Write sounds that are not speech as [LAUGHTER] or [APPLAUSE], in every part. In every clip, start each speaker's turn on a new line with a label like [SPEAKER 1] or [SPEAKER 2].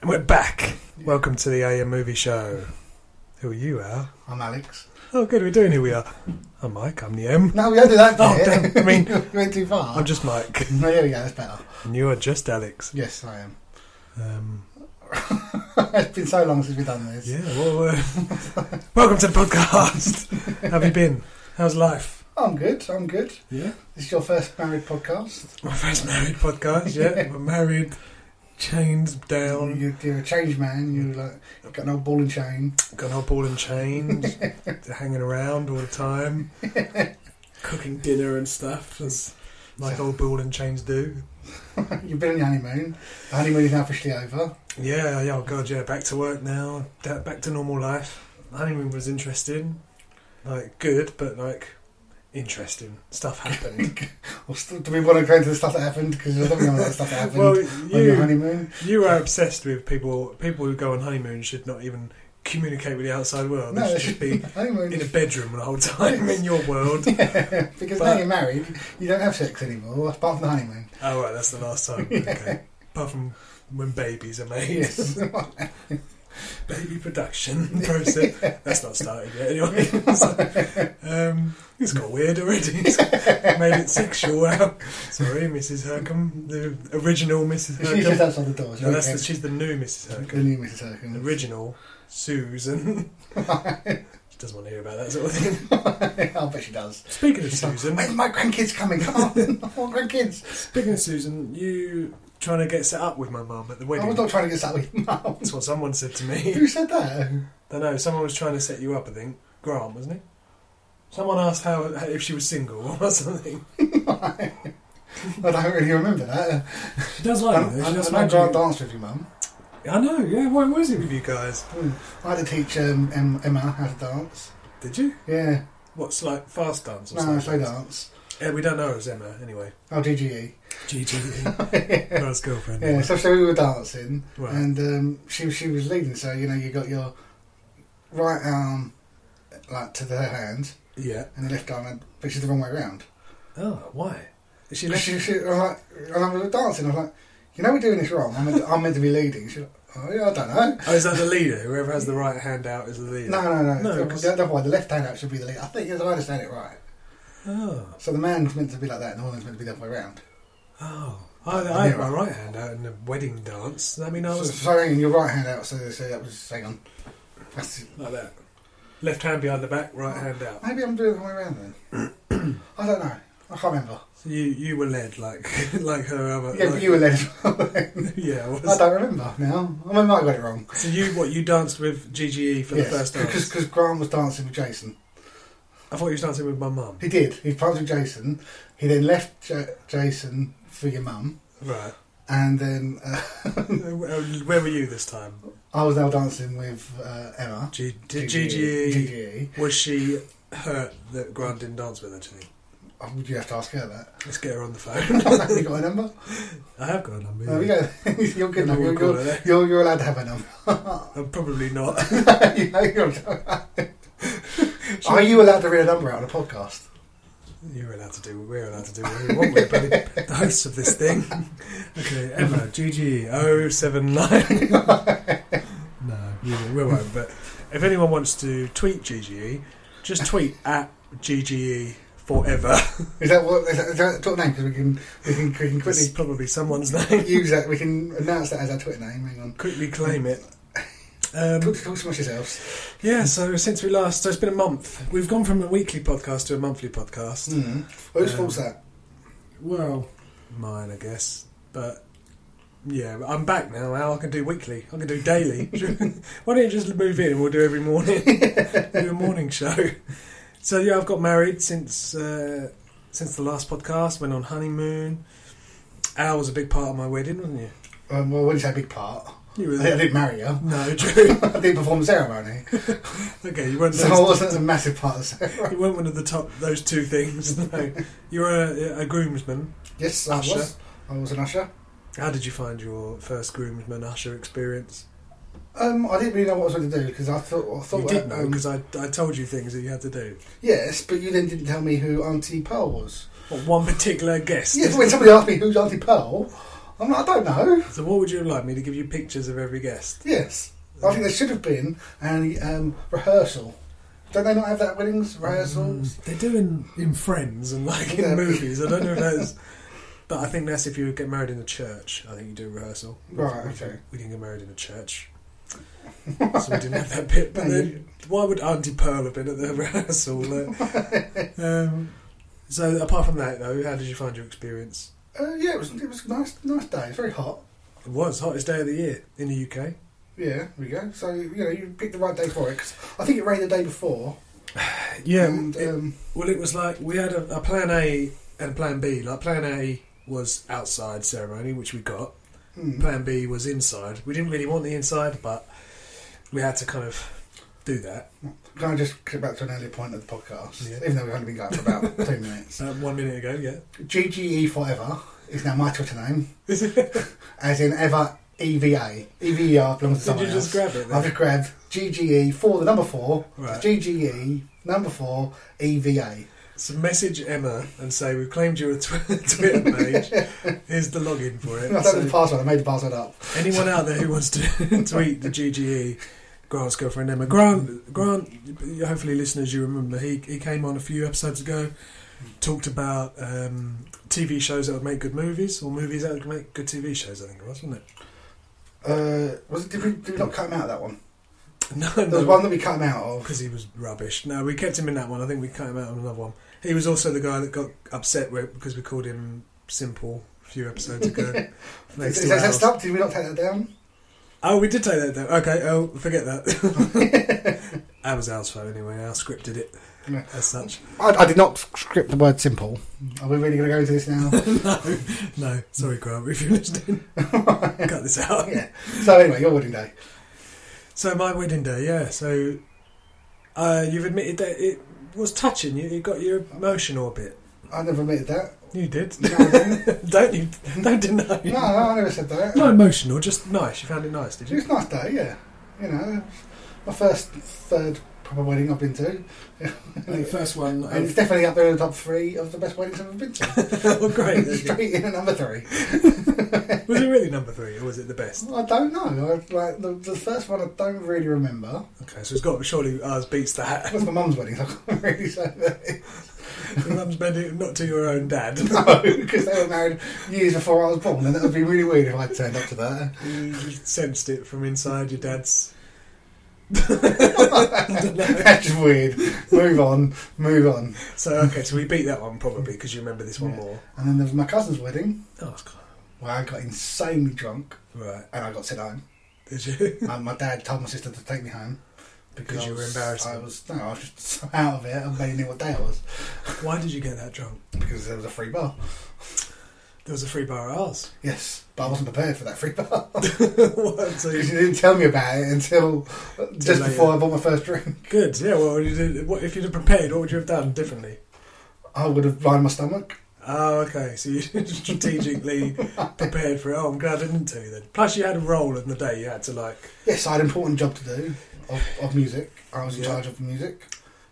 [SPEAKER 1] And we're back. Welcome to the AM Movie Show. Who you are?
[SPEAKER 2] I'm Alex.
[SPEAKER 1] Oh, good. We're doing who we are. I'm Mike. I'm the M.
[SPEAKER 2] No, we don't do that.
[SPEAKER 1] Oh,
[SPEAKER 2] bit. [LAUGHS]
[SPEAKER 1] damn, I mean- [LAUGHS]
[SPEAKER 2] you went too far.
[SPEAKER 1] I'm just Mike,
[SPEAKER 2] No, there we go. That's better.
[SPEAKER 1] and you are just Alex.
[SPEAKER 2] Yes, I am. [LAUGHS]
[SPEAKER 1] Um,
[SPEAKER 2] it's been so long since we've done this.
[SPEAKER 1] yeah. Well, uh, [LAUGHS] welcome to the podcast. How have you been? How's life?
[SPEAKER 2] I'm good. I'm good.
[SPEAKER 1] Yeah.
[SPEAKER 2] This is your first married podcast.
[SPEAKER 1] My first married podcast. Yeah. We're married, chains down,
[SPEAKER 2] You, you're a changed man. You like you've got no ball and chain. [LAUGHS]
[SPEAKER 1] got up all in chains, hanging around all the time, cooking dinner and stuff. As like old ball and chains do.
[SPEAKER 2] You've been on your honeymoon. The honeymoon is now officially over.
[SPEAKER 1] Yeah, yeah, oh god, yeah, back to work now, da- back to normal life. Honeymoon was interesting, like good, but like interesting stuff
[SPEAKER 2] [LAUGHS]
[SPEAKER 1] happened. [LAUGHS]
[SPEAKER 2] Or st- do we want to go into the stuff that happened? Because I don't really want that stuff that
[SPEAKER 1] [LAUGHS]
[SPEAKER 2] happened
[SPEAKER 1] well,
[SPEAKER 2] on your
[SPEAKER 1] you
[SPEAKER 2] honeymoon.
[SPEAKER 1] you are obsessed with people. People who go on honeymoon should not even communicate with the outside world.
[SPEAKER 2] No,
[SPEAKER 1] they
[SPEAKER 2] they
[SPEAKER 1] Oh, should just
[SPEAKER 2] [LAUGHS]
[SPEAKER 1] be
[SPEAKER 2] Honeymoon.
[SPEAKER 1] in a bedroom the whole time in your world.
[SPEAKER 2] yeah, because now
[SPEAKER 1] But-
[SPEAKER 2] you're married, you don't have sex anymore, apart from the honeymoon.
[SPEAKER 1] Oh right, that's the last time.
[SPEAKER 2] [LAUGHS]
[SPEAKER 1] Okay, apart from when babies are made.
[SPEAKER 2] Yes.
[SPEAKER 1] [LAUGHS] baby production [LAUGHS] process. That's not started yet, anyway. [LAUGHS] So, um, it's got weird already. [LAUGHS] It's made it sexual. Wow. Sorry, Mrs. Hercombe, the original Mrs.
[SPEAKER 2] She's just
[SPEAKER 1] Hercombe.
[SPEAKER 2] outside the door.
[SPEAKER 1] No, that's the, she's the new Mrs.
[SPEAKER 2] the
[SPEAKER 1] Hercombe.
[SPEAKER 2] new Mrs. Herkins.
[SPEAKER 1] Original Susan. She [LAUGHS] doesn't want to hear about that sort of thing.
[SPEAKER 2] [LAUGHS] I'll bet she does.
[SPEAKER 1] Speaking of
[SPEAKER 2] She's like,
[SPEAKER 1] Susan,
[SPEAKER 2] When's my grandkids coming? Come on, [LAUGHS] I want grandkids.
[SPEAKER 1] speaking of Susan, you trying to get set up with my mum at the
[SPEAKER 2] I
[SPEAKER 1] wedding?
[SPEAKER 2] was not trying to get Sally. [LAUGHS] No.
[SPEAKER 1] That's what someone said to
[SPEAKER 2] Who
[SPEAKER 1] me. [LAUGHS]
[SPEAKER 2] said that?
[SPEAKER 1] I know someone was trying to set you up. I think Grant wasn't he? Someone asked how if she was single [LAUGHS] or something.
[SPEAKER 2] I don't really remember that.
[SPEAKER 1] She does
[SPEAKER 2] I,
[SPEAKER 1] like
[SPEAKER 2] I,
[SPEAKER 1] it.
[SPEAKER 2] I,
[SPEAKER 1] She does
[SPEAKER 2] know
[SPEAKER 1] like
[SPEAKER 2] Grant uh,
[SPEAKER 1] you.
[SPEAKER 2] danced with you, Mum.
[SPEAKER 1] I know. Yeah. Why was it with you guys?
[SPEAKER 2] I had to teach um, Em- Emma how to dance.
[SPEAKER 1] Did you?
[SPEAKER 2] Yeah,
[SPEAKER 1] What's like fast dance or
[SPEAKER 2] no,
[SPEAKER 1] something?
[SPEAKER 2] slow dance.
[SPEAKER 1] Yeah, we don't know it was Emma anyway.
[SPEAKER 2] Oh, GGE. [LAUGHS]
[SPEAKER 1] [LAUGHS] GG.
[SPEAKER 2] yeah,
[SPEAKER 1] Girl's girlfriend.
[SPEAKER 2] yeah so, so we were dancing,
[SPEAKER 1] Right.
[SPEAKER 2] and um, she she was leading. So you know, you got your right arm like to her hand,
[SPEAKER 1] yeah.
[SPEAKER 2] and the left arm, which is the wrong way round.
[SPEAKER 1] Oh, why? Is she
[SPEAKER 2] And
[SPEAKER 1] left?
[SPEAKER 2] she, she, I'm like, and I was dancing. I'm like, you know, we're doing this wrong. I'm meant to, I'm meant to be leading. She's like, oh, yeah, I don't know.
[SPEAKER 1] Oh, is that the leader? Whoever has the right hand out is the leader.
[SPEAKER 2] No, no, no.
[SPEAKER 1] No,
[SPEAKER 2] no
[SPEAKER 1] 'cause-
[SPEAKER 2] the, the, the left hand out should be the lead. I think, as I understand it, right.
[SPEAKER 1] Oh.
[SPEAKER 2] So the man's meant to be like that, and the woman's meant to be the other way around.
[SPEAKER 1] Oh. I, I had my right hand out in the wedding dance. I mean, I
[SPEAKER 2] So,
[SPEAKER 1] was
[SPEAKER 2] so hang on, your right hand out. So, so that was hang on. That's,
[SPEAKER 1] like that. Left hand behind the back, right hand out.
[SPEAKER 2] maybe I'm doing it the wrong way around then.
[SPEAKER 1] [COUGHS]
[SPEAKER 2] I don't know. I can't remember.
[SPEAKER 1] So you you were led like [LAUGHS] like her other.
[SPEAKER 2] Yeah, but
[SPEAKER 1] like-
[SPEAKER 2] you were
[SPEAKER 1] [LAUGHS]
[SPEAKER 2] led. as well then.
[SPEAKER 1] Yeah, I was.
[SPEAKER 2] I don't remember now. I mean, I might have got it wrong.
[SPEAKER 1] So you what you danced with GGE for the first dance?
[SPEAKER 2] because Grant was dancing with Jason.
[SPEAKER 1] I thought you were dancing with my mum.
[SPEAKER 2] He did. He danced with Jason. He then left J- Jason for your mum,
[SPEAKER 1] [LAUGHS] Right.
[SPEAKER 2] and then uh, [LAUGHS]
[SPEAKER 1] Where were you this time?
[SPEAKER 2] I was now dancing with uh, Emma.
[SPEAKER 1] G- E. did
[SPEAKER 2] GGE.
[SPEAKER 1] GGE,
[SPEAKER 2] GGE.
[SPEAKER 1] was she hurt that Grant didn't dance with her? Do you think?
[SPEAKER 2] Oh, would you have to ask
[SPEAKER 1] [LAUGHS]
[SPEAKER 2] her that?
[SPEAKER 1] Let's get her on the phone. [LAUGHS]
[SPEAKER 2] you got a number?
[SPEAKER 1] I have got a number.
[SPEAKER 2] There we
[SPEAKER 1] Oh, yeah.
[SPEAKER 2] go. [LAUGHS] you're good enough.
[SPEAKER 1] We'll
[SPEAKER 2] You're,
[SPEAKER 1] call
[SPEAKER 2] you're,
[SPEAKER 1] her there.
[SPEAKER 2] you're, you're allowed to have a number. [LAUGHS]
[SPEAKER 1] I'm probably not.
[SPEAKER 2] You know, you're- Are you allowed to read a number out on a podcast?
[SPEAKER 1] You're allowed to do. We're allowed to do what we want. We're bloody the hosts of this thing. Okay, Emma, GGE 079. no, we won't- we won't. But if anyone wants to tweet GGE, just tweet at GGE forever. [LAUGHS]
[SPEAKER 2] Is that what? Is that, is that the Twitter name? Because we can we can we can
[SPEAKER 1] It's
[SPEAKER 2] quickly
[SPEAKER 1] probably someone's name.
[SPEAKER 2] [LAUGHS] use that. We can announce that as our Twitter name. Hang on.
[SPEAKER 1] quickly claim it.
[SPEAKER 2] Talk,
[SPEAKER 1] Um,
[SPEAKER 2] talk so much yourselves.
[SPEAKER 1] yeah, so since we last, so it's been a month. We've gone from a weekly podcast to a monthly podcast.
[SPEAKER 2] Mm. Whose fault's
[SPEAKER 1] Um,
[SPEAKER 2] that?
[SPEAKER 1] Well, mine, I guess. But yeah, I'm back now. Al. I can do weekly. I can do
[SPEAKER 2] [LAUGHS]
[SPEAKER 1] daily. Why don't you just move in and we'll do every morning, do a morning show. So yeah, I've got married since uh, since the last podcast. Went on honeymoon. Al was a big part of my wedding, wasn't you?
[SPEAKER 2] Um, well, when you say big part,
[SPEAKER 1] You
[SPEAKER 2] I [LAUGHS] didn't marry her.
[SPEAKER 1] No, [LAUGHS] true.
[SPEAKER 2] I didn't perform the ceremony.
[SPEAKER 1] okay, you weren't.
[SPEAKER 2] So I
[SPEAKER 1] those-
[SPEAKER 2] wasn't a massive part of the
[SPEAKER 1] [LAUGHS]
[SPEAKER 2] ceremony.
[SPEAKER 1] you weren't one of the top. Those two things. [LAUGHS] No, you were a, a groomsman.
[SPEAKER 2] Yes, I
[SPEAKER 1] Usher.
[SPEAKER 2] was. I was an usher.
[SPEAKER 1] How did you find your first groomsman usher experience?
[SPEAKER 2] Um, I didn't really know what I was going to do because I thought I thought
[SPEAKER 1] You did know
[SPEAKER 2] um,
[SPEAKER 1] because I, I told you things that you had to do.
[SPEAKER 2] yes, but you then didn't tell me who Auntie Pearl was.
[SPEAKER 1] What one particular guest.
[SPEAKER 2] Yeah, when somebody asked me who's Auntie Pearl, I'm like, I don't know.
[SPEAKER 1] So what would you have liked me to give you pictures of every guest?
[SPEAKER 2] Yes, I think there should have been a um, rehearsal. Don't they not have that at weddings rehearsals?
[SPEAKER 1] Mm, they do in, in Friends and like in
[SPEAKER 2] Yeah.
[SPEAKER 1] movies. I don't know if
[SPEAKER 2] [LAUGHS]
[SPEAKER 1] that's. But I think that's if you get married in a church. I think you do a rehearsal.
[SPEAKER 2] Right,
[SPEAKER 1] We-
[SPEAKER 2] okay.
[SPEAKER 1] We didn't get married in a
[SPEAKER 2] [LAUGHS]
[SPEAKER 1] church, so we didn't have that bit. But
[SPEAKER 2] No,
[SPEAKER 1] then, why would Auntie Pearl have been at the [LAUGHS]
[SPEAKER 2] [LAUGHS]
[SPEAKER 1] rehearsal? Like, um, so apart from that, though, how did you find your experience?
[SPEAKER 2] Uh, yeah, it was it was a nice nice day. It's very hot.
[SPEAKER 1] It was hottest day of the year in the UK.
[SPEAKER 2] Yeah, there we go. So you know you picked the right day for it 'cause I think it rained the day before. and,
[SPEAKER 1] it-
[SPEAKER 2] um,
[SPEAKER 1] Well, it was like we had a, a plan A and a plan B. Like plan A was outside ceremony, which we got.
[SPEAKER 2] hmm.
[SPEAKER 1] Plan B was inside. We didn't really want the inside, but we had to kind of do that.
[SPEAKER 2] Can I just get back to an earlier point of the podcast?
[SPEAKER 1] Yeah.
[SPEAKER 2] Even though we've only been going
[SPEAKER 1] [LAUGHS]
[SPEAKER 2] for about two minutes.
[SPEAKER 1] Um, one minute ago, yeah.
[SPEAKER 2] GGE E Forever is now my Twitter name, [LAUGHS] as in ever E EVA. EVA belongs to
[SPEAKER 1] Did
[SPEAKER 2] someone
[SPEAKER 1] you just
[SPEAKER 2] else.
[SPEAKER 1] grab it? Then?
[SPEAKER 2] I've just grabbed GGE for the number four.
[SPEAKER 1] Right.
[SPEAKER 2] GGE number four E EVA.
[SPEAKER 1] So message Emma and say we've claimed your tw- [LAUGHS] Twitter [LAUGHS] page. Here's the login for
[SPEAKER 2] I
[SPEAKER 1] it.
[SPEAKER 2] don't know the
[SPEAKER 1] So
[SPEAKER 2] password. I made the password up.
[SPEAKER 1] anyone out there who wants to [LAUGHS] tweet the GGE. Grant's girlfriend Emma. Grant, Grant. Hopefully, listeners, you remember he he came on a few episodes ago, talked about um, TV shows that would make good movies or movies that would make good TV shows. I think it was, wasn't it?
[SPEAKER 2] Uh, was it, did, we, did we not cut him out of that one?
[SPEAKER 1] [LAUGHS] No,
[SPEAKER 2] There was
[SPEAKER 1] no.
[SPEAKER 2] one that we cut him out of.
[SPEAKER 1] because he was rubbish. No, we kept him in that one. I think we cut him out on another one. He was also the guy that got upset with, because we called him simple a few episodes
[SPEAKER 2] [LAUGHS]
[SPEAKER 1] ago.
[SPEAKER 2] Is,
[SPEAKER 1] Next
[SPEAKER 2] is
[SPEAKER 1] to
[SPEAKER 2] that
[SPEAKER 1] ours.
[SPEAKER 2] set up? Did we not take that down?
[SPEAKER 1] Oh, we did take that down. Okay, oh, forget that. that [LAUGHS] was Al's phone anyway. Al scripted it
[SPEAKER 2] Yeah.
[SPEAKER 1] as such. [LAUGHS]
[SPEAKER 2] I, I did not script the word simple. Are we really going to go into this now? [LAUGHS]
[SPEAKER 1] no, no, sorry, Grant, if you're listening, cut this out.
[SPEAKER 2] yeah. So anyway, your wedding day.
[SPEAKER 1] So my wedding day, yeah. So uh, you've admitted that it was touching. You, you got your emotional a bit.
[SPEAKER 2] I never admitted
[SPEAKER 1] [LAUGHS]
[SPEAKER 2] that.
[SPEAKER 1] You did,
[SPEAKER 2] No, I didn't.
[SPEAKER 1] don't you? Don't deny.
[SPEAKER 2] no, no, I never said that.
[SPEAKER 1] Not emotional, just nice. You found it nice, did
[SPEAKER 2] It was
[SPEAKER 1] you?
[SPEAKER 2] a nice day, yeah. You know, my first, third proper wedding I've been to.
[SPEAKER 1] The first [LAUGHS] one.
[SPEAKER 2] And it's definitely up there in the top three of the best weddings I've ever been to.
[SPEAKER 1] oh, [LAUGHS] great.
[SPEAKER 2] [LAUGHS] Straight in at number three.
[SPEAKER 1] Was it really number three, or was it the best?
[SPEAKER 2] I don't know. I, like the, the first one, I don't really remember.
[SPEAKER 1] Okay, so it's got surely ours beats
[SPEAKER 2] It
[SPEAKER 1] that.
[SPEAKER 2] was my mum's wedding. [LAUGHS] So I can't really say that. [LAUGHS]
[SPEAKER 1] Your mum's wedding, not to your own dad.
[SPEAKER 2] No, because they were married years before I was born, and that would be really weird if I turned up to that. [LAUGHS]
[SPEAKER 1] You sensed it from inside your dad's. [LAUGHS]
[SPEAKER 2] That's just weird. Move on, move on.
[SPEAKER 1] So okay, so we beat that one probably because you remember this one
[SPEAKER 2] Yeah.
[SPEAKER 1] more.
[SPEAKER 2] And then there was my cousin's wedding,
[SPEAKER 1] Oh, it's cool.
[SPEAKER 2] where I got insanely drunk,
[SPEAKER 1] right.
[SPEAKER 2] and I got sent home.
[SPEAKER 1] Did you? [LAUGHS]
[SPEAKER 2] And my dad told my sister to take me home
[SPEAKER 1] Because you
[SPEAKER 2] I
[SPEAKER 1] were
[SPEAKER 2] was-
[SPEAKER 1] embarrassed.
[SPEAKER 2] I was no, I was just [LAUGHS] so out of it. I barely knew what day it was
[SPEAKER 1] Why did you get that drunk?
[SPEAKER 2] because there was a free bar.
[SPEAKER 1] There was a free bar at ours. [LAUGHS]
[SPEAKER 2] Yes, but I wasn't prepared for that free bar
[SPEAKER 1] What? So you-
[SPEAKER 2] [LAUGHS] because you didn't tell me about it until just
[SPEAKER 1] later.
[SPEAKER 2] before I bought my first drink.
[SPEAKER 1] Good. Yeah. Well, you did, what, if you'd have prepared, what would you have done differently?
[SPEAKER 2] I would have lined my stomach.
[SPEAKER 1] Oh, okay. So you [LAUGHS] strategically prepared for it. Oh, I'm glad I didn't tell you then. Plus, you had a role in the day. You had to like. [LAUGHS]
[SPEAKER 2] Yes, I had an important job to do of, of music. I was in
[SPEAKER 1] Yeah.
[SPEAKER 2] charge of music.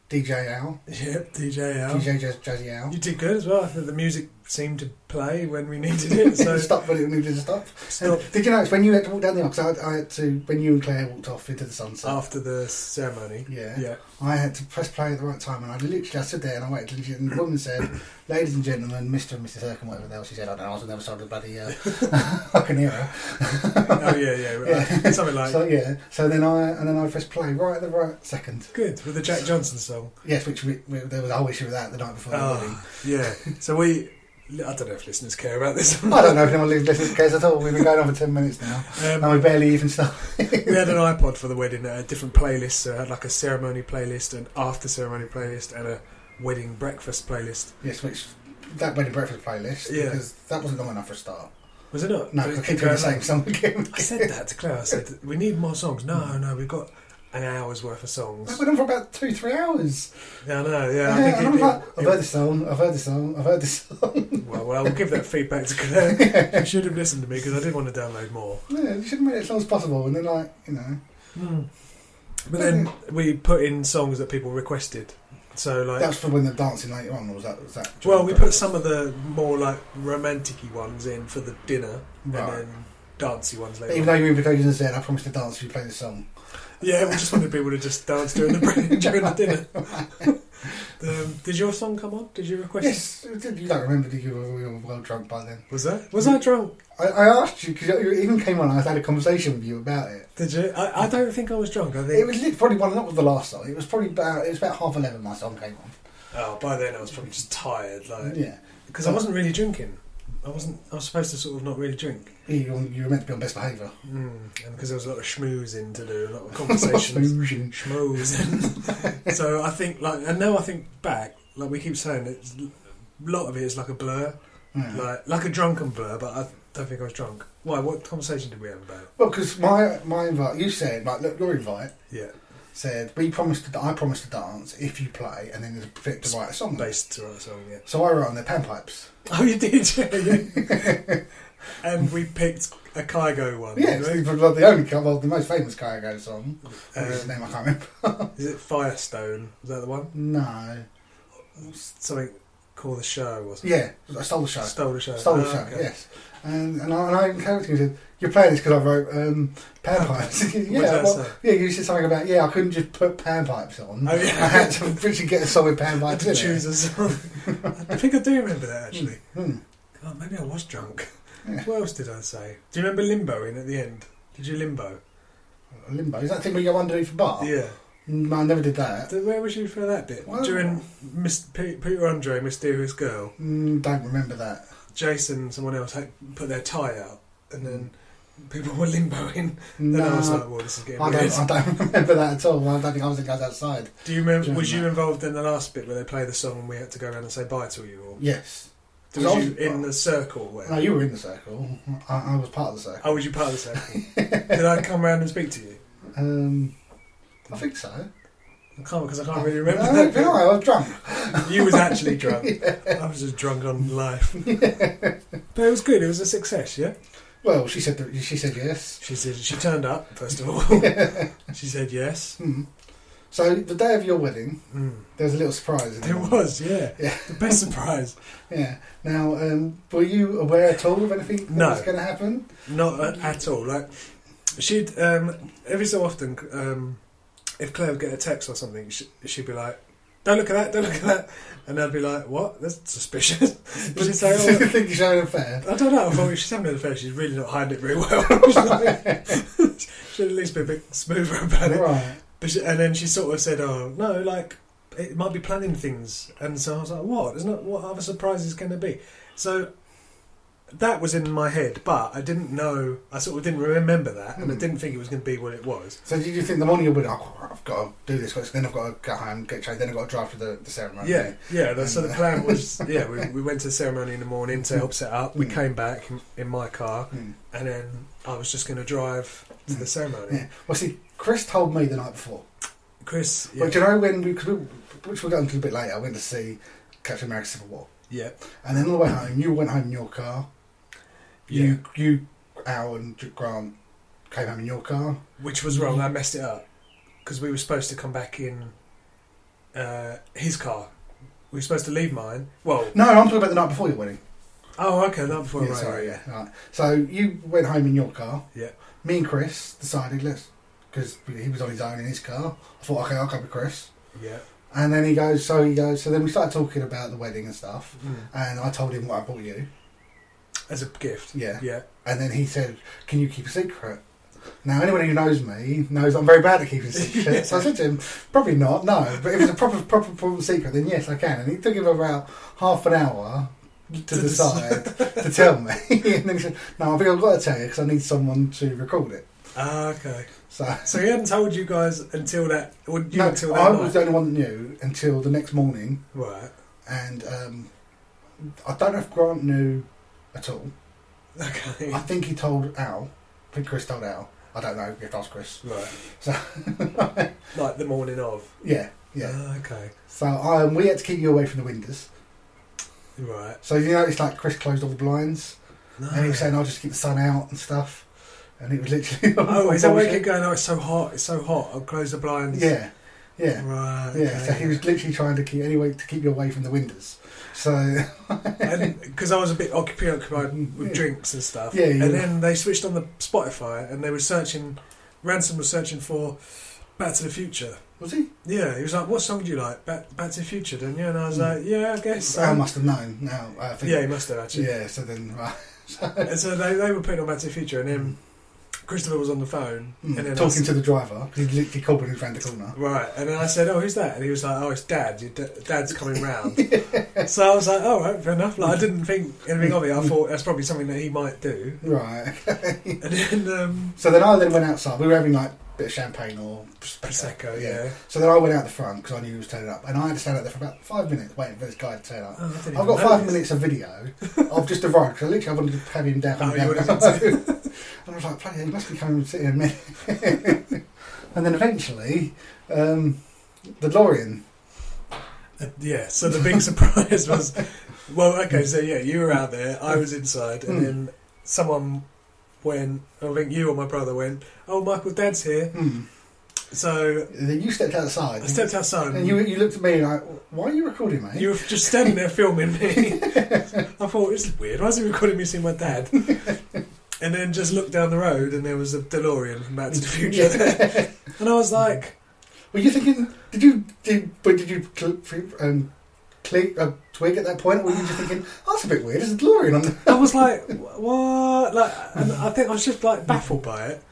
[SPEAKER 2] DJ Al,
[SPEAKER 1] Yep, DJ out.
[SPEAKER 2] DJ Jazz, Jazzy Al. [LAUGHS]
[SPEAKER 1] You did good as well. I thought the music seemed to play when we needed it. So
[SPEAKER 2] [LAUGHS] stop when it needed to stop.
[SPEAKER 1] stop
[SPEAKER 2] Did you notice when you had to walk down the aisle? 'cause I, I had to when you and Claire walked off into the sunset.
[SPEAKER 1] after the ceremony.
[SPEAKER 2] Yeah.
[SPEAKER 1] Yeah.
[SPEAKER 2] I had to press play at the right time, and I literally I stood there and I waited. till- And the woman said, "Ladies and gentlemen, Mr. and Mrs. Erkin, whatever the hell she said, I don't know. I was on the other side of the bloody uh, [LAUGHS] fucking era."
[SPEAKER 1] Oh yeah, yeah. Right.
[SPEAKER 2] [LAUGHS] Yeah.
[SPEAKER 1] Something like
[SPEAKER 2] So yeah, so then I and then I pressed play right at the right second.
[SPEAKER 1] good with the Jack Johnson song.
[SPEAKER 2] Yes, which we, we, there was a whole issue with that the night before. the wedding.
[SPEAKER 1] Oh, yeah. So we. I don't know if listeners care about this.
[SPEAKER 2] I don't know if anyone listens cares at all. We've been going on for ten minutes now, and [LAUGHS]
[SPEAKER 1] Um,
[SPEAKER 2] we barely even started.
[SPEAKER 1] we had an iPod for the wedding, a different playlist. So it had like a ceremony playlist, an after ceremony playlist, and a wedding breakfast playlist.
[SPEAKER 2] Yes, which that wedding breakfast playlist
[SPEAKER 1] Yeah.
[SPEAKER 2] because that wasn't long enough for a start.
[SPEAKER 1] Was it not?
[SPEAKER 2] No,
[SPEAKER 1] But
[SPEAKER 2] 'cause
[SPEAKER 1] it
[SPEAKER 2] I
[SPEAKER 1] kept
[SPEAKER 2] keep doing the
[SPEAKER 1] going
[SPEAKER 2] same song again. [LAUGHS]
[SPEAKER 1] I said that to Claire. I said, we need more songs. No, no, we've got an hour's worth of songs.
[SPEAKER 2] That went on for about two, three hours.
[SPEAKER 1] Yeah, I know,
[SPEAKER 2] Yeah,
[SPEAKER 1] yeah. I think
[SPEAKER 2] and
[SPEAKER 1] it,
[SPEAKER 2] I'm
[SPEAKER 1] it,
[SPEAKER 2] like, I've
[SPEAKER 1] it-
[SPEAKER 2] heard this song, I've heard this song, I've heard this song. [LAUGHS]
[SPEAKER 1] well, well, we'll give that feedback to Claire. she should have listened to me because I did want to download more.
[SPEAKER 2] yeah, you should have made it as long as possible. And then, like, you know, Hmm.
[SPEAKER 1] But then we put in songs that people requested. So, like,
[SPEAKER 2] that's for when they're dancing later on, or was that? Was that
[SPEAKER 1] well, we put some of the more, like, romantic ones in for the dinner and
[SPEAKER 2] Right.
[SPEAKER 1] then dancey ones
[SPEAKER 2] But
[SPEAKER 1] later.
[SPEAKER 2] even
[SPEAKER 1] on.
[SPEAKER 2] though you invited and said, I promise to dance if you play this song.
[SPEAKER 1] Yeah, we just wanted people to just dance during the break, [LAUGHS] during the
[SPEAKER 2] [LAUGHS]
[SPEAKER 1] dinner. um, did your song come on? Did you request?
[SPEAKER 2] Yes, you don't remember, did you? We were well drunk by then.
[SPEAKER 1] Was that? Was I drunk?
[SPEAKER 2] I, I asked you because you even came on. and I had a conversation with you about it.
[SPEAKER 1] Did you? I, I don't think I was drunk. I think.
[SPEAKER 2] It was lit- probably one. That was the last song. It was probably about. It was about half eleven. My song came on.
[SPEAKER 1] oh, by then I was probably just tired, like
[SPEAKER 2] Yeah,
[SPEAKER 1] because I wasn't really drinking. I wasn't. I was supposed to sort of not really drink,
[SPEAKER 2] you, were- you were meant to be on best behaviour.
[SPEAKER 1] mm, and because there was a lot of schmoozing to do, a lot of conversations,
[SPEAKER 2] Fusion.
[SPEAKER 1] schmoozing. so I think like, and now I think back, like we keep saying, it's, a lot of it is like a blur,
[SPEAKER 2] Yeah.
[SPEAKER 1] like like a drunken blur. But I don't think I was drunk. Why? What conversation did we have about? it?
[SPEAKER 2] Well, because my my invite, you said like look, your invite
[SPEAKER 1] Yeah,
[SPEAKER 2] said we promised to. I promised to dance if you play, and then there's a bit to write a song.
[SPEAKER 1] based to write a song. Yeah. [LAUGHS]
[SPEAKER 2] So I wrote on their panpipes.
[SPEAKER 1] Oh, you did, [LAUGHS] yeah. yeah. and we picked a Kygo one.
[SPEAKER 2] Yeah,
[SPEAKER 1] didn't
[SPEAKER 2] it's the the only co- well, the most famous Kygo song.
[SPEAKER 1] we?
[SPEAKER 2] What's his
[SPEAKER 1] Um,
[SPEAKER 2] name? I can't remember.
[SPEAKER 1] is it Firestone? Is that the one?
[SPEAKER 2] No.
[SPEAKER 1] Something called the show or something.
[SPEAKER 2] Yeah, I stole the show.
[SPEAKER 1] Stole the show.
[SPEAKER 2] Stole the
[SPEAKER 1] Oh,
[SPEAKER 2] show,
[SPEAKER 1] okay.
[SPEAKER 2] yes. And, and, I, and I even came up to him and said, You're playing this because I wrote um, panpipes.
[SPEAKER 1] What did
[SPEAKER 2] [LAUGHS] yeah,
[SPEAKER 1] that
[SPEAKER 2] well,
[SPEAKER 1] say?
[SPEAKER 2] yeah, you said something about, Yeah, I couldn't just put panpipes on.
[SPEAKER 1] Oh, yeah.
[SPEAKER 2] I had to literally get a song with
[SPEAKER 1] I [LAUGHS]
[SPEAKER 2] panpipes in
[SPEAKER 1] did choose
[SPEAKER 2] it.
[SPEAKER 1] a
[SPEAKER 2] [LAUGHS]
[SPEAKER 1] song. I think I do remember that actually.
[SPEAKER 2] Hmm.
[SPEAKER 1] God, maybe I was drunk.
[SPEAKER 2] Yeah.
[SPEAKER 1] What else did I say? Do you remember Limbo in at the end? Did you Limbo?
[SPEAKER 2] Limbo. Is that the thing where you go underneath the bar?
[SPEAKER 1] Yeah.
[SPEAKER 2] Mm, I never did that.
[SPEAKER 1] Th- Where was you for that bit?
[SPEAKER 2] Well-
[SPEAKER 1] During Miss Pe- Peter Andre, Mysterious Girl.
[SPEAKER 2] Mm, don't remember that.
[SPEAKER 1] Jason and someone else had put their tie out, and then people were limboing. Then
[SPEAKER 2] No,
[SPEAKER 1] I was like, "Well, this is getting
[SPEAKER 2] I,
[SPEAKER 1] weird."
[SPEAKER 2] don't, I don't [LAUGHS] remember that at all. I don't think I was the guys outside.
[SPEAKER 1] Do you remember?
[SPEAKER 2] During
[SPEAKER 1] Was you
[SPEAKER 2] that.
[SPEAKER 1] involved in the last bit where they play the song and we had to go around and say bye to you, or
[SPEAKER 2] Yes.
[SPEAKER 1] was
[SPEAKER 2] I was- uh,
[SPEAKER 1] you in the circle? Where?
[SPEAKER 2] No, you were in the circle. I, I was part of the circle.
[SPEAKER 1] Oh, was you part of the circle? Did I come round and speak to you?
[SPEAKER 2] Um, I think so.
[SPEAKER 1] I can't because I can't really remember
[SPEAKER 2] I,
[SPEAKER 1] that.
[SPEAKER 2] don't know, I was drunk.
[SPEAKER 1] bit. You was
[SPEAKER 2] [LAUGHS]
[SPEAKER 1] actually drunk. I was just drunk on life. But it was good. It was a success. Yeah.
[SPEAKER 2] Well, she said that, she said yes.
[SPEAKER 1] She said she turned up first
[SPEAKER 2] [LAUGHS]
[SPEAKER 1] of all. she said yes.
[SPEAKER 2] Hmm. So the day of your wedding,
[SPEAKER 1] Mm.
[SPEAKER 2] there was a little surprise. In
[SPEAKER 1] There
[SPEAKER 2] one.
[SPEAKER 1] was, yeah.
[SPEAKER 2] Mm. Yeah.
[SPEAKER 1] The best surprise.
[SPEAKER 2] Yeah. Now, um, were you aware at all of anything that
[SPEAKER 1] No.
[SPEAKER 2] was going to happen?
[SPEAKER 1] [LAUGHS] Not a- at all. Like she'd um, every so often, um, if Claire would get a text or something, she, she'd be like, "Don't look at that! Don't look at that!" And I'd be like, "What? That's suspicious." [LAUGHS] But she'd
[SPEAKER 2] [LAUGHS]
[SPEAKER 1] say,
[SPEAKER 2] Did you
[SPEAKER 1] oh,
[SPEAKER 2] think you showed affair?
[SPEAKER 1] "I don't know. I thought if she's having an affair. She's really not hiding it very well. [LAUGHS] she'd at least be a bit smoother about it."
[SPEAKER 2] Right.
[SPEAKER 1] But she, and then she sort of said, "Oh no, like it might be planning things." And so I was like, "What? There's not what other surprises can there be?" So that was in my head, but I didn't know. I sort of didn't remember that, and I
[SPEAKER 2] Hmm.
[SPEAKER 1] didn't think it was going to be what it was.
[SPEAKER 2] So did you think the morning you would? Oh, I've got to do this. 'cause Then I've got to go home, get changed. Then I've got to drive to the, the ceremony.
[SPEAKER 1] Yeah, yeah. that- So the
[SPEAKER 2] uh,
[SPEAKER 1] plan
[SPEAKER 2] [LAUGHS]
[SPEAKER 1] was, yeah, we, we went to the ceremony in the morning to help set up. We
[SPEAKER 2] Hmm.
[SPEAKER 1] came back in, in my car,
[SPEAKER 2] Hmm.
[SPEAKER 1] and then I was just going to drive to the ceremony.
[SPEAKER 2] Yeah. Well, see, Chris told me the night before.
[SPEAKER 1] Chris, yeah,
[SPEAKER 2] But do you know when we, cause we which we'll get onto a bit later, I went to see Captain America: Civil War,
[SPEAKER 1] yeah,
[SPEAKER 2] and then on the way home, you went home in your car. You, you, Al and Grant came home in your car.
[SPEAKER 1] which was wrong. I messed it up because we were supposed to come back in uh, his car. We were supposed to leave mine. Well,
[SPEAKER 2] No, I'm talking about the night before your wedding.
[SPEAKER 1] oh, okay, not before.
[SPEAKER 2] yeah,
[SPEAKER 1] right,
[SPEAKER 2] sorry,
[SPEAKER 1] right.
[SPEAKER 2] yeah. Right. So you went home in your car.
[SPEAKER 1] Yeah.
[SPEAKER 2] Me and Chris decided let's because he was on his own in his car. I thought, okay, I'll come with Chris.
[SPEAKER 1] yeah.
[SPEAKER 2] And then he goes, so he goes. So then we started talking about the wedding and stuff.
[SPEAKER 1] Mm.
[SPEAKER 2] And I told him what I bought you.
[SPEAKER 1] As a gift.
[SPEAKER 2] Yeah.
[SPEAKER 1] Yeah.
[SPEAKER 2] And then he said, Can you keep a secret? Now, anyone who knows me knows I'm very bad at
[SPEAKER 1] [LAUGHS]
[SPEAKER 2] keeping secrets. So I said to him, Probably not, no. But if it's a proper, proper, proper secret, then yes, I can. And it took him about half an hour to
[SPEAKER 1] To
[SPEAKER 2] decide to tell me. [LAUGHS] and then he said, No, I think I've got to tell you because I need someone to record it.
[SPEAKER 1] Ah, okay.
[SPEAKER 2] So.
[SPEAKER 1] So he hadn't told you guys until that. Or you
[SPEAKER 2] No,
[SPEAKER 1] until
[SPEAKER 2] I
[SPEAKER 1] that
[SPEAKER 2] was uh,
[SPEAKER 1] night.
[SPEAKER 2] the only one that knew until the next morning,
[SPEAKER 1] Right. [LAUGHS]
[SPEAKER 2] and um, I don't know if Grant knew at all.
[SPEAKER 1] Okay.
[SPEAKER 2] I think he told Al. I think Chris told Al. I don't know if that's Chris.
[SPEAKER 1] Right.
[SPEAKER 2] So- [LAUGHS]
[SPEAKER 1] like the morning of.
[SPEAKER 2] Yeah, yeah.
[SPEAKER 1] Ah, okay.
[SPEAKER 2] So um, we had to keep you away from the windows.
[SPEAKER 1] Right.
[SPEAKER 2] So you know, it's like Chris closed all the blinds,
[SPEAKER 1] No.
[SPEAKER 2] and he was saying, "I'll just keep the sun out and stuff." And it was literally. [LAUGHS]
[SPEAKER 1] Oh, is that why you keep going? Oh, it's so hot. It's so hot. I'll close the blinds.
[SPEAKER 2] Yeah, yeah.
[SPEAKER 1] Right.
[SPEAKER 2] Yeah, so he was literally trying to keep anyway to keep you away from the windows. So
[SPEAKER 1] because I was a bit occupied, occupied with
[SPEAKER 2] Yeah.
[SPEAKER 1] drinks and stuff.
[SPEAKER 2] Yeah, you
[SPEAKER 1] And
[SPEAKER 2] were.
[SPEAKER 1] then they switched on the Spotify, and they were searching. Ransom was searching for Back to the Future.
[SPEAKER 2] was he?
[SPEAKER 1] Yeah, he was like, "What song do you like? Back, Back to the Future, didn't you?" And I was like, "Yeah, I guess." so."
[SPEAKER 2] Al Hmm. Oh, must have known now. I think.
[SPEAKER 1] um, yeah, he must have actually.
[SPEAKER 2] yeah. So then, uh, right.
[SPEAKER 1] And so they, they were putting on Back to the Future, and then Christopher was on the phone,
[SPEAKER 2] Mm,
[SPEAKER 1] and then I
[SPEAKER 2] talking to the driver, he literally called when he ran the corner.
[SPEAKER 1] Right, and then I said, "Oh, who's that?" And he was like, "Oh, it's Dad. Your da- Dad's
[SPEAKER 2] [LAUGHS]
[SPEAKER 1] coming round." So I was like, "All right, fair enough." Like, I didn't think anything of it.
[SPEAKER 2] Hmm.
[SPEAKER 1] I thought that's probably something that he might do.
[SPEAKER 2] Right.
[SPEAKER 1] And then um,
[SPEAKER 2] So then I then went outside. We were having like a bit of champagne or
[SPEAKER 1] prosecco, yeah.
[SPEAKER 2] So then I went out the front because I knew he was turning up, and I had to stand out there for about five minutes waiting for this guy to turn up.
[SPEAKER 1] Oh, I didn't
[SPEAKER 2] I've
[SPEAKER 1] even
[SPEAKER 2] got five
[SPEAKER 1] notice.
[SPEAKER 2] minutes
[SPEAKER 1] [LAUGHS]
[SPEAKER 2] of video of just arrived because I literally I wanted to have him down.
[SPEAKER 1] Oh, you
[SPEAKER 2] down,
[SPEAKER 1] wanted
[SPEAKER 2] down.
[SPEAKER 1] him
[SPEAKER 2] [LAUGHS] and I was like, bloody hell, he must be coming and sitting in a minute. [LAUGHS] and then eventually, um, the DeLorean.
[SPEAKER 1] Uh, yeah. So the big [LAUGHS] surprise was, well, okay. So yeah, you were out there. I was inside, and
[SPEAKER 2] Mm.
[SPEAKER 1] then someone went. I think you or my brother went. Oh, Michael, Dad's here.
[SPEAKER 2] Hmm.
[SPEAKER 1] So
[SPEAKER 2] Then you stepped outside.
[SPEAKER 1] I stepped outside.
[SPEAKER 2] and you, you looked at me like, why are you recording, mate?
[SPEAKER 1] You were just standing there filming
[SPEAKER 2] [LAUGHS]
[SPEAKER 1] me. I thought, this is weird. Why is he recording me seeing my dad? And then just looked down the road and there was a DeLorean from Back to
[SPEAKER 2] [LAUGHS]
[SPEAKER 1] the Future there.
[SPEAKER 2] Yeah.
[SPEAKER 1] And I was like,
[SPEAKER 2] Were you thinking? Did you did? But did you cl- f- um, click a twig at that point, or were you just
[SPEAKER 1] [SIGHS]
[SPEAKER 2] thinking, oh, "That's a bit weird. It's a DeLorean on the
[SPEAKER 1] I was like, what? Like, and I think I was just like baffled by it.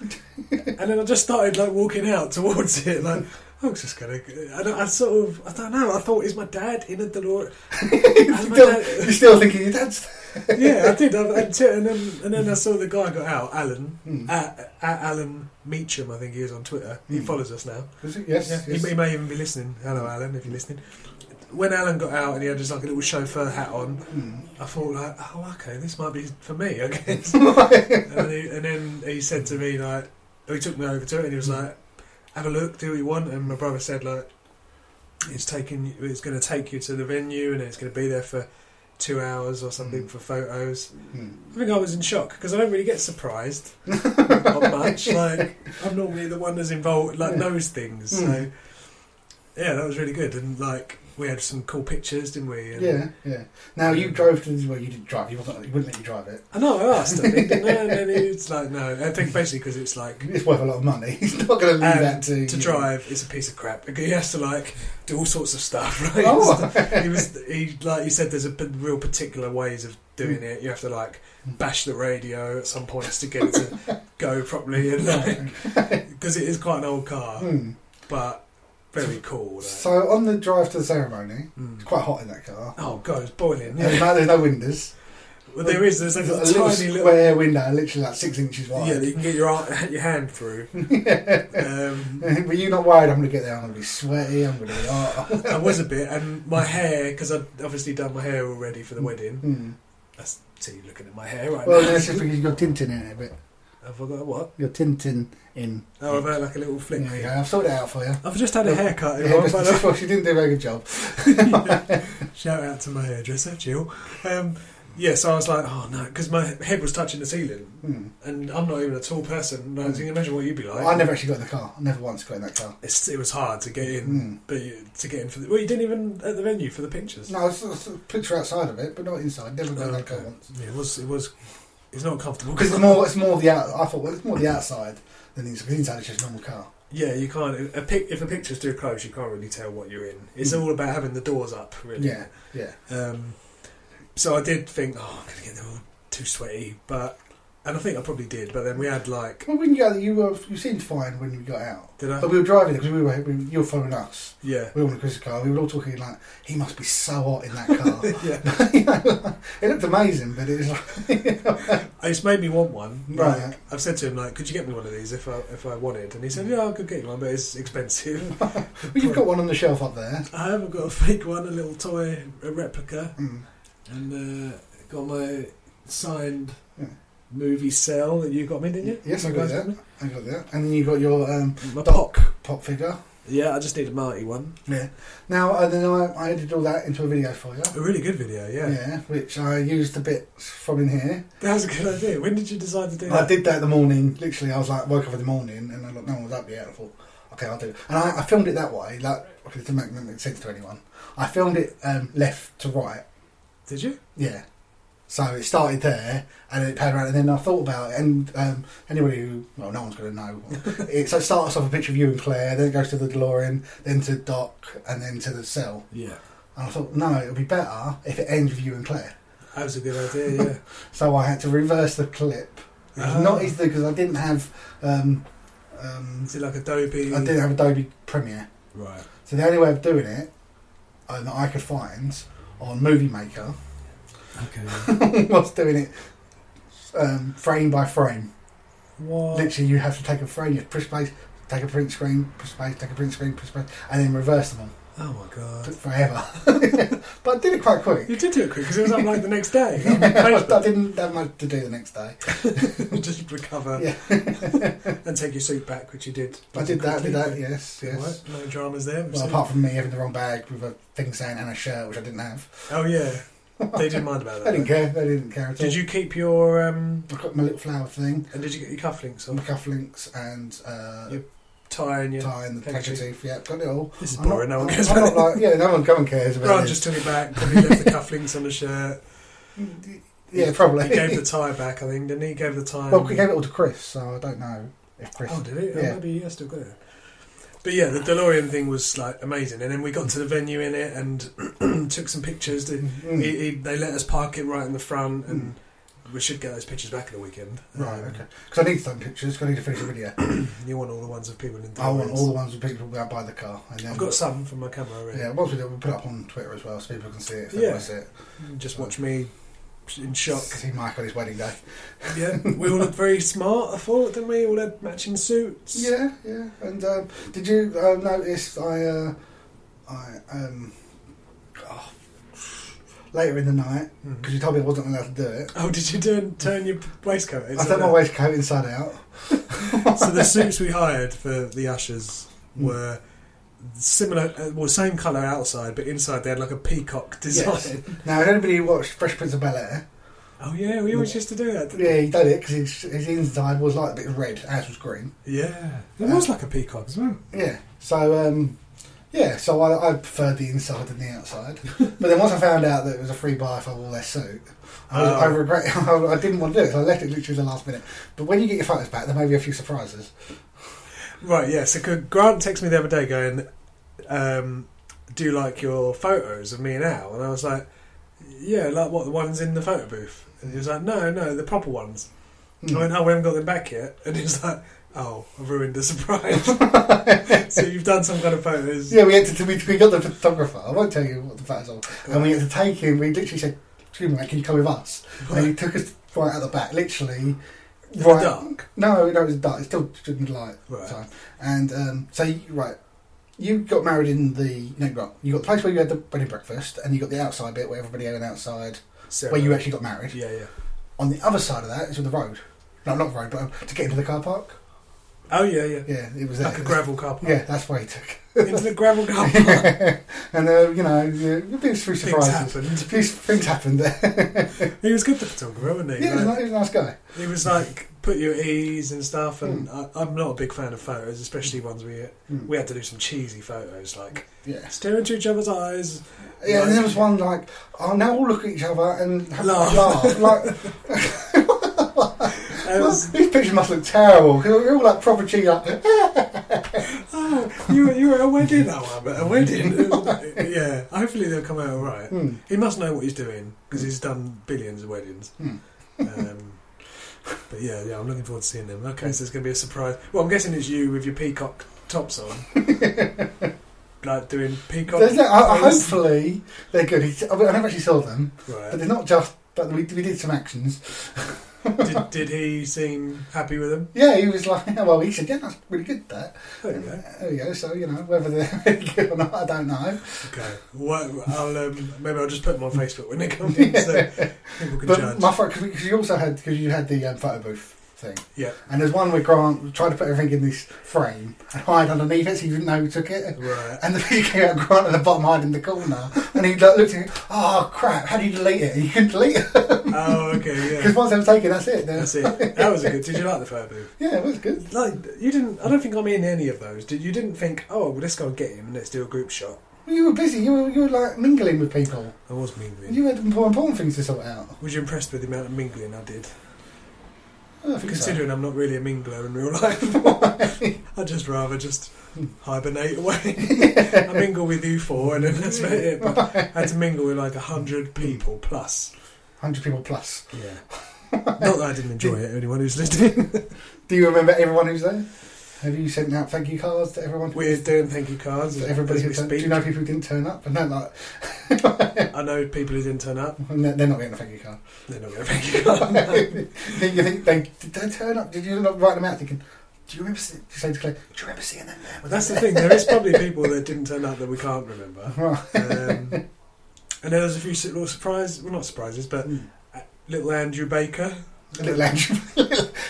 [SPEAKER 1] And then I just started like walking out towards it, like. I was just gonna. I, don't, I sort of. I don't know. I thought, is my dad in a
[SPEAKER 2] [LAUGHS]
[SPEAKER 1] DeLorean? Has my
[SPEAKER 2] Still,
[SPEAKER 1] dad-
[SPEAKER 2] [LAUGHS] you're still thinking your dad's.
[SPEAKER 1] yeah, I did. I, I, and then and then I saw the guy got out, Alan,
[SPEAKER 2] Hmm.
[SPEAKER 1] at, at Alan Meacham, I think he is on Twitter. He
[SPEAKER 2] Hmm.
[SPEAKER 1] follows us now.
[SPEAKER 2] Was it? Yes.
[SPEAKER 1] Yeah, he,
[SPEAKER 2] yes.
[SPEAKER 1] he may even be listening. Hello, Alan, if you're listening. When Alan got out and he had just like a little chauffeur hat on, [LAUGHS]
[SPEAKER 2] Hmm.
[SPEAKER 1] I thought like, oh, okay, this might be for me, I guess. and, then he, and then he said to me like, he took me over to it and he was like, have a look, do what you want. And my brother said like, it's taking, it's going to take you to the venue and it's going to be there for two hours or something
[SPEAKER 2] Hmm.
[SPEAKER 1] for photos.
[SPEAKER 2] Hmm.
[SPEAKER 1] I think I was in shock because I don't really get
[SPEAKER 2] [LAUGHS]
[SPEAKER 1] surprised not much. Like I'm normally the one that's involved, like
[SPEAKER 2] Yeah.
[SPEAKER 1] knows things. So
[SPEAKER 2] Mm.
[SPEAKER 1] yeah, that was really good. And like we had some cool pictures, didn't we? And,
[SPEAKER 2] Yeah, yeah. Now you drove to well, you didn't drive. He wasn't. He wouldn't let you drive it.
[SPEAKER 1] I know. I asked. I think, didn't I? and then it's like no. I think basically because it's like.
[SPEAKER 2] It's worth a lot of money. [LAUGHS] He's not going to leave
[SPEAKER 1] um,
[SPEAKER 2] that to
[SPEAKER 1] to
[SPEAKER 2] you.
[SPEAKER 1] drive is a piece of crap. He has to like do all sorts of stuff. [LAUGHS] Right?
[SPEAKER 2] [LAUGHS] Oh, [LAUGHS]
[SPEAKER 1] he was he like you said there's a p- real particular ways of doing it you have to like bash the radio at some points to get it
[SPEAKER 2] [LAUGHS]
[SPEAKER 1] to go properly and like because it is quite an old car
[SPEAKER 2] Hmm.
[SPEAKER 1] but very cool like.
[SPEAKER 2] So on the drive to the ceremony,
[SPEAKER 1] Mm.
[SPEAKER 2] it's quite hot in that car.
[SPEAKER 1] oh god it's boiling
[SPEAKER 2] There's
[SPEAKER 1] yeah.
[SPEAKER 2] no- There's no windows.
[SPEAKER 1] well, there is there's like a,
[SPEAKER 2] There's
[SPEAKER 1] tiny
[SPEAKER 2] little
[SPEAKER 1] little,
[SPEAKER 2] square window, literally like six inches wide.
[SPEAKER 1] yeah that you can get your ar- [LAUGHS] your hand
[SPEAKER 2] [LAUGHS]
[SPEAKER 1] through um
[SPEAKER 2] Were you not worried? I'm going to get there. I'm going to be sweaty. I'm going to be hot. [LAUGHS]
[SPEAKER 1] I was a bit, and my hair because I'd obviously done my hair already for the wedding.
[SPEAKER 2] Hmm.
[SPEAKER 1] That's see, you looking at my hair right
[SPEAKER 2] Well,
[SPEAKER 1] now.
[SPEAKER 2] [LAUGHS] that's just because you've got tinting in it, but
[SPEAKER 1] Have I got what?
[SPEAKER 2] you're tinting in.
[SPEAKER 1] Oh, I've had like a little flick.
[SPEAKER 2] There you go. I've sorted it out for you.
[SPEAKER 1] I've just had a haircut.
[SPEAKER 2] Yeah,
[SPEAKER 1] everyone,
[SPEAKER 2] just, [LAUGHS]
[SPEAKER 1] by the
[SPEAKER 2] well, she didn't do a very good job.
[SPEAKER 1] [LAUGHS] Shout out to my hairdresser, Jill. Um, yeah, so I was like, oh no, because my head was touching the ceiling,
[SPEAKER 2] Hmm.
[SPEAKER 1] and I'm not even a tall person. Like, you can imagine what you'd be like.
[SPEAKER 2] Well, Mm. I never actually got in the car. I never once got in that car.
[SPEAKER 1] It's, it was hard to get in,
[SPEAKER 2] Mm.
[SPEAKER 1] but you, to get in for the well, you didn't even at the venue for the pictures.
[SPEAKER 2] No, it's, it's a picture outside of it, but not inside. Never got in
[SPEAKER 1] Oh,
[SPEAKER 2] that car
[SPEAKER 1] okay.
[SPEAKER 2] once.
[SPEAKER 1] Yeah, it was it was it's not comfortable
[SPEAKER 2] Because
[SPEAKER 1] because
[SPEAKER 2] it's more, it's more the out. I thought, well, it's more the outside than the inside. 'cause inside it's just a normal car.
[SPEAKER 1] [LAUGHS] yeah, you can't a pic, if the picture's too close, you can't really tell what you're in. It's
[SPEAKER 2] Mm.
[SPEAKER 1] all about having the doors up, really.
[SPEAKER 2] Yeah, yeah.
[SPEAKER 1] Um, so I did think, oh, I'm gonna get them all too sweaty, but and I think I probably did. But then we had like,
[SPEAKER 2] Well, when you got, you were, you seemed fine when you got out.
[SPEAKER 1] did I?
[SPEAKER 2] But we were driving because we were, we, you were following us.
[SPEAKER 1] Yeah,
[SPEAKER 2] We were on a cruise car. We were all talking like he must be so hot in that car. [LAUGHS]
[SPEAKER 1] yeah.
[SPEAKER 2] it looked amazing, but it was like,
[SPEAKER 1] It's made me want one. Like,
[SPEAKER 2] Right.
[SPEAKER 1] I've said to him like, could you get me one of these if I if I wanted? And he said, yeah, I could get you one, but it's expensive.
[SPEAKER 2] [LAUGHS] well, you've got one on the shelf up there.
[SPEAKER 1] [LAUGHS] I haven't got a fake one, a little toy, a replica,
[SPEAKER 2] Mm.
[SPEAKER 1] and uh, got my signed
[SPEAKER 2] Yeah.
[SPEAKER 1] movie cell that you got me, didn't you?
[SPEAKER 2] Yes, I
[SPEAKER 1] You
[SPEAKER 2] got
[SPEAKER 1] guys
[SPEAKER 2] that.
[SPEAKER 1] me?
[SPEAKER 2] I got that. And then you got your um,
[SPEAKER 1] My
[SPEAKER 2] Doc.
[SPEAKER 1] pop.
[SPEAKER 2] pop figure.
[SPEAKER 1] Yeah, I just need a Marty one.
[SPEAKER 2] Yeah. Now, and then I, I edited all that into a video for you.
[SPEAKER 1] A really good video, yeah.
[SPEAKER 2] Yeah, which I used the bits from in here.
[SPEAKER 1] That was a good idea. When did you decide to do
[SPEAKER 2] I
[SPEAKER 1] that?
[SPEAKER 2] did that in the morning. Literally, I was like, woke up in the morning, and I like, no one was up yet. I thought, okay, I'll do it. And I, I filmed it that way. Like, okay, it doesn't make, make sense to anyone. I filmed it um, left to right.
[SPEAKER 1] Did you?
[SPEAKER 2] Yeah. So it started there, and then it panned around, and then I thought about it. And um, anybody who, well, no one's going
[SPEAKER 1] [LAUGHS]
[SPEAKER 2] to know. it, so it starts off a picture of you and Claire, then it goes to the DeLorean, then to Doc, and then to the cell.
[SPEAKER 1] Yeah.
[SPEAKER 2] And I thought, no, it'll be better if it ends with you and Claire.
[SPEAKER 1] That was a good idea, yeah.
[SPEAKER 2] So I had to reverse the clip. [LAUGHS] It was
[SPEAKER 1] Ah.
[SPEAKER 2] not easy because I didn't have um, um,
[SPEAKER 1] Is it like Adobe?
[SPEAKER 2] I didn't have Adobe Premiere.
[SPEAKER 1] Right.
[SPEAKER 2] So the only way of doing it uh, that I could find on Movie Maker [LAUGHS]
[SPEAKER 1] Okay.
[SPEAKER 2] was doing it um, frame by frame.
[SPEAKER 1] what?
[SPEAKER 2] Literally, you have to take a frame, you press space, take a print screen, press space, take a print screen, press space, and then reverse them all.
[SPEAKER 1] Oh my god.
[SPEAKER 2] [LAUGHS] Took forever, but I did it quite quick.
[SPEAKER 1] You did do it quick because it was up like the next
[SPEAKER 2] [LAUGHS]
[SPEAKER 1] day. [LAUGHS]
[SPEAKER 2] I didn't have much to do the next day.
[SPEAKER 1] just recover
[SPEAKER 2] Yeah.
[SPEAKER 1] [LAUGHS] and take your suit back, which you did.
[SPEAKER 2] I did that,
[SPEAKER 1] quickly.
[SPEAKER 2] did that, yes, yes.
[SPEAKER 1] Alright, No dramas there.
[SPEAKER 2] Well, apart from me having the wrong bag with a thing saying and a shirt, which I didn't have.
[SPEAKER 1] oh yeah, they didn't mind
[SPEAKER 2] [LAUGHS]
[SPEAKER 1] about
[SPEAKER 2] They
[SPEAKER 1] that.
[SPEAKER 2] didn't care. They didn't care at all.
[SPEAKER 1] Uh, Did you keep your um?
[SPEAKER 2] I got my little flower thing,
[SPEAKER 1] And did you get your cufflinks
[SPEAKER 2] some
[SPEAKER 1] on?
[SPEAKER 2] cufflinks, and uh,
[SPEAKER 1] Your tie and your.
[SPEAKER 2] tie and the
[SPEAKER 1] handkerchief.
[SPEAKER 2] handkerchief. Yeah, got it all.
[SPEAKER 1] This is
[SPEAKER 2] I'm
[SPEAKER 1] boring.
[SPEAKER 2] not-
[SPEAKER 1] no one
[SPEAKER 2] I'm-
[SPEAKER 1] cares
[SPEAKER 2] I'm
[SPEAKER 1] about
[SPEAKER 2] not
[SPEAKER 1] it.
[SPEAKER 2] like- yeah, no one, no one cares about
[SPEAKER 1] Ron
[SPEAKER 2] it.
[SPEAKER 1] just took it back. Probably left the cufflinks on the shirt.
[SPEAKER 2] yeah, probably.
[SPEAKER 1] He gave the tie back, I think, didn't he? He gave the tie.
[SPEAKER 2] well,
[SPEAKER 1] and-
[SPEAKER 2] we gave it all to Chris, so I don't know if Chris.
[SPEAKER 1] Um, Oh, did it? Oh,
[SPEAKER 2] Yeah.
[SPEAKER 1] maybe I still got it. But yeah, the DeLorean thing was like amazing, and then we got to the venue in it and [CLEARS THROAT] took some pictures. Did
[SPEAKER 2] Mm.
[SPEAKER 1] he, Hmm. he, they let us park it right in the front, and we should get those pictures back at the weekend.
[SPEAKER 2] Right,
[SPEAKER 1] Um,
[SPEAKER 2] okay. Because I need some pictures. 'cause I need to finish the video.
[SPEAKER 1] You want all the ones of people in.
[SPEAKER 2] I want
[SPEAKER 1] DeLoreans.
[SPEAKER 2] all the ones with people who buy the car. And then,
[SPEAKER 1] I've got some from my camera already.
[SPEAKER 2] Yeah, once we do, we'll put it up on Twitter as well, so people can see it. If
[SPEAKER 1] Yeah.
[SPEAKER 2] yeah. See it.
[SPEAKER 1] Just watch me in shock.
[SPEAKER 2] See Mike on his wedding day.
[SPEAKER 1] yeah, we all looked very smart. I thought, didn't we? All had matching suits.
[SPEAKER 2] Yeah, yeah. And um, did you uh, notice I, uh, I um, oh, later in the night
[SPEAKER 1] Mhm.
[SPEAKER 2] because you told me I wasn't allowed to do it.
[SPEAKER 1] Oh, did you turn turn your waistcoat?
[SPEAKER 2] I
[SPEAKER 1] inside
[SPEAKER 2] turned my
[SPEAKER 1] out?
[SPEAKER 2] waistcoat inside out.
[SPEAKER 1] so the suits we hired for the ushers were similar, uh, well, same colour outside, but inside they had like a peacock design.
[SPEAKER 2] Yes. Now, had anybody watched Fresh Prince of Bel Air?
[SPEAKER 1] Oh yeah, we always used to do that. Didn't
[SPEAKER 2] Yeah, he did it because his, his inside was like a bit red, as was green.
[SPEAKER 1] we? yeah. It was like a peacock as well.
[SPEAKER 2] Yeah. So, um, yeah. So I, I preferred the inside than the
[SPEAKER 1] [LAUGHS]
[SPEAKER 2] outside. but then once I found out that it was a free buy if I wore their suit, I, was,
[SPEAKER 1] Oh.
[SPEAKER 2] I regret. [LAUGHS] I didn't want to do it. So I left it literally the last minute. But when you get your photos back, there may be a few surprises.
[SPEAKER 1] Right. Yeah. So could- Grant texted me the other day going, um, "Do you like your photos of me and Al?" And I was like, "Yeah, like what the ones in the photo booth." And he was like, "No, no, the proper ones."
[SPEAKER 2] Hmm.
[SPEAKER 1] I went, "Oh, we haven't got them back yet." And he was like. Oh, I've ruined the [LAUGHS] surprise. so you've done some kind of photos.
[SPEAKER 2] Yeah, we had to. We, we got the photographer. I won't tell you what the photos are. And we had to take him. We literally said, "Excuse me, mate, can you come with us?" And he took us right out the back, literally.
[SPEAKER 1] In the dark.
[SPEAKER 2] No, no, it was dark. It's still stood in the light.
[SPEAKER 1] Right.
[SPEAKER 2] Time. And um, so, you- right, you got married in the no, right, you got the place where you had the wedding breakfast, and you got the outside bit where everybody had an outside
[SPEAKER 1] So-
[SPEAKER 2] where you actually got married.
[SPEAKER 1] Yeah, yeah.
[SPEAKER 2] On the other side of that is the road. No, not the road, but um, to get into the car park.
[SPEAKER 1] Oh yeah, yeah.
[SPEAKER 2] Yeah, it was there.
[SPEAKER 1] Like a gravel car park.
[SPEAKER 2] Yeah, that's where he took.
[SPEAKER 1] Into the gravel [LAUGHS] car park.
[SPEAKER 2] [LAUGHS] and uh, you know, yeah, a bit of few
[SPEAKER 1] Things
[SPEAKER 2] surprises.
[SPEAKER 1] happened.
[SPEAKER 2] Few Things happened there.
[SPEAKER 1] He was good the photographer, wasn't he?
[SPEAKER 2] [LAUGHS] yeah, he was, a
[SPEAKER 1] Like, Hmm.
[SPEAKER 2] ni- he was a nice guy.
[SPEAKER 1] he was like put you at ease and stuff. And I, I'm not a big fan of photos, especially ones we
[SPEAKER 2] Mm.
[SPEAKER 1] we had to do some cheesy photos, like
[SPEAKER 2] Yeah,
[SPEAKER 1] staring into each other's eyes.
[SPEAKER 2] yeah. And there was one like, oh, now we'll look at each other and have
[SPEAKER 1] Laugh.
[SPEAKER 2] a laugh.
[SPEAKER 1] [LAUGHS]
[SPEAKER 2] Like,
[SPEAKER 1] It was,
[SPEAKER 2] These pictures must look terrible. You're all like proper cheek up.
[SPEAKER 1] oh, you were, you were at a wedding. Oh, I'm at a wedding. It [LAUGHS] was- yeah. Hopefully they'll come out all right.
[SPEAKER 2] Hmm.
[SPEAKER 1] He must know what he's doing because he's done billions of weddings.
[SPEAKER 2] Hmm.
[SPEAKER 1] um, [LAUGHS] but yeah, yeah, I'm looking forward to seeing them. Okay, so it's going to be a surprise. Well, I'm guessing it's you with your peacock tops
[SPEAKER 2] [LAUGHS]
[SPEAKER 1] on, like doing peacock.
[SPEAKER 2] There's no, I, I-
[SPEAKER 1] things.
[SPEAKER 2] hopefully they're good. He- I, mean, I never actually saw them, but
[SPEAKER 1] Right.
[SPEAKER 2] they're not just. But we, we did some actions.
[SPEAKER 1] did, did he seem happy with him?
[SPEAKER 2] Yeah, he was like, [LAUGHS] well, he said, yeah, that's really good, that.
[SPEAKER 1] There you go.
[SPEAKER 2] There we go. So, you know, whether they're [LAUGHS] really good or not, I don't know.
[SPEAKER 1] Okay. What, I'll um, maybe I'll just put them on Facebook when they come in,
[SPEAKER 2] [LAUGHS]
[SPEAKER 1] so people can
[SPEAKER 2] But
[SPEAKER 1] judge.
[SPEAKER 2] my photo, because you also had, because you had the um, photo booth thing.
[SPEAKER 1] Yeah.
[SPEAKER 2] And there's one where Grant tried to put everything in this frame and hide underneath it so you didn't know who took it.
[SPEAKER 1] right.
[SPEAKER 2] And the [LAUGHS] picture came out of Grant at the bottom hiding in the corner. And he like, looked at it, oh crap, how do you delete it? [LAUGHS] And you couldn't delete it.
[SPEAKER 1] Oh, okay.
[SPEAKER 2] [LAUGHS] Because
[SPEAKER 1] Yeah.
[SPEAKER 2] once they were taken, that's it. Then.
[SPEAKER 1] That's it. That was a good. Did you like the photo booth?
[SPEAKER 2] Yeah, it was good.
[SPEAKER 1] Like you didn't. I don't think I'm in any of those. Did you? Didn't think? Oh, well, let's go and get him and let's do a group shot.
[SPEAKER 2] You were busy, you were, you were like mingling with people.
[SPEAKER 1] I was mingling.
[SPEAKER 2] You had more important things to sort out.
[SPEAKER 1] was you impressed with the amount of mingling I did?
[SPEAKER 2] I don't think
[SPEAKER 1] Considering I'm not really a mingler in real [LAUGHS] life,
[SPEAKER 2] [LAUGHS]
[SPEAKER 1] I'd just rather just
[SPEAKER 2] Hmm.
[SPEAKER 1] hibernate away. I mingle with you four, and then that's about it. But I had to mingle with like a hundred people plus.
[SPEAKER 2] so. 100 people plus.
[SPEAKER 1] Yeah. [LAUGHS] Not that I didn't enjoy it. Anyone who's
[SPEAKER 2] [LAUGHS]
[SPEAKER 1] listening,
[SPEAKER 2] Do you remember everyone who's there? Have you sent out thank you cards to everyone? who-
[SPEAKER 1] we're doing thank you cards.
[SPEAKER 2] to
[SPEAKER 1] as-
[SPEAKER 2] everybody
[SPEAKER 1] as
[SPEAKER 2] who
[SPEAKER 1] we
[SPEAKER 2] turned, do you
[SPEAKER 1] speak.
[SPEAKER 2] know people who didn't turn up? And they're like,
[SPEAKER 1] I know people who didn't turn up.
[SPEAKER 2] and they're they're not getting a thank you card. [LAUGHS]
[SPEAKER 1] They're not going to thank you card.
[SPEAKER 2] Then you think, they, did they turn up? Did you not write them out thinking, do you remember, see- you say to Claire, do you remember seeing them there? Were
[SPEAKER 1] That's
[SPEAKER 2] they
[SPEAKER 1] the thing. There is probably people that didn't turn up that we can't remember.
[SPEAKER 2] there?" [LAUGHS] Right.
[SPEAKER 1] Um, and there was a few s- little surprises. Well, not surprises, but uh, little Andrew Baker.
[SPEAKER 2] Little Andrew, [LAUGHS]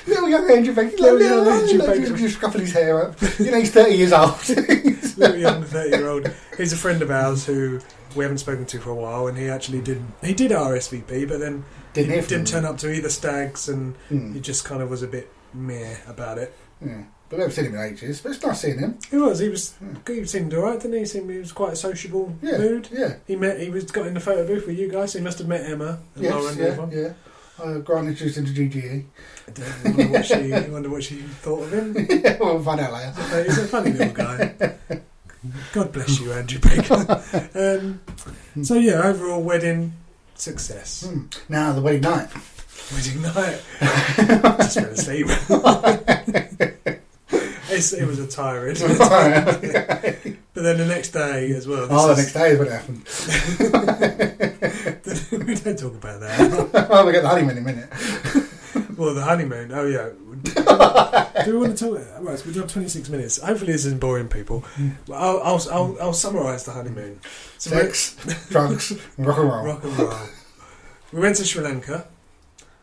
[SPEAKER 2] little young Andrew Baker, little,
[SPEAKER 1] Little young Andrew
[SPEAKER 2] Andrew
[SPEAKER 1] Baker.
[SPEAKER 2] Baker, just scuffing his hair up. You know he's thirty years old. [LAUGHS]
[SPEAKER 1] little young 30 year old. He's a friend of ours who we haven't spoken to for a while, and he actually did he did RSVP, but then
[SPEAKER 2] Didn't
[SPEAKER 1] he
[SPEAKER 2] hear from
[SPEAKER 1] didn't
[SPEAKER 2] him.
[SPEAKER 1] turn up to either stags, and
[SPEAKER 2] Hmm.
[SPEAKER 1] he just kind of was a bit meh about it.
[SPEAKER 2] Yeah, but we haven't seen him in ages. But it's nice seeing him.
[SPEAKER 1] He was he was
[SPEAKER 2] Hmm.
[SPEAKER 1] he seemed alright, didn't he? He seemed he was quite a sociable
[SPEAKER 2] Yeah,
[SPEAKER 1] mood.
[SPEAKER 2] yeah,
[SPEAKER 1] He met he was got in the photo booth with you guys, so he must have met Emma and
[SPEAKER 2] yes,
[SPEAKER 1] Lauren.
[SPEAKER 2] yeah, yeah. Uh, Grant introduced him to E. GGE.
[SPEAKER 1] I wonder what she [LAUGHS] I wonder what she thought of him.
[SPEAKER 2] yeah, [LAUGHS] we'll find out later.
[SPEAKER 1] Uh, He's a funny little guy. God bless you, Andrew Baker. um, so yeah, overall wedding success.
[SPEAKER 2] Hmm. Now the wedding night.
[SPEAKER 1] Wedding night. [LAUGHS] Just fell asleep. [LAUGHS] it's, it was a tiring. but
[SPEAKER 2] [LAUGHS] oh,
[SPEAKER 1] then the next day as well.
[SPEAKER 2] the
[SPEAKER 1] this
[SPEAKER 2] next day is when it
[SPEAKER 1] [LAUGHS]
[SPEAKER 2] happened.
[SPEAKER 1] is- [LAUGHS] we don't talk about that.
[SPEAKER 2] [LAUGHS] oh, we get the honeymoon in a minute.
[SPEAKER 1] Well, the honeymoon. Oh yeah. Do we want to talk? Right, so we do have 26 minutes. Hopefully, this isn't boring people. Well, I'll I'll, I'll, I'll summarise the honeymoon. So we-
[SPEAKER 2] Sex, drugs, and rock and roll. [LAUGHS]
[SPEAKER 1] rock and roll. We went to Sri Lanka.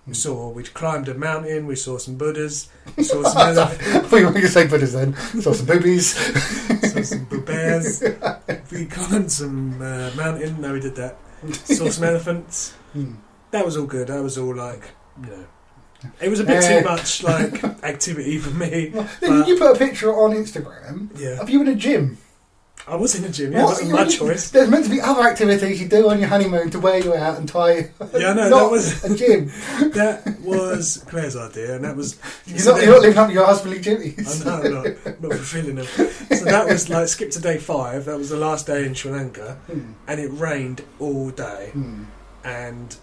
[SPEAKER 1] We saw. We climbed a mountain. We saw some Buddhas. We saw some
[SPEAKER 2] [LAUGHS]
[SPEAKER 1] elephants.
[SPEAKER 2] we were going to say Buddhas then. Saw some boobies.
[SPEAKER 1] saw some bears. we climbed some uh, mountain. No, we did that. Saw some elephants.
[SPEAKER 2] Hmm.
[SPEAKER 1] That was all good. That was all like, you know, it was a bit
[SPEAKER 2] Eh.
[SPEAKER 1] too much like activity for
[SPEAKER 2] [LAUGHS]
[SPEAKER 1] me.
[SPEAKER 2] Well,
[SPEAKER 1] But-
[SPEAKER 2] then you put a picture on Instagram
[SPEAKER 1] Yeah,
[SPEAKER 2] of you in a gym.
[SPEAKER 1] I was in the gym. Yeah, it
[SPEAKER 2] What?
[SPEAKER 1] wasn't
[SPEAKER 2] You
[SPEAKER 1] my
[SPEAKER 2] were-
[SPEAKER 1] choice.
[SPEAKER 2] There's meant to be other activities you do on your honeymoon to wear you out and tie.
[SPEAKER 1] Yeah, no, that
[SPEAKER 2] Not
[SPEAKER 1] was [LAUGHS]
[SPEAKER 2] a gym.
[SPEAKER 1] that was Claire's idea, and that was
[SPEAKER 2] [LAUGHS] You're
[SPEAKER 1] [LAUGHS]
[SPEAKER 2] not, you're not living up to your husbandly duties.
[SPEAKER 1] I know, I'm not, I'm not fulfilling them. So that was like skip to day five. That was the last day in Sri Lanka,
[SPEAKER 2] [LAUGHS] Hmm.
[SPEAKER 1] and it rained all day.
[SPEAKER 2] Hmm.
[SPEAKER 1] and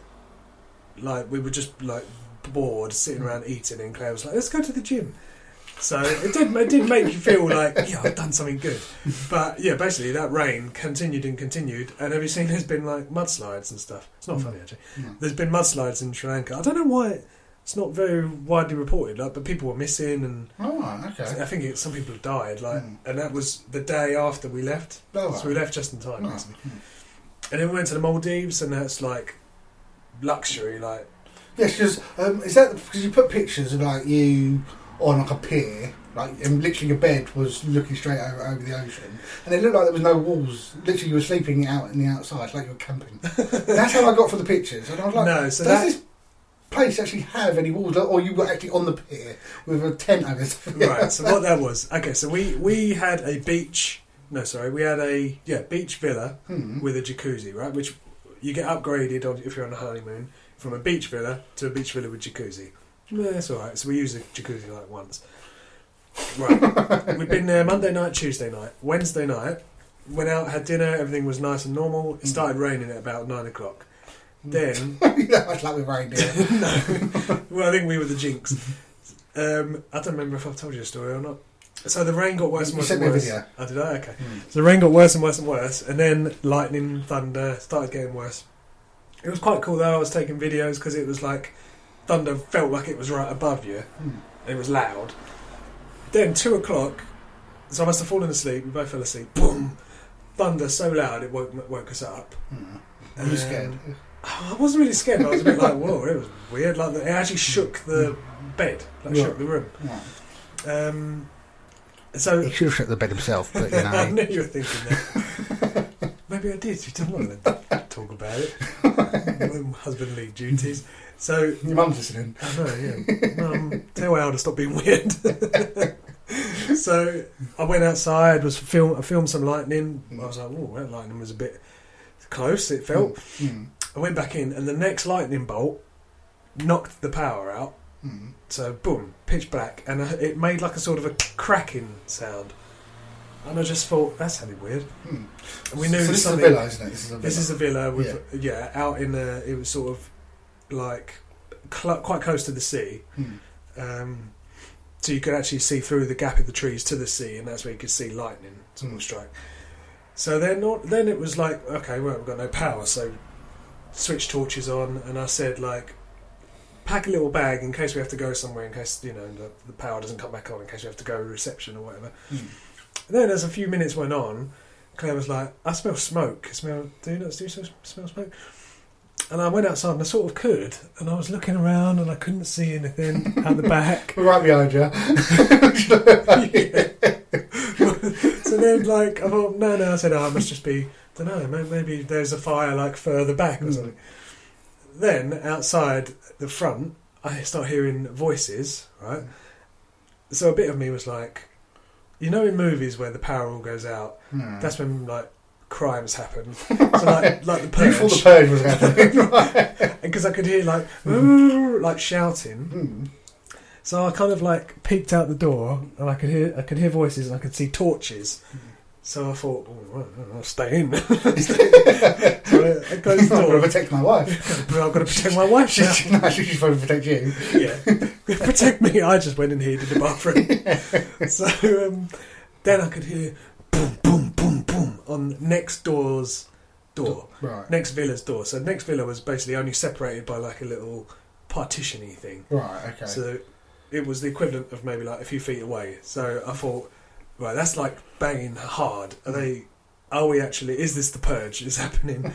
[SPEAKER 1] like we were just like bored sitting around eating and Claire was like let's go to the gym so it did it did make you feel like yeah I've done something good but yeah basically that rain continued and continued and have you seen there's been like mudslides and stuff it's
[SPEAKER 2] Hmm.
[SPEAKER 1] not funny actually
[SPEAKER 2] No.
[SPEAKER 1] there's been mudslides in Sri Lanka I don't know why it's not very widely reported like but people were missing and
[SPEAKER 2] All right, okay.
[SPEAKER 1] I think it, some people died like
[SPEAKER 2] Mm.
[SPEAKER 1] and that was the day after we left
[SPEAKER 2] All right.
[SPEAKER 1] so we left just in time
[SPEAKER 2] All right.
[SPEAKER 1] basically. and then we went to the Maldives and that's like luxury like
[SPEAKER 2] Yes, because um, is that because you put pictures of like you on like a pier, like and literally your bed was looking straight over, over the ocean, and it looked like there was no walls. Literally, you were sleeping out in the outside, like you were camping. That's how I got for the pictures, and I was like,
[SPEAKER 1] no, so
[SPEAKER 2] does
[SPEAKER 1] that
[SPEAKER 2] this place actually have any walls, or you were actually on the pier with a tent over [LAUGHS]
[SPEAKER 1] [LAUGHS]
[SPEAKER 2] the
[SPEAKER 1] right. So what that was? Okay, so we we had a beach. No, sorry, we had a yeah beach villa
[SPEAKER 2] Hmm. [LAUGHS]
[SPEAKER 1] with a jacuzzi, right? Which you get upgraded on if you're on a honeymoon from a beach villa to a beach villa with jacuzzi. Yeah, that's all right. So we used the jacuzzi like once. Right,
[SPEAKER 2] [LAUGHS]
[SPEAKER 1] we've been there Monday night, Tuesday night, Wednesday night. Went out, had dinner. Everything was nice and normal.
[SPEAKER 2] Mm.
[SPEAKER 1] It started raining at about nine o'clock. Then
[SPEAKER 2] you know, much like with
[SPEAKER 1] [LAUGHS]
[SPEAKER 2] reindeer. [LAUGHS]
[SPEAKER 1] no. Well, I think we were the jinx. Um, I don't remember if I've told you a story or not. So the rain got worse and
[SPEAKER 2] You
[SPEAKER 1] worse
[SPEAKER 2] sent
[SPEAKER 1] and
[SPEAKER 2] me a
[SPEAKER 1] worse.
[SPEAKER 2] video.
[SPEAKER 1] Oh, did I? Okay.
[SPEAKER 2] Hmm.
[SPEAKER 1] So the rain got worse and worse and worse, and then lightning, thunder started getting worse. It was quite cool though. I was taking videos because it was like thunder felt like it was right above you.
[SPEAKER 2] Hmm.
[SPEAKER 1] It was loud. Then two o'clock, so I must have fallen asleep. We both fell asleep. Boom! Thunder so loud it woke woke us up.
[SPEAKER 2] Mm. Are you
[SPEAKER 1] Um,
[SPEAKER 2] scared?
[SPEAKER 1] I wasn't really scared. But I was a bit like, whoa, it was weird. Like it actually shook the bed, like shook
[SPEAKER 2] Right.
[SPEAKER 1] the room.
[SPEAKER 2] Right.
[SPEAKER 1] Um, so
[SPEAKER 2] He should have shut the bed himself, but you
[SPEAKER 1] I
[SPEAKER 2] know.
[SPEAKER 1] knew you were thinking that. [LAUGHS] Maybe I did. You didn't want to talk about it. My Husbandly duties. So
[SPEAKER 2] [LAUGHS] Your mum's listening.
[SPEAKER 1] I know, yeah. Mum, tell Al to stop being weird. [LAUGHS] so I went outside. Was film. I filmed some lightning. I was like, oh, that lightning was a bit close. It felt.
[SPEAKER 2] Mm.
[SPEAKER 1] I went back in, and the next lightning bolt knocked the power out.
[SPEAKER 2] Mm.
[SPEAKER 1] So boom, pitch black, and I- it made like a sort of a cracking sound. And I just thought that sounded weird.
[SPEAKER 2] Mm.
[SPEAKER 1] And we knew
[SPEAKER 2] so this
[SPEAKER 1] something.
[SPEAKER 2] is a villa, isn't it? This is a villa.
[SPEAKER 1] This is a villa with yeah. out in a. It was sort of like cl- quite close to the sea,
[SPEAKER 2] Mm.
[SPEAKER 1] um, so you could actually see through the gap of the trees to the sea, and that's where you could see lightning sort of
[SPEAKER 2] Mm.
[SPEAKER 1] strike. So then, not, then it was like okay, well we've got no power, so switch torches on, and I said like. Pack a little bag in case we have to go somewhere, in case you know the, the power doesn't come back on, in case we have to go reception or whatever.
[SPEAKER 2] Mm.
[SPEAKER 1] And then as a few minutes went on, Claire was like, I smell smoke. I smell, do you not do you smell smoke? And I went outside and I sort of could. And I was looking around and I couldn't see anything at the back.
[SPEAKER 2] [LAUGHS] We're right behind you.
[SPEAKER 1] Yeah. so then, like, I thought, no, no, I said, oh, it must just be, don't know, maybe there's a fire, like, further back or
[SPEAKER 2] Mm.
[SPEAKER 1] something. Then, outside the front, I start hearing voices, right? So a bit of me was like, you know, in movies where the power all goes out,
[SPEAKER 2] Mm.
[SPEAKER 1] that's when like crimes
[SPEAKER 2] [LAUGHS]
[SPEAKER 1] happen. So like like the
[SPEAKER 2] you thought the
[SPEAKER 1] purge,
[SPEAKER 2] purge Mm. was [LAUGHS] happening, right?
[SPEAKER 1] because I could hear like "Ooh," like shouting.
[SPEAKER 2] [LAUGHS] Mm.
[SPEAKER 1] So I kind of like peeked out the door, and I could hear I could hear voices, and I could see torches.
[SPEAKER 2] Mm.
[SPEAKER 1] So I thought, oh, well, I'll stay
[SPEAKER 2] [LAUGHS]
[SPEAKER 1] in. [LAUGHS] so I, I closed the
[SPEAKER 2] I'm going to
[SPEAKER 1] door,
[SPEAKER 2] protect my [LAUGHS] wife.
[SPEAKER 1] but I've got to protect my wife.
[SPEAKER 2] She,
[SPEAKER 1] Now.
[SPEAKER 2] she, no, she, she's trying to protect you.
[SPEAKER 1] [LAUGHS] yeah, [LAUGHS] protect me. I just went in here to the
[SPEAKER 2] [LAUGHS]
[SPEAKER 1] bathroom. so um, then I could hear boom, boom, boom, boom on next door's door.
[SPEAKER 2] Right.
[SPEAKER 1] next villa's door. So next villa was basically only separated by like a little partitiony thing.
[SPEAKER 2] Right, okay.
[SPEAKER 1] So it was the equivalent of maybe like a few feet away. So I thought, right, that's like banging hard.
[SPEAKER 2] Mm.
[SPEAKER 1] Are they? Are we actually? Is this the purge? Is [LAUGHS]
[SPEAKER 2] [LAUGHS]
[SPEAKER 1] happening?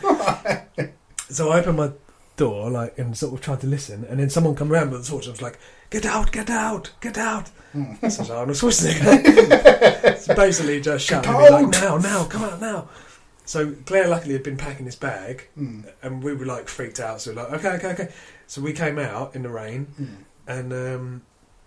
[SPEAKER 1] so I opened my door like and sort of tried to listen, and then someone come around with a torch and was like, "Get out! Get out! Get out!"
[SPEAKER 2] Mm.
[SPEAKER 1] That's what Arnold Schwarzenegger. [LAUGHS]
[SPEAKER 2] [LAUGHS]
[SPEAKER 1] so basically, just shouting at me like, "Now! Now! Come out now!" So Claire luckily had been packing his bag,
[SPEAKER 2] Mm.
[SPEAKER 1] and we were like freaked out. So we were like, okay, okay, okay. So we came out in the rain
[SPEAKER 2] Mm.
[SPEAKER 1] and um,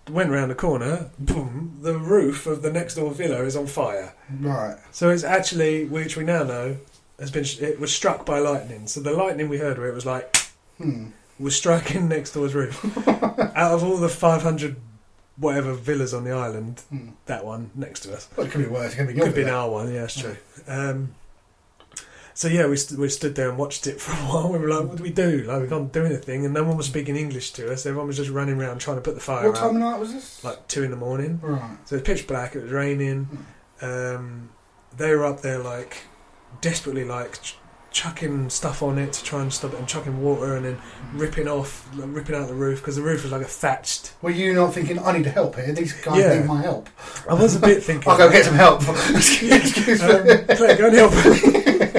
[SPEAKER 1] went round the corner. Boom! The roof of the next door villa is on fire.
[SPEAKER 2] Right.
[SPEAKER 1] So it's actually, which we now know, has been it was struck by lightning. So the lightning we heard, where it was like,
[SPEAKER 2] Mm.
[SPEAKER 1] was striking next door's roof. out of all the five hundred whatever villas on the island,
[SPEAKER 2] Mm.
[SPEAKER 1] that one next to us.
[SPEAKER 2] Well, it could be worse. It could be
[SPEAKER 1] Could
[SPEAKER 2] your
[SPEAKER 1] have been
[SPEAKER 2] villa.
[SPEAKER 1] our one, yeah, that's true. Um, so yeah, we, st- we stood there and watched it [LAUGHS] for a while. We were like, "What do we do? Like, we can't do anything." And no one was speaking English to us. Everyone was just running around trying to put the fire
[SPEAKER 2] What time
[SPEAKER 1] out.
[SPEAKER 2] of night was this?
[SPEAKER 1] Like two in the morning.
[SPEAKER 2] Right. Hmm.
[SPEAKER 1] So it was pitch black. It was raining. Um, they were up there like desperately, like ch- chucking stuff on it to try and stop it, and chucking water, and then ripping off, like, ripping out the roof because the roof was like a thatched.
[SPEAKER 2] Were you not thinking, I need to help here? These guys
[SPEAKER 1] Yeah.
[SPEAKER 2] need my help.
[SPEAKER 1] I was a
[SPEAKER 2] [LAUGHS]
[SPEAKER 1] bit thinking.
[SPEAKER 2] I'll go get some help. Excuse me.
[SPEAKER 1] Um, Claire, go and help. [LAUGHS]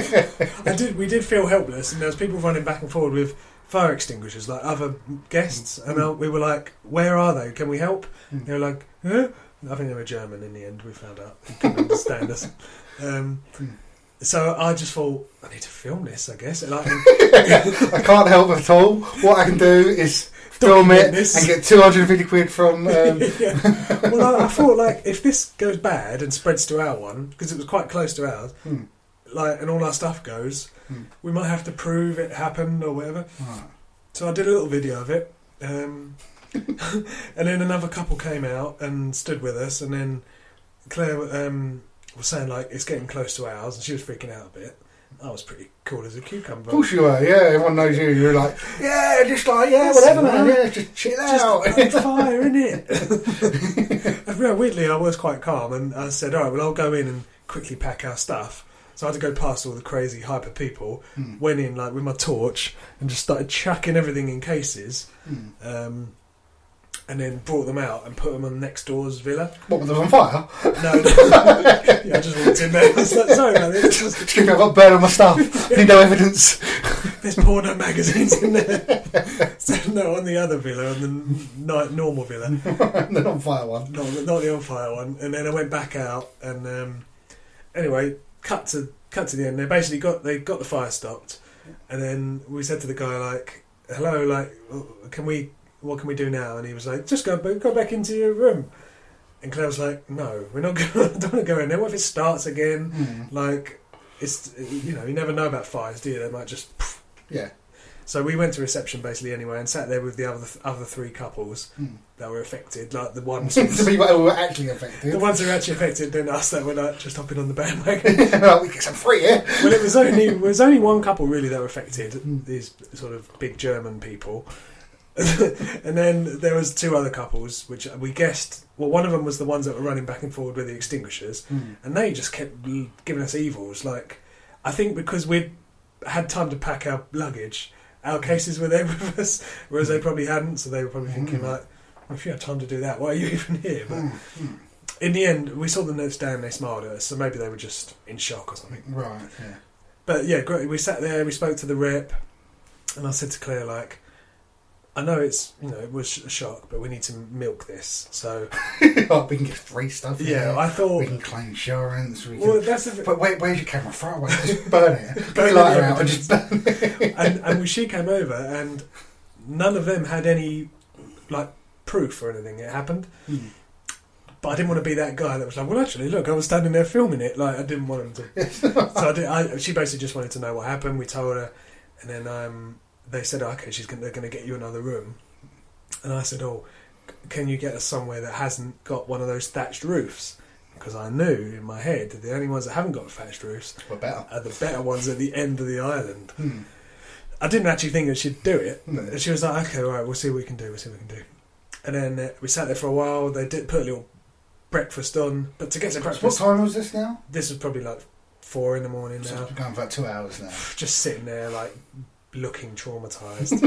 [SPEAKER 1] I did. We did feel helpless, and there was people running back and forward with fire extinguishers, like other guests, and uh, we were like, "Where are they? Can we help?"
[SPEAKER 2] Mm.
[SPEAKER 1] They were like, "Huh?" I think they were German in the end. We found out they couldn't understand us. Um,
[SPEAKER 2] Mm.
[SPEAKER 1] so I just thought, I need to film this. I guess And, like,
[SPEAKER 2] I can't help at all. What I can do is [LAUGHS] film
[SPEAKER 1] Document
[SPEAKER 2] it
[SPEAKER 1] this. [LAUGHS]
[SPEAKER 2] and get 250 quid from. Um,
[SPEAKER 1] yeah. Well, I, I thought like if this goes bad and spreads to our one because it was quite close to ours,
[SPEAKER 2] Hmm.
[SPEAKER 1] like and all our stuff goes,
[SPEAKER 2] Hmm.
[SPEAKER 1] we might have to prove it happened or whatever.
[SPEAKER 2] Right.
[SPEAKER 1] So I did a little video of it, um, [LAUGHS] and then another couple came out and stood with us, and then Claire um, was saying like it's getting close to ours, and she was freaking out a bit. I was pretty cool as a cucumber.
[SPEAKER 2] Of course you are, yeah, everyone knows you. You're like, yeah, just like, yeah,
[SPEAKER 1] Yes,
[SPEAKER 2] whatever, man,
[SPEAKER 1] right.
[SPEAKER 2] yeah, just chill
[SPEAKER 1] just [LAUGHS]
[SPEAKER 2] out.
[SPEAKER 1] on fire, innit? [LAUGHS] And, well, weirdly, I was quite calm, and I said, "All right, well, I'll go in and quickly pack our stuff." So I had to go past all the crazy hyper people.
[SPEAKER 2] Hmm.
[SPEAKER 1] Went in like with my torch and just started chucking everything in cases,
[SPEAKER 2] Hmm.
[SPEAKER 1] um, and then brought them out and put them on next door's villa.
[SPEAKER 2] What, when they was on fire?
[SPEAKER 1] No, [LAUGHS] yeah, I just walked in there. I was like, Sorry, man, it's just-
[SPEAKER 2] Excuse me, I've got burn on
[SPEAKER 1] [LAUGHS]
[SPEAKER 2] my stuff. Need no evidence. [LAUGHS]
[SPEAKER 1] there's porno magazines in there. [LAUGHS] so no, on the other villa, on the n- normal villa.
[SPEAKER 2] the on fire one.
[SPEAKER 1] not, not the on fire one. And then I went back out, and um, anyway, cut to cut to the end. They basically got they got the fire stopped, and then we said to the guy like, "Hello, like, can we? What can we do now?" And he was like, "Just go ba- go back into your room." And Claire was like, "No, we're not. [LAUGHS] Gonna, I don't want to go in there. What if it starts again?
[SPEAKER 2] Hmm.
[SPEAKER 1] Like, it's you know, you never know about fires, do you? They might just."
[SPEAKER 2] Yeah.
[SPEAKER 1] So we went to reception basically anyway, and sat there with the other other three couples
[SPEAKER 2] Hmm. [LAUGHS]
[SPEAKER 1] that were affected, like the ones
[SPEAKER 2] the people who were actually
[SPEAKER 1] the
[SPEAKER 2] affected.
[SPEAKER 1] ones who are actually affected then us that were like just hopping on the [LAUGHS] bandwagon.
[SPEAKER 2] [LAUGHS] well, we get some free here.
[SPEAKER 1] well, it was only it was only one couple really that were affected.
[SPEAKER 2] Hmm.
[SPEAKER 1] These sort of big German people, [LAUGHS] and then there was two other couples which we guessed. Well, one of them was the ones that were running back and forward with the extinguishers,
[SPEAKER 2] Hmm.
[SPEAKER 1] and they just kept l- giving us evils. Like, I think because we'd had time to pack our luggage, our cases were there [LAUGHS] with us, whereas they probably hadn't. So they were probably thinking
[SPEAKER 2] Hmm.
[SPEAKER 1] like, "If you had time to do that, why are you [LAUGHS] even here?" But
[SPEAKER 2] Hmm. Hmm.
[SPEAKER 1] in the end, we saw them next day and they smiled at us, so maybe they were just in shock or something.
[SPEAKER 2] Right, yeah. [LAUGHS]
[SPEAKER 1] But yeah, great. We sat there, we spoke to the rep, and I said to Claire, like, I know it's, you know, it was a shock, but we need to milk this. So,
[SPEAKER 2] Oh, we can get free stuff.
[SPEAKER 1] yeah, I
[SPEAKER 2] we
[SPEAKER 1] thought,
[SPEAKER 2] can claim insurance. We can.
[SPEAKER 1] well, that's the
[SPEAKER 2] but wait, where's your camera? Throw it away. Just burn it. Get
[SPEAKER 1] [LAUGHS] Burn
[SPEAKER 2] your lighter
[SPEAKER 1] it.
[SPEAKER 2] out and just burn
[SPEAKER 1] thing. [LAUGHS] And, and when she came over, and none of them had any, like, proof or anything. It happened.
[SPEAKER 2] Hmm.
[SPEAKER 1] But I didn't want to be that guy that was like, well, actually, look, I was standing there filming it. Like, I didn't want them
[SPEAKER 2] [LAUGHS]
[SPEAKER 1] to. so I did, I, she basically just wanted to know what happened. We told her, and then um, they said, okay, she's gonna, they're going to get you another room. And I said, oh, c- can you get us somewhere that hasn't got one of those thatched roofs? Because I knew in my head that the only ones that haven't got thatched roofs
[SPEAKER 2] We're better.
[SPEAKER 1] are the better ones at the end of the island.
[SPEAKER 2] Hmm.
[SPEAKER 1] I didn't actually think that she'd do it.
[SPEAKER 2] No.
[SPEAKER 1] And she was like, okay, all right, we'll see what we can do, we'll see what we can do. And then uh, we sat there for a while, they did put a little breakfast on, but to get to
[SPEAKER 2] What
[SPEAKER 1] breakfast,
[SPEAKER 2] time was this now?
[SPEAKER 1] this was probably like four in the morning
[SPEAKER 2] So
[SPEAKER 1] now.
[SPEAKER 2] it's been going for about two hours now.
[SPEAKER 1] [LAUGHS] Just sitting there, like, looking
[SPEAKER 2] [LAUGHS]
[SPEAKER 1] traumatised.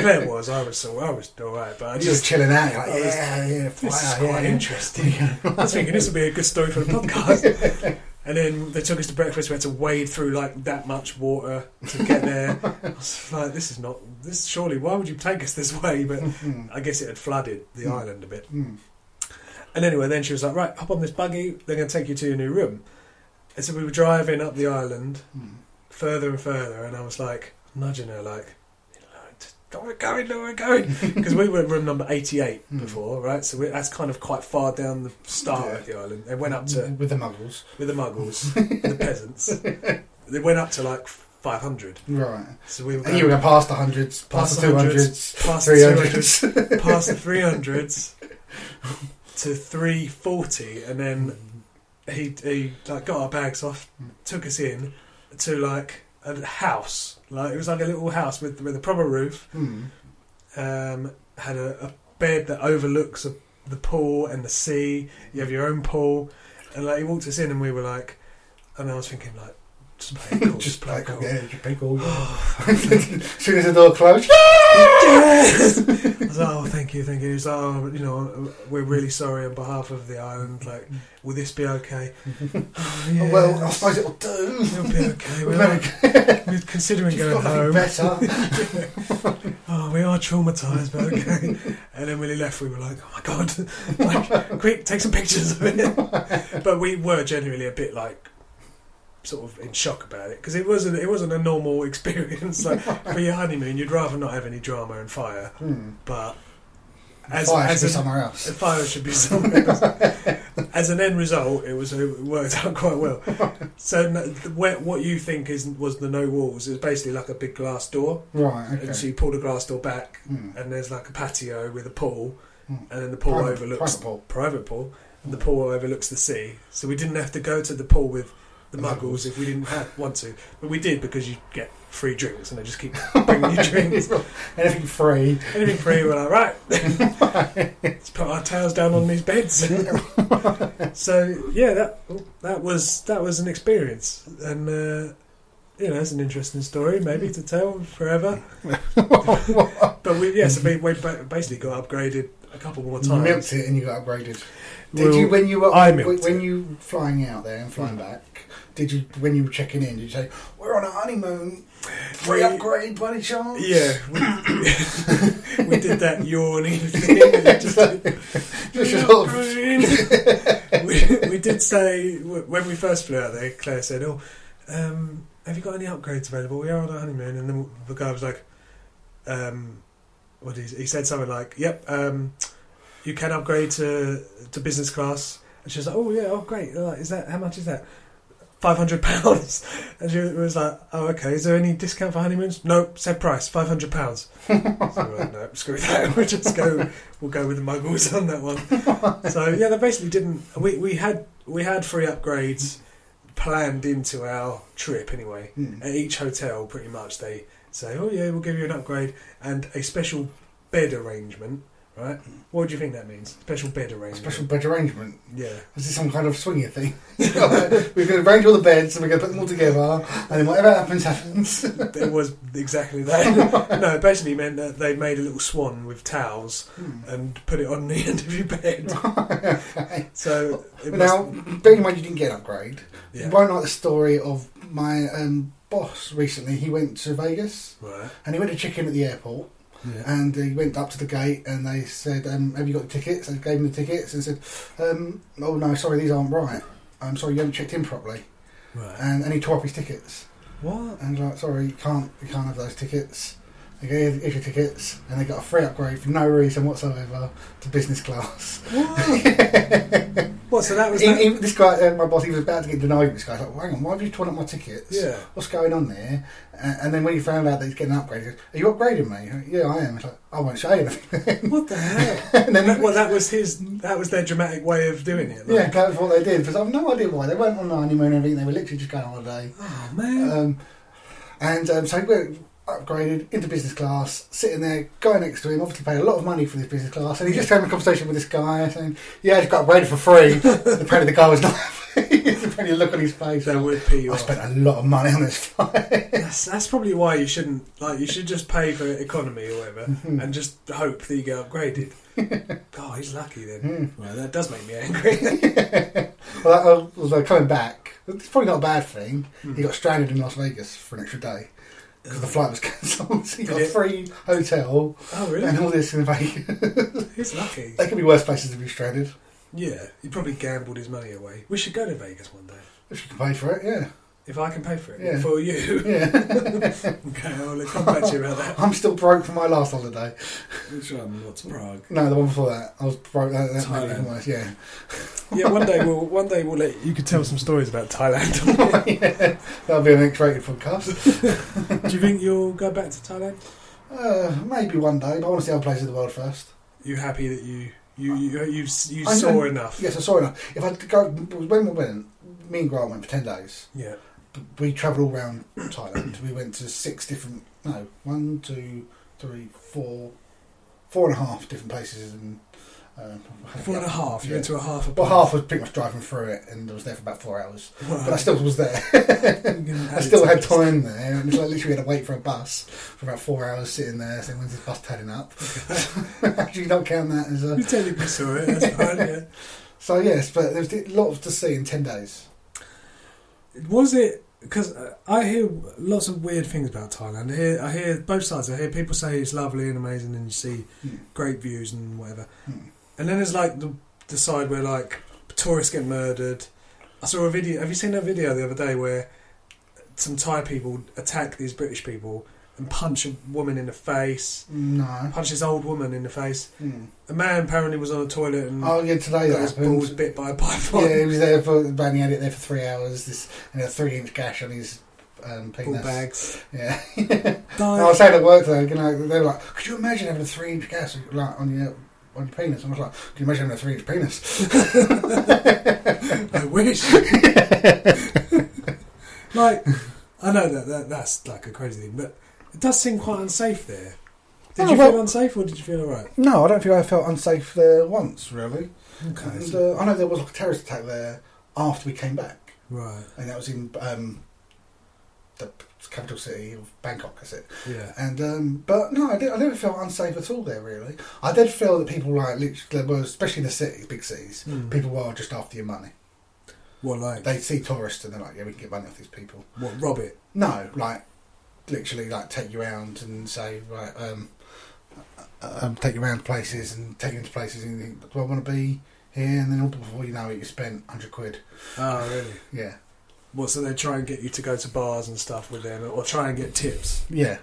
[SPEAKER 1] Claire was, I was, so, I was alright, but I
[SPEAKER 2] I'm
[SPEAKER 1] just,
[SPEAKER 2] just chilling out. You're like,
[SPEAKER 1] I was-
[SPEAKER 2] yeah, yeah, fire,
[SPEAKER 1] this is
[SPEAKER 2] yeah,
[SPEAKER 1] quite
[SPEAKER 2] [LAUGHS] yeah.
[SPEAKER 1] interesting. I was thinking this would be a good story for the podcast.
[SPEAKER 2] [LAUGHS]
[SPEAKER 1] And then they took us to breakfast. We had to wade through like that much water to get
[SPEAKER 2] [LAUGHS]
[SPEAKER 1] there. I was like, this is not this. Surely, why would you take us this way? But
[SPEAKER 2] Hmm.
[SPEAKER 1] I guess it had flooded the
[SPEAKER 2] Hmm.
[SPEAKER 1] island a bit.
[SPEAKER 2] Hmm.
[SPEAKER 1] And anyway, then she was like, right, hop on this buggy. They're going to take you to your new room. And so we were driving up the island
[SPEAKER 2] Hmm.
[SPEAKER 1] further and further, and I was like nudging her, like, "No, we're going, no, we're
[SPEAKER 2] [LAUGHS]
[SPEAKER 1] going, [LAUGHS]
[SPEAKER 2] mm.
[SPEAKER 1] because we were in room number eighty-eight
[SPEAKER 2] Hmm.
[SPEAKER 1] before, right? So we, that's kind of quite far down the start of the island. They went up to
[SPEAKER 2] with the muggles.
[SPEAKER 1] with the
[SPEAKER 2] [LAUGHS]
[SPEAKER 1] muggles, the peasants. They went up to like 500.
[SPEAKER 2] Right.
[SPEAKER 1] So we were
[SPEAKER 2] And you were
[SPEAKER 1] going
[SPEAKER 2] going past the hundreds, past,
[SPEAKER 1] Past
[SPEAKER 2] the
[SPEAKER 1] the
[SPEAKER 2] two
[SPEAKER 1] hundreds,
[SPEAKER 2] hundreds,
[SPEAKER 1] past the
[SPEAKER 2] three hundreds.
[SPEAKER 1] past the 300s to 340, and then he he like got our bags off, took us in to like a house. Like it was like a little house with with a proper roof.
[SPEAKER 2] [LAUGHS] Hmm.
[SPEAKER 1] Um, had a, a bed that overlooks a, the pool and the sea. You have your own pool, and like he walked us in, and we were like, and I was thinking like, just play it cool,
[SPEAKER 2] Just
[SPEAKER 1] [LAUGHS] just play
[SPEAKER 2] play
[SPEAKER 1] it
[SPEAKER 2] cool.
[SPEAKER 1] cool.
[SPEAKER 2] Yeah, just play cool.
[SPEAKER 1] [GASPS] [LAUGHS]
[SPEAKER 2] soon [LAUGHS] as the door closed,
[SPEAKER 1] yes! I was like, oh, thank you, thank you. He was like, oh, you know, we're really sorry on behalf of the island. Like, will this be okay? Oh,
[SPEAKER 2] Oh,
[SPEAKER 1] yeah,
[SPEAKER 2] well, I suppose it'll do.
[SPEAKER 1] it'll be
[SPEAKER 2] [LAUGHS]
[SPEAKER 1] okay.
[SPEAKER 2] We've
[SPEAKER 1] We're,
[SPEAKER 2] had
[SPEAKER 1] like, we're considering
[SPEAKER 2] You've
[SPEAKER 1] going
[SPEAKER 2] got nothing
[SPEAKER 1] home. [LAUGHS]
[SPEAKER 2] better.
[SPEAKER 1] Oh, we are traumatised, but okay. and then when he left, we were like, oh my god, [LAUGHS] like, quick, take some pictures of it. but we were genuinely a bit like. Sort of in shock about it because it wasn't it wasn't a normal [LAUGHS] experience. Like for your honeymoon, you'd rather not have any drama and fire,
[SPEAKER 2] Hmm.
[SPEAKER 1] but
[SPEAKER 2] As,
[SPEAKER 1] as
[SPEAKER 2] Fire
[SPEAKER 1] as
[SPEAKER 2] should be
[SPEAKER 1] an-
[SPEAKER 2] somewhere
[SPEAKER 1] The
[SPEAKER 2] else.
[SPEAKER 1] fire
[SPEAKER 2] [LAUGHS]
[SPEAKER 1] should be somewhere. else. As an end result, it was it worked out quite well. So no, the- where- what you think is was the no walls is basically like a big glass door,
[SPEAKER 2] Right, okay.
[SPEAKER 1] and so you pull the glass door back,
[SPEAKER 2] Hmm.
[SPEAKER 1] and there's like a patio with a pool,
[SPEAKER 2] Mm.
[SPEAKER 1] and then the pool
[SPEAKER 2] Private-
[SPEAKER 1] overlooks
[SPEAKER 2] private pool. Hmm.
[SPEAKER 1] private pool, and the pool overlooks the sea. So we didn't have to go to the pool with the
[SPEAKER 2] The
[SPEAKER 1] muggles
[SPEAKER 2] Muggles.
[SPEAKER 1] if we didn't have, want to. But we did because you get free drinks and they just keep bringing
[SPEAKER 2] [LAUGHS]
[SPEAKER 1] you drinks.
[SPEAKER 2] Anything free.
[SPEAKER 1] Anything free, we're like,
[SPEAKER 2] [LAUGHS]
[SPEAKER 1] right, let's put our tails down on these beds. so yeah, that that was that was an experience, and uh, you know, it's an interesting story maybe to tell
[SPEAKER 2] [LAUGHS]
[SPEAKER 1] forever. but we, yeah, so we, we ba- basically got upgraded a couple more
[SPEAKER 2] You
[SPEAKER 1] times.
[SPEAKER 2] milked it and you got upgraded. Did
[SPEAKER 1] Well,
[SPEAKER 2] you when you were
[SPEAKER 1] I
[SPEAKER 2] when,
[SPEAKER 1] milked Hmm.
[SPEAKER 2] when you flying out there and flying back? Did you when you were checking in? Did you say we're on a honeymoon? Free
[SPEAKER 1] We-
[SPEAKER 2] upgrade by any chance?
[SPEAKER 1] Yeah, we, [LAUGHS] we did that yawning thing. and just did-
[SPEAKER 2] [LAUGHS] Just sort of-
[SPEAKER 1] we, we did say w- when we first flew out there, Claire said, "Oh, um, have you got any upgrades available? We are on our honeymoon." And then the guy was like, um, "What did he, he said something like, yep, um, you can upgrade to to business class." And she was like, "Oh yeah, oh great. Like, is that how much is that?" Five hundred pounds, [LAUGHS] and she was like, "Oh, okay. Is there any discount for honeymoons?" Nope, said price, five hundred pounds. so we're like, no, screw that. [LAUGHS] We'll just go. We'll go with the muggles on that one so yeah, they basically didn't. We, we had we had free upgrades planned into our trip anyway.
[SPEAKER 2] Hmm.
[SPEAKER 1] At each hotel, pretty much they say, "Oh yeah, we'll give you an upgrade and a special bed arrangement." Right? What do you think that means? Special bed
[SPEAKER 2] A
[SPEAKER 1] arrangement.
[SPEAKER 2] special bed arrangement.
[SPEAKER 1] Yeah.
[SPEAKER 2] Is this some kind of swinger thing? [LAUGHS] we're going to arrange all the beds and we're going to put them all together, and then whatever happens, happens. [LAUGHS]
[SPEAKER 1] it was exactly that. no, it basically meant that they made a little swan with towels and put it on the [LAUGHS] end of your bed.
[SPEAKER 2] [LAUGHS]
[SPEAKER 1] So it must-
[SPEAKER 2] now, bearing in mind you didn't get an upgrade,
[SPEAKER 1] yeah.
[SPEAKER 2] why not the story of my um, boss recently? He went to Vegas
[SPEAKER 1] Right.
[SPEAKER 2] and he went to check in at the airport.
[SPEAKER 1] Yeah.
[SPEAKER 2] And he went up to the gate and they said, um, Have you got the tickets? They gave him the tickets and said, um, Oh no, sorry, these aren't right. I'm sorry, you haven't checked in properly.
[SPEAKER 1] Right.
[SPEAKER 2] And, and he tore up his tickets.
[SPEAKER 1] What?
[SPEAKER 2] And like, sorry, you can't, you can't have those tickets. They gave here's your tickets and they got a free upgrade for no reason whatsoever to business class. [LAUGHS]
[SPEAKER 1] What? what? So that was
[SPEAKER 2] He-
[SPEAKER 1] that.
[SPEAKER 2] he- this guy, uh, my boss, he was about to get denied. This guy's like, well, hang on, why have you torn up my tickets?
[SPEAKER 1] Yeah.
[SPEAKER 2] What's going on there? And, and then when he found out that he's getting an upgrade, he goes, Are you upgrading me? I'm like, yeah, I am. He's like, I won't say anything. [LAUGHS]
[SPEAKER 1] What the hell?
[SPEAKER 2] and then
[SPEAKER 1] That- well, that was his. That was their dramatic way of doing it.
[SPEAKER 2] Yeah,
[SPEAKER 1] Like,
[SPEAKER 2] that was what they did. Because I've no idea why they weren't on a honeymoon or anything. They were literally just going on holiday.
[SPEAKER 1] Oh man.
[SPEAKER 2] Um, and um, so we're upgraded into business class, sitting there, guy next to him, obviously paid a lot of money for this business class, and he just having a conversation with this guy saying, "Yeah, he's got upgraded
[SPEAKER 1] [LAUGHS]
[SPEAKER 2] for free." Apparently, the guy was not. [LAUGHS] Apparently, the look on his face.
[SPEAKER 1] that would pee you
[SPEAKER 2] I
[SPEAKER 1] off.
[SPEAKER 2] spent a lot of money on this flight. [LAUGHS]
[SPEAKER 1] That's, that's probably why you shouldn't. Like, you should just pay for economy or whatever,
[SPEAKER 2] [LAUGHS]
[SPEAKER 1] and just hope that you get upgraded. God, he's lucky then.
[SPEAKER 2] Hmm.
[SPEAKER 1] Well, that does make me angry. [LAUGHS]
[SPEAKER 2] well, that, although coming back, it's probably not a bad thing.
[SPEAKER 1] Hmm.
[SPEAKER 2] He got stranded in Las Vegas for an extra day because the flight was [LAUGHS] cancelled. so he got a
[SPEAKER 1] Did it?
[SPEAKER 2] free hotel
[SPEAKER 1] oh
[SPEAKER 2] and
[SPEAKER 1] really?
[SPEAKER 2] all this in Vegas.
[SPEAKER 1] He's lucky.
[SPEAKER 2] they could be worse places to be stranded
[SPEAKER 1] Yeah, he probably gambled his money away. We should go to Vegas one day.
[SPEAKER 2] if you can pay for it. Yeah,
[SPEAKER 1] If I can pay for it
[SPEAKER 2] Yeah.
[SPEAKER 1] for you, [LAUGHS]
[SPEAKER 2] yeah. [LAUGHS]
[SPEAKER 1] okay, I'll come back to you about that.
[SPEAKER 2] I'm still broke from my last holiday.
[SPEAKER 1] Which one? What's Prague?
[SPEAKER 2] No, the one before that, I was broke. That, that made it even
[SPEAKER 1] Thailand.
[SPEAKER 2] worse. Yeah, [LAUGHS]
[SPEAKER 1] Yeah, one day we'll one day we'll let you could tell some stories about
[SPEAKER 2] [LAUGHS]
[SPEAKER 1] Thailand.
[SPEAKER 2] yeah. that'll be an X-rated podcast.
[SPEAKER 1] Do you think you'll go back to Thailand?
[SPEAKER 2] Uh, maybe one day, but I want to see other places in the world first.
[SPEAKER 1] You happy that you you you you, you
[SPEAKER 2] I
[SPEAKER 1] saw
[SPEAKER 2] know.
[SPEAKER 1] enough?
[SPEAKER 2] Yes, I saw enough. If I could go, when we went, me and Grant went for ten days.
[SPEAKER 1] Yeah.
[SPEAKER 2] We travelled all around Thailand. We went to six different, no, one, two, three, four, four and a half different places, and uh,
[SPEAKER 1] Four and a half. You
[SPEAKER 2] Yeah.
[SPEAKER 1] went to a half a
[SPEAKER 2] But
[SPEAKER 1] place.
[SPEAKER 2] half was pretty much driving through it, and I was there for about four hours.
[SPEAKER 1] Right.
[SPEAKER 2] But I still was there.
[SPEAKER 1] [LAUGHS] You can
[SPEAKER 2] I
[SPEAKER 1] add it
[SPEAKER 2] still
[SPEAKER 1] to
[SPEAKER 2] had
[SPEAKER 1] this.
[SPEAKER 2] time there, and it's like literally had to wait for a bus for about four hours, sitting there saying, "When's this bus turning up?" [LAUGHS] Actually, you don't count that as a.
[SPEAKER 1] You tell you saw it.
[SPEAKER 2] [LAUGHS]
[SPEAKER 1] That's fine. Yeah.
[SPEAKER 2] So yes, but there's lots to see in ten days.
[SPEAKER 1] Was it? Because I hear lots of weird things about Thailand. I hear, I hear both sides. I hear people say it's lovely and amazing, and you see
[SPEAKER 2] Hmm.
[SPEAKER 1] great views and whatever.
[SPEAKER 2] Hmm.
[SPEAKER 1] And then there's like the, the side where like tourists get murdered. I saw a video. Have you seen that video the other day where some Thai people attack these British people and punch a woman in the face?
[SPEAKER 2] No.
[SPEAKER 1] punch this old woman in the face.
[SPEAKER 2] Hmm.
[SPEAKER 1] A man apparently was on a toilet and
[SPEAKER 2] Oh yeah, today
[SPEAKER 1] got
[SPEAKER 2] that
[SPEAKER 1] his balls
[SPEAKER 2] happened.
[SPEAKER 1] bit by a python. [LAUGHS]
[SPEAKER 2] Yeah, he was there for apparently had it there for three hours. This and a three-inch gash on his um,
[SPEAKER 1] Ball
[SPEAKER 2] penis. [LAUGHS]
[SPEAKER 1] bags.
[SPEAKER 2] Yeah.
[SPEAKER 1] Died.
[SPEAKER 2] And I was saying at work though, you know, they were like, "Could you imagine having a three-inch gash like, on your on your penis?" And I was like, "Can you imagine [LAUGHS] having a three-inch penis?"
[SPEAKER 1] I wish. Like, I know that, that that's like a crazy thing, but it does seem quite unsafe there. Did
[SPEAKER 2] Oh,
[SPEAKER 1] you
[SPEAKER 2] well-
[SPEAKER 1] feel unsafe or did you feel alright?
[SPEAKER 2] [LAUGHS] No, I don't think I felt unsafe there once, really.
[SPEAKER 1] Okay.
[SPEAKER 2] And,
[SPEAKER 1] so-
[SPEAKER 2] uh, I know there was like a terrorist attack there after we came back,
[SPEAKER 1] right.
[SPEAKER 2] and that was in um, the capital city of Bangkok, is it?
[SPEAKER 1] Yeah.
[SPEAKER 2] And um, but no, I, did, I never felt unsafe at all there. Really, I did feel that people like literally, well, especially in the cities, big cities,
[SPEAKER 1] Hmm.
[SPEAKER 2] people were just after your money.
[SPEAKER 1] What, like,
[SPEAKER 2] They see tourists and they're like, yeah, we can get money off these people.
[SPEAKER 1] what, rob it?
[SPEAKER 2] No, like literally, like take you around and say, right, um, uh, um, take you around to places and take you into places and you think, do I want to be here? And then all before you know it, you spent hundred quid.
[SPEAKER 1] Oh, really?
[SPEAKER 2] Yeah,
[SPEAKER 1] Well, so they try and get you to go to bars and stuff with them or try and get tips.
[SPEAKER 2] yeah,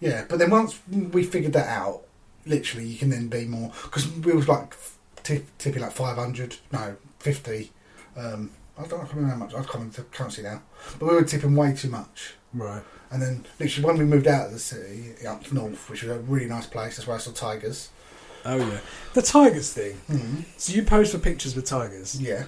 [SPEAKER 2] yeah. But then once we figured that out, literally, you can then be more because we was like tip, tipping like five hundred, no, fifty. Um, I don't I can't remember how much. I can't remember the currency now, but we were tipping way too much.
[SPEAKER 1] Right.
[SPEAKER 2] And then, literally, when we moved out of the city, up north, which was a really nice place, that's where I saw tigers.
[SPEAKER 1] Oh, yeah. The Tigers thing.
[SPEAKER 2] Mm.
[SPEAKER 1] So you posed for pictures with Tigers.
[SPEAKER 2] Yeah,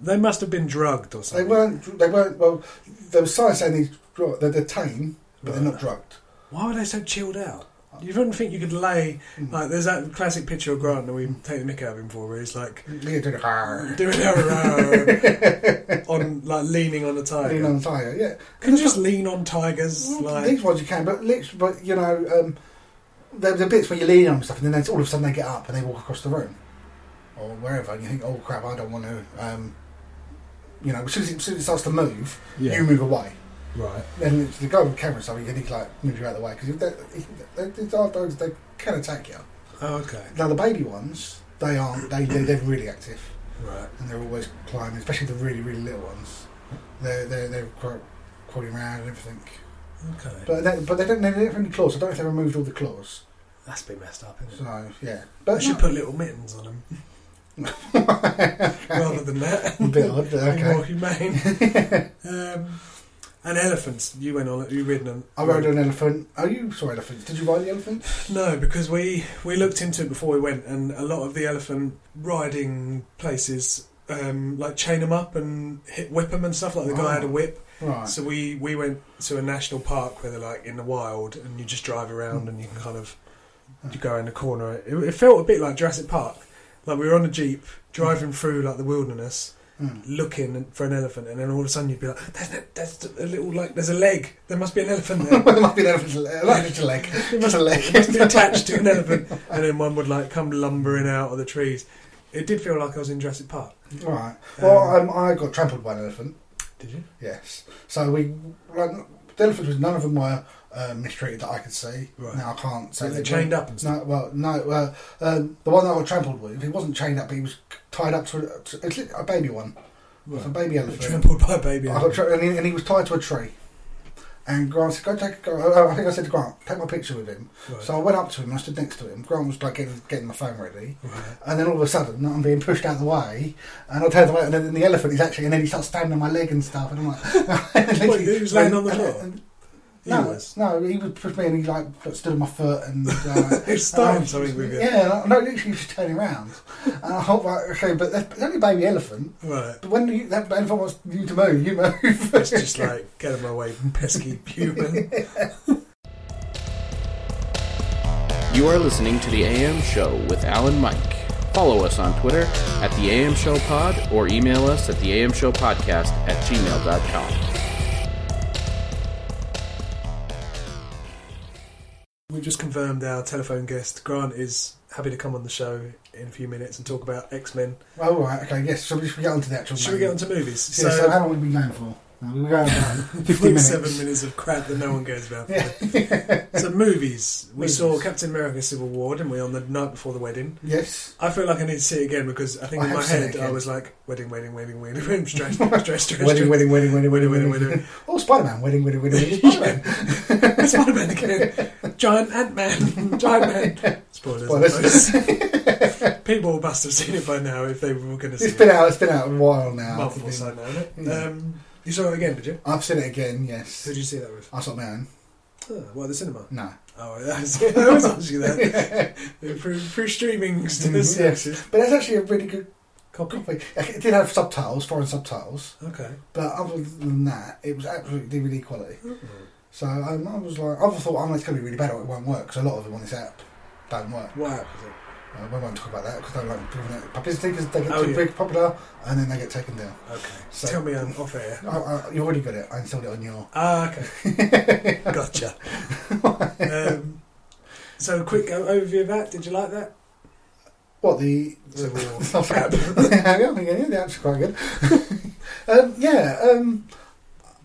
[SPEAKER 1] They must have been drugged or
[SPEAKER 2] they
[SPEAKER 1] something.
[SPEAKER 2] weren't. They weren't. Well, there was signs saying these dr- they're, they're tame, but they're not
[SPEAKER 1] Right.
[SPEAKER 2] drugged.
[SPEAKER 1] Why were they so chilled out? You wouldn't think you could lay
[SPEAKER 2] Mm.
[SPEAKER 1] like there's that classic picture of Grant that we take the mick out of him for, where he's like
[SPEAKER 2] Yeah, doing a "Arr."
[SPEAKER 1] doing a [LAUGHS] on like leaning on a
[SPEAKER 2] Lean
[SPEAKER 1] tiger.
[SPEAKER 2] on a tiger. Yeah,
[SPEAKER 1] Can you just lean on tigers? Like
[SPEAKER 2] these ones you can, but literally, but you know, um, there's the bits where you lean on and stuff, and then they, all of a sudden they get up and they walk across the room or wherever, and you think, oh crap, I don't want to. Um, you know, as soon as, it, as soon as it starts to move, you move away.
[SPEAKER 1] right.
[SPEAKER 2] then it's the guy with the camera, so you need to like move you out of the way because they, they, these are dogs they can attack you.
[SPEAKER 1] Oh, okay.
[SPEAKER 2] Now the baby ones, they aren't. They they they're really active
[SPEAKER 1] Right.
[SPEAKER 2] and they're always climbing, especially the really really little ones. They're they're they're quite crawling around and everything.
[SPEAKER 1] Okay.
[SPEAKER 2] But they, but they don't they don't have any claws. I don't know if they removed all the claws.
[SPEAKER 1] That's been messed up. Isn't it?
[SPEAKER 2] So yeah,
[SPEAKER 1] I
[SPEAKER 2] but [LAUGHS]
[SPEAKER 1] should put little mittens on them rather than that.
[SPEAKER 2] [LAUGHS] A
[SPEAKER 1] [LAUGHS]
[SPEAKER 2] bit odd, but
[SPEAKER 1] Be More
[SPEAKER 2] okay.
[SPEAKER 1] humane. um, and elephants. You went on. You ridden them.
[SPEAKER 2] [LAUGHS] I rode an elephant. Oh, you saw elephants? Did you ride the elephant?
[SPEAKER 1] No, because we we looked into it before we went, and a lot of the elephant riding places um, like chain them up and hit, whip them and stuff. Like the guy
[SPEAKER 2] Wow.
[SPEAKER 1] had a whip,
[SPEAKER 2] Oh, Right.
[SPEAKER 1] so we we went to a national park where they're like in the wild, and you just drive
[SPEAKER 2] Hmm.
[SPEAKER 1] around and you can kind of you go in the corner. It, it felt a bit like Jurassic Park. Like we were on a jeep driving through like the wilderness,
[SPEAKER 2] Hmm. [LAUGHS]
[SPEAKER 1] looking for an elephant, and then all of a sudden you'd be like, "There's, no, there's a little like there's a leg. There must be an elephant
[SPEAKER 2] [LAUGHS]
[SPEAKER 1] there."
[SPEAKER 2] well, there might be an elephant's le- an elephant's leg.
[SPEAKER 1] It
[SPEAKER 2] Just
[SPEAKER 1] must,
[SPEAKER 2] a leg.
[SPEAKER 1] it must be attached to an elephant, and then one would like come lumbering out of the trees. It did feel like I was in Jurassic Park.
[SPEAKER 2] Right.
[SPEAKER 1] Um,
[SPEAKER 2] Well, um, I got trampled by an elephant.
[SPEAKER 1] Did you?
[SPEAKER 2] Yes. So we like, the elephants was none of them were uh, mistreated that I could see.
[SPEAKER 1] Right.
[SPEAKER 2] Now I can't say
[SPEAKER 1] So they
[SPEAKER 2] they
[SPEAKER 1] chained up and
[SPEAKER 2] were.
[SPEAKER 1] stuff.
[SPEAKER 2] No, well, no. Uh, um, the one that I got trampled with, he wasn't chained up, but he was tied up to a, to- it's a baby one, It's a
[SPEAKER 1] Right.
[SPEAKER 2] baby
[SPEAKER 1] Got
[SPEAKER 2] elephant.
[SPEAKER 1] Trampled by a baby.
[SPEAKER 2] I got tra- and, he, and he was tied to a tree. And Grant said, "Go take." Go, oh, I think I said to Grant, "Take my picture with him."
[SPEAKER 1] Right.
[SPEAKER 2] So I went up to him. and I stood next to him. Grant was like getting, getting my phone ready,
[SPEAKER 1] Right.
[SPEAKER 2] and then all of a sudden, I'm being pushed out of the way, and I turn away, and then the elephant is actually, and then he starts standing on my leg and stuff, and I'm like, [LAUGHS]
[SPEAKER 1] What, he was laying on the
[SPEAKER 2] And-
[SPEAKER 1] floor?
[SPEAKER 2] and-
[SPEAKER 1] He
[SPEAKER 2] no,
[SPEAKER 1] was.
[SPEAKER 2] no, he would push me, and he like stood on my foot,
[SPEAKER 1] [LAUGHS]
[SPEAKER 2] and uh,
[SPEAKER 1] He was starting
[SPEAKER 2] and I-
[SPEAKER 1] something with you.
[SPEAKER 2] Yeah, and I- no, literally, he was turning around, and I hope like, okay, but that's it's only a baby elephant.
[SPEAKER 1] Right.
[SPEAKER 2] But when you, that elephant wants you to move, you move. [LAUGHS]
[SPEAKER 1] It's just like get him away, pesky human.
[SPEAKER 3] You are listening to The AM Show with Alan Mike. Follow us on Twitter at The AM Show Pod or email us at The AM Show Podcast at gmail.com.
[SPEAKER 1] We've just confirmed our telephone guest Grant is happy to come on the show in a few minutes and talk about X Men.
[SPEAKER 2] well, all Oh, right, okay, yes. So we should get on to the actual.
[SPEAKER 1] Should we
[SPEAKER 2] main-
[SPEAKER 1] get on to movies?
[SPEAKER 2] Yeah, so, how long have we been going for? Uh, we were
[SPEAKER 1] [LAUGHS]
[SPEAKER 2] going about fifty minutes.
[SPEAKER 1] Forty-seven minutes of crap that no one cares about.
[SPEAKER 2] [LAUGHS] Yeah.
[SPEAKER 1] So movies. We
[SPEAKER 2] Movies.
[SPEAKER 1] saw Captain America: Civil War, didn't we, on the night before the wedding?
[SPEAKER 2] Yes.
[SPEAKER 1] I feel like I need to see it again because I think
[SPEAKER 2] I
[SPEAKER 1] in
[SPEAKER 2] have
[SPEAKER 1] my
[SPEAKER 2] seen it
[SPEAKER 1] head I
[SPEAKER 2] again.
[SPEAKER 1] was like wedding, wedding, wedding, wedding, wedding, [LAUGHS] stress, stress, stress,
[SPEAKER 2] Wedding, wedding, wedding, wedding,
[SPEAKER 1] wedding, wedding,
[SPEAKER 2] wedding, wedding.
[SPEAKER 1] wedding.
[SPEAKER 2] Oh, Spider Man, wedding, wedding, wedding,
[SPEAKER 1] [LAUGHS]
[SPEAKER 2] wedding. Spider Man.
[SPEAKER 1] Spider Man again. Giant Ant
[SPEAKER 2] [LAUGHS]
[SPEAKER 1] Man. Giant Man. Spoilers. I
[SPEAKER 2] Spoilers. [LAUGHS]
[SPEAKER 1] suppose. People must have seen it by now if they were going to see
[SPEAKER 2] It's
[SPEAKER 1] it.
[SPEAKER 2] been out. It's been out a while now.
[SPEAKER 1] month or
[SPEAKER 2] It's
[SPEAKER 1] so
[SPEAKER 2] been-
[SPEAKER 1] now, isn't it?
[SPEAKER 2] Yeah.
[SPEAKER 1] Um, you saw it again, did you?
[SPEAKER 2] I've seen it again. Yes.
[SPEAKER 1] Who did you see that with?
[SPEAKER 2] I saw man.
[SPEAKER 1] Oh, well, the cinema. [LAUGHS]
[SPEAKER 2] No.
[SPEAKER 1] Oh, that was, that
[SPEAKER 2] [LAUGHS]
[SPEAKER 1] was actually that.
[SPEAKER 2] but
[SPEAKER 1] Through, through streaming
[SPEAKER 2] Mm, yes.
[SPEAKER 1] services.
[SPEAKER 2] that's actually a really good
[SPEAKER 1] Copy.
[SPEAKER 2] Copy. It did have subtitles, foreign subtitles,
[SPEAKER 1] Okay.
[SPEAKER 2] but other than that, it was absolute DVD quality. So um, I was like, I thought, oh, it's going to be really bad or it won't work because a lot of them on this app don't work.
[SPEAKER 1] What app is it?
[SPEAKER 2] Uh, we won't talk about that because they don't like giving it publicity because they get
[SPEAKER 1] Oh,
[SPEAKER 2] too
[SPEAKER 1] yeah.
[SPEAKER 2] big, popular, and then they get taken down.
[SPEAKER 1] Okay.
[SPEAKER 2] So-
[SPEAKER 1] Tell me I'm off air.
[SPEAKER 2] I, I, you already got it. I installed it on your.
[SPEAKER 1] Ah, okay.
[SPEAKER 2] [LAUGHS]
[SPEAKER 1] [LAUGHS] gotcha. Um, so, quick o- overview of that. Did you like that?
[SPEAKER 2] What the?
[SPEAKER 1] So we're all- [LAUGHS]
[SPEAKER 2] yeah, [LAUGHS] yeah, yeah, the app's quite good. [LAUGHS] um, yeah, um,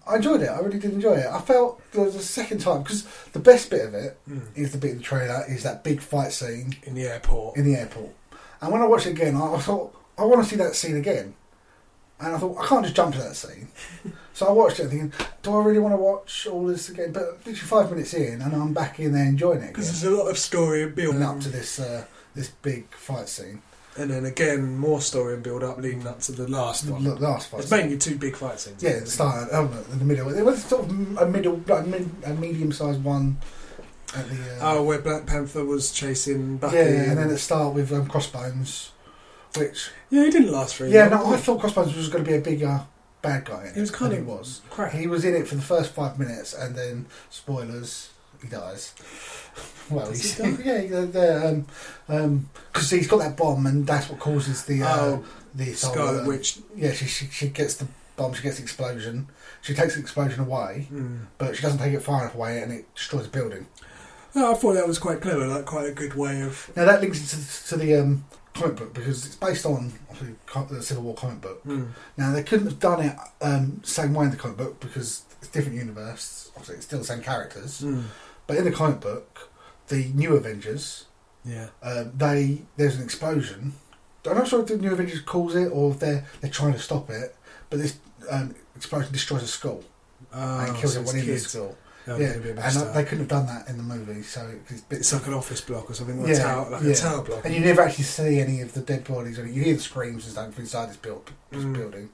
[SPEAKER 2] I enjoyed it. I really did enjoy it. I felt the, the second time because the best bit of it
[SPEAKER 1] Mm.
[SPEAKER 2] is the bit in the trailer is that big fight scene
[SPEAKER 1] In the airport.
[SPEAKER 2] in the airport. And when I watched it again, I, I thought I want to see that scene again. And I thought I can't just jump to
[SPEAKER 1] [LAUGHS]
[SPEAKER 2] that scene. so I watched it and thinking, do I really want to watch all this again? But literally five minutes in, and I'm back in there enjoying it.
[SPEAKER 1] Because
[SPEAKER 2] Again.
[SPEAKER 1] there's a lot of story and build
[SPEAKER 2] And up to this uh, this big fight scene,
[SPEAKER 1] And then again, more story and build up
[SPEAKER 2] Mm.
[SPEAKER 1] leading up to the last
[SPEAKER 2] the
[SPEAKER 1] one.
[SPEAKER 2] last fight.
[SPEAKER 1] it's
[SPEAKER 2] scene.
[SPEAKER 1] mainly two big fight scenes.
[SPEAKER 2] Yeah, the start, oh, no, in the middle. It was sort of a middle, like mid, a medium-sized one at the. Uh,
[SPEAKER 1] Oh, where Black Panther was chasing Bucky.
[SPEAKER 2] yeah, and then it start with um, Crossbones, which
[SPEAKER 1] yeah, he didn't last very
[SPEAKER 2] yeah,
[SPEAKER 1] long.
[SPEAKER 2] no, I thought Crossbones was going to be a bigger bad guy. In
[SPEAKER 1] He was
[SPEAKER 2] it
[SPEAKER 1] kind
[SPEAKER 2] than
[SPEAKER 1] of-
[SPEAKER 2] he was.
[SPEAKER 1] crap.
[SPEAKER 2] He was in it for the first five minutes, and then spoilers, he dies. [LAUGHS] Well,
[SPEAKER 1] Does
[SPEAKER 2] he's,
[SPEAKER 1] he die?
[SPEAKER 2] [LAUGHS] yeah, yeah, because um, um 'cause he's got that bomb, and that's what causes the uh,
[SPEAKER 1] Oh,
[SPEAKER 2] the
[SPEAKER 1] Scarlet Witch.
[SPEAKER 2] Yeah, she, she she gets the bomb, she gets the explosion, she takes the explosion away.
[SPEAKER 1] Mm.
[SPEAKER 2] but she doesn't take it far enough away and it destroys the building.
[SPEAKER 1] No, Oh, I thought that was quite clever, like quite a good way of.
[SPEAKER 2] Now that links to, to the um, comic book because it's based on obviously, co- the Civil War comic book.
[SPEAKER 1] Mm.
[SPEAKER 2] Now they couldn't have done it um, same way in the comic book because it's different universe. Obviously, it's still the same characters,
[SPEAKER 1] Mm.
[SPEAKER 2] but in the comic book, the New Avengers,
[SPEAKER 1] Yeah.
[SPEAKER 2] um, they there's an explosion. I'm not sure if the New Avengers calls it or if they're they're trying to stop it, but this um, explosion destroys a school
[SPEAKER 1] Oh,
[SPEAKER 2] and kills
[SPEAKER 1] so
[SPEAKER 2] everyone
[SPEAKER 1] it's
[SPEAKER 2] in the
[SPEAKER 1] kids.
[SPEAKER 2] school.
[SPEAKER 1] That would
[SPEAKER 2] yeah,
[SPEAKER 1] be a bit
[SPEAKER 2] and
[SPEAKER 1] messed
[SPEAKER 2] uh,
[SPEAKER 1] up.
[SPEAKER 2] they couldn't have done that in the movie, so it's a bit
[SPEAKER 1] It's like an office block or something, or a
[SPEAKER 2] Yeah,
[SPEAKER 1] tower, like
[SPEAKER 2] yeah.
[SPEAKER 1] a tower block.
[SPEAKER 2] And you never actually see any of the dead bodies. Or you hear the screams and stuff inside this, build, this
[SPEAKER 1] Mm.
[SPEAKER 2] building,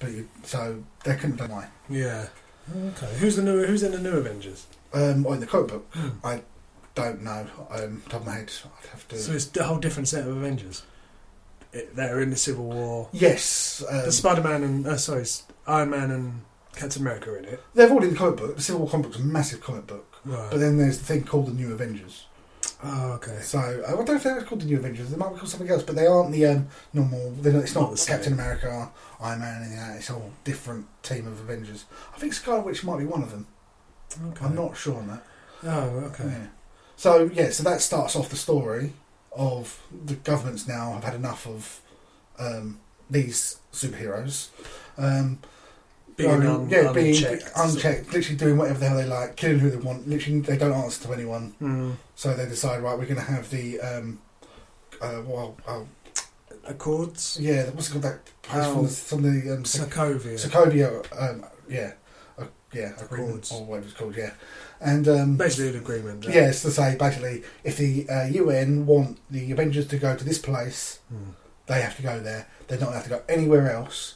[SPEAKER 2] but you, so they couldn't have done why.
[SPEAKER 1] Yeah. Okay. Who's the new? Who's in the new Avengers?
[SPEAKER 2] Um, or in the comic book,
[SPEAKER 1] Hmm.
[SPEAKER 2] I don't know. Um, top of my head, I'd have to.
[SPEAKER 1] So it's a whole different set of Avengers. It, they're in the Civil War.
[SPEAKER 2] yes, um,
[SPEAKER 1] the Spider-Man and uh, sorry, S- Iron Man and Captain America are in it.
[SPEAKER 2] they're all in the comic book. The Civil War comic book's a massive comic book,
[SPEAKER 1] Right.
[SPEAKER 2] but then there's the thing called the New Avengers.
[SPEAKER 1] oh, okay.
[SPEAKER 2] So uh, I don't know if they're called the New Avengers. They might be called something else, but they aren't the um, normal. They're not, it's
[SPEAKER 1] Not
[SPEAKER 2] not,
[SPEAKER 1] the same.
[SPEAKER 2] Captain America, Iron Man, and that. It's a whole different team of Avengers. I think Scarlet Witch might be one of them.
[SPEAKER 1] Okay.
[SPEAKER 2] I'm not sure on that.
[SPEAKER 1] Oh, okay.
[SPEAKER 2] Yeah. So yeah, so that starts off the story of the governments now have had enough of um, these superheroes. Um,
[SPEAKER 1] Being
[SPEAKER 2] going-
[SPEAKER 1] un-
[SPEAKER 2] yeah, being
[SPEAKER 1] unchecked.
[SPEAKER 2] unchecked, literally doing whatever the hell they like, killing who they want. Literally, they don't answer to anyone.
[SPEAKER 1] Mm.
[SPEAKER 2] So they decide, right, we're going to have the um, uh, well, oh,
[SPEAKER 1] Accords.
[SPEAKER 2] yeah, what's it called that place
[SPEAKER 1] Oh.
[SPEAKER 2] from the, from the um,
[SPEAKER 1] Sokovia.
[SPEAKER 2] Sokovia, um, yeah, uh, yeah, agreement
[SPEAKER 1] Accords.
[SPEAKER 2] or whatever it's called, yeah, and um,
[SPEAKER 1] Basically, an agreement.
[SPEAKER 2] Yeah, it's to say basically, if the uh, UN want the Avengers to go to this place,
[SPEAKER 1] Mm.
[SPEAKER 2] they have to go there. They're not allowed to go anywhere else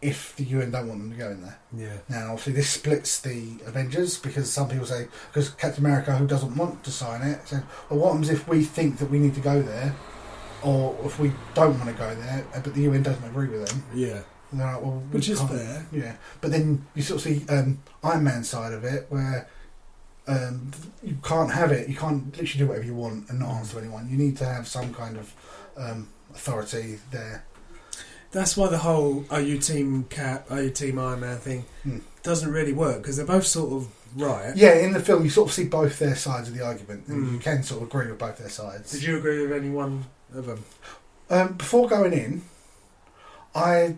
[SPEAKER 2] if the UN don't want them to go in there.
[SPEAKER 1] Yeah.
[SPEAKER 2] Now, obviously, this splits the Avengers because some people say, because Captain America, who doesn't want to sign it, said, well, what happens if we think that we need to go there or if we don't want to go there, uh, but the UN doesn't agree with them?
[SPEAKER 1] Yeah.
[SPEAKER 2] And they're like, well, we
[SPEAKER 1] Which is
[SPEAKER 2] can't-
[SPEAKER 1] fair.
[SPEAKER 2] yeah, but then you sort of see um, Iron Man side of it where um, you can't have it. You can't literally do whatever you want and not answer anyone. You need to have some kind of um, authority there.
[SPEAKER 1] That's why the whole "Are you Team Cap? Are you Team Iron Man?" thing
[SPEAKER 2] Hmm.
[SPEAKER 1] doesn't really work because they're both sort of right.
[SPEAKER 2] Yeah, in the film you sort of see both their sides of the argument, and
[SPEAKER 1] Mm.
[SPEAKER 2] you can sort of agree with both their sides.
[SPEAKER 1] Did you agree with any one of them?
[SPEAKER 2] Um, before going in, I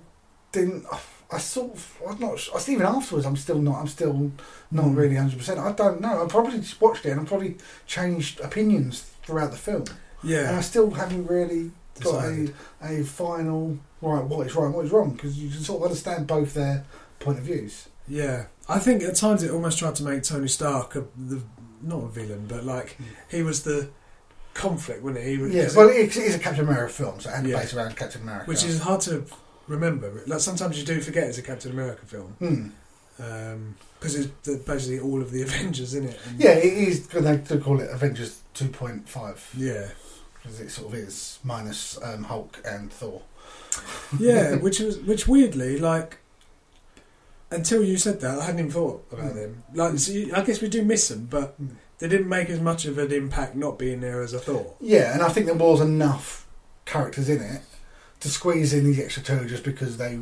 [SPEAKER 2] didn't. I sort of. I'm not. su- I see even afterwards. I'm still not. I'm still not
[SPEAKER 1] Mm.
[SPEAKER 2] really 100. percent I don't know. I probably just watched it and I probably changed opinions throughout the film. and I
[SPEAKER 1] Yeah.
[SPEAKER 2] still haven't really got a,
[SPEAKER 1] Decided.
[SPEAKER 2] a final right what is right and what is wrong because you can sort of understand both their point of views.
[SPEAKER 1] Yeah, I think at times it almost tried to make Tony Stark a, the not a villain, but like he was the conflict, wasn't he? he was,
[SPEAKER 2] Hmm. Yeah, well, it is a Captain America film, so it had to
[SPEAKER 1] Yeah.
[SPEAKER 2] base around Captain America,
[SPEAKER 1] which is hard to remember. Like sometimes you do forget it's a Captain America film
[SPEAKER 2] Hmm.
[SPEAKER 1] because it's the- basically all of the [LAUGHS] Avengers in it. And-
[SPEAKER 2] yeah, it is. They do call it Avengers 2.5
[SPEAKER 1] yeah,
[SPEAKER 2] because it sort of is minus um, Hulk and Thor. [LAUGHS]
[SPEAKER 1] yeah, which was which weirdly like until you said that I hadn't even thought
[SPEAKER 2] Hmm.
[SPEAKER 1] about them. Like so you, I guess we do miss them, but
[SPEAKER 2] Mm.
[SPEAKER 1] they didn't make as much of an impact not being there as I thought.
[SPEAKER 2] Yeah, and I think there was enough characters in it to squeeze in these extra two just because they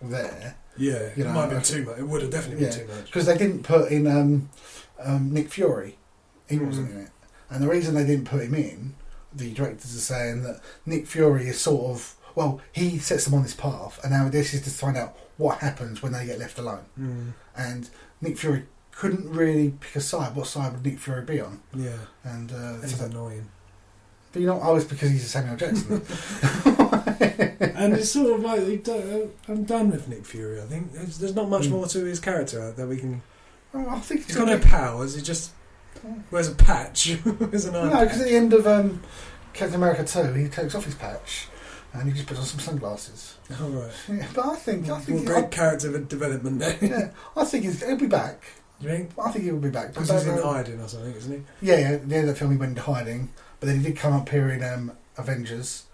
[SPEAKER 2] were there.
[SPEAKER 1] Yeah,
[SPEAKER 2] You
[SPEAKER 1] it
[SPEAKER 2] know,
[SPEAKER 1] might have been
[SPEAKER 2] I
[SPEAKER 1] too
[SPEAKER 2] think-
[SPEAKER 1] much. It would have definitely been
[SPEAKER 2] Yeah.
[SPEAKER 1] too much.
[SPEAKER 2] Because they didn't put in um, um, Nick Fury. He wasn't
[SPEAKER 1] Mm.
[SPEAKER 2] in it. And the reason they didn't put him in, the directors are saying that Nick Fury is sort of, well, he sets them on this path, and now this is to find out what happens when they get left alone.
[SPEAKER 1] Mm,
[SPEAKER 2] And Nick Fury couldn't really pick a side. What side would Nick Fury be on?
[SPEAKER 1] yeah,
[SPEAKER 2] And uh,
[SPEAKER 1] it's
[SPEAKER 2] so that,
[SPEAKER 1] annoying.
[SPEAKER 2] [LAUGHS] but you know, oh, it's because he's
[SPEAKER 1] [LAUGHS]
[SPEAKER 2] Samuel Jackson.
[SPEAKER 1] and it's sort of like you don't- I'm done with Nick Fury. I think there's, there's not much
[SPEAKER 2] Mm.
[SPEAKER 1] more to his character that we can.
[SPEAKER 2] Oh, I think
[SPEAKER 1] He's got no powers. He just wears a patch. [LAUGHS] wears an eye
[SPEAKER 2] Hmm. No,
[SPEAKER 1] patch.
[SPEAKER 2] because at the end of um, Captain America 2, he takes off his patch and he just puts on some sunglasses. [LAUGHS]
[SPEAKER 1] All right.
[SPEAKER 2] Yeah, but I think I
[SPEAKER 1] Hmm, Well,
[SPEAKER 2] think
[SPEAKER 1] great character development there.
[SPEAKER 2] I, yeah, I think he's, he'll be back.
[SPEAKER 1] you think?
[SPEAKER 2] I think he'll be back.
[SPEAKER 1] Because
[SPEAKER 2] But
[SPEAKER 1] he's in
[SPEAKER 2] don't know-
[SPEAKER 1] hiding or something, isn't he?
[SPEAKER 2] Yeah, yeah. At the end of the film, he went into hiding, but then he did come up here in um, Avengers,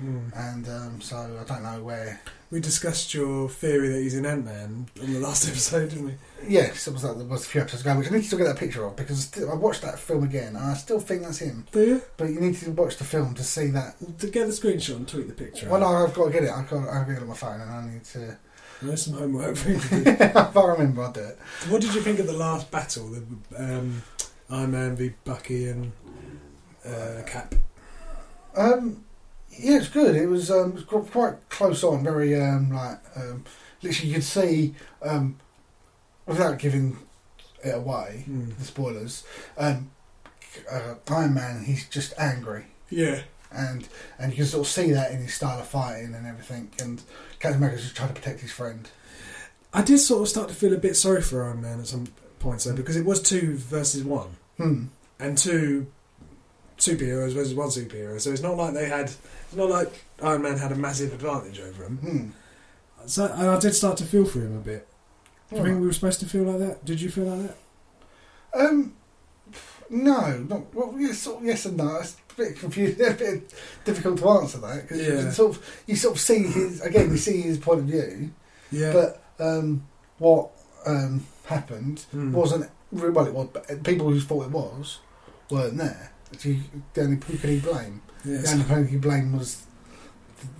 [SPEAKER 1] Mm.
[SPEAKER 2] and um, so I don't know where.
[SPEAKER 1] We discussed your theory that he's in Ant Man on the last [LAUGHS] episode, didn't we?
[SPEAKER 2] Yeah, so it was like there was a few episodes ago, which I need to still get that picture of because still, I watched that film again, and I still think that's him.
[SPEAKER 1] Do you?
[SPEAKER 2] But you need to watch the film to see that.
[SPEAKER 1] To get the screenshot and tweet the picture.
[SPEAKER 2] Well,
[SPEAKER 1] out.
[SPEAKER 2] no, I've got to get it. I've got, I've got to get it on my phone, and I need to. [LAUGHS]
[SPEAKER 1] There's some homework for you to do. [LAUGHS]
[SPEAKER 2] if I remember, I'll do it.
[SPEAKER 1] What did you think of the last battle? The um, Iron Man v Bucky and uh, Cap.
[SPEAKER 2] Um, yeah, it's good. It was um, it was quite close on, very um, like um, literally you could see um, without giving it away
[SPEAKER 1] Hmm.
[SPEAKER 2] the spoilers. Um, uh, Iron Man, he's just angry,
[SPEAKER 1] Yeah.
[SPEAKER 2] and and you can sort of see that in his style of fighting and everything. And Captain America's just trying to protect his friend.
[SPEAKER 1] I did sort of start to feel a bit sorry for Iron Man at some points though, because it was two versus one
[SPEAKER 2] Hmm.
[SPEAKER 1] and two superheroes versus one superhero. So it's not like they had, it's not like Iron Man had a massive advantage over him.
[SPEAKER 2] Hmm.
[SPEAKER 1] So and I did start to feel for him a bit. Do you
[SPEAKER 2] Alright.
[SPEAKER 1] think we were supposed to feel like that? Did you feel like that?
[SPEAKER 2] Um, no, not well. Yes, sort of yes and no. It's a bit confusing, [LAUGHS] a bit difficult to answer that because
[SPEAKER 1] Yeah.
[SPEAKER 2] you sort of you sort of see his again. You see his point of view,
[SPEAKER 1] Yeah.
[SPEAKER 2] but um, what um, happened
[SPEAKER 1] Hmm.
[SPEAKER 2] wasn't re- well. It was, but people who thought it was weren't there. So you, the only who could he blame?
[SPEAKER 1] Yeah,
[SPEAKER 2] The only person he blamed was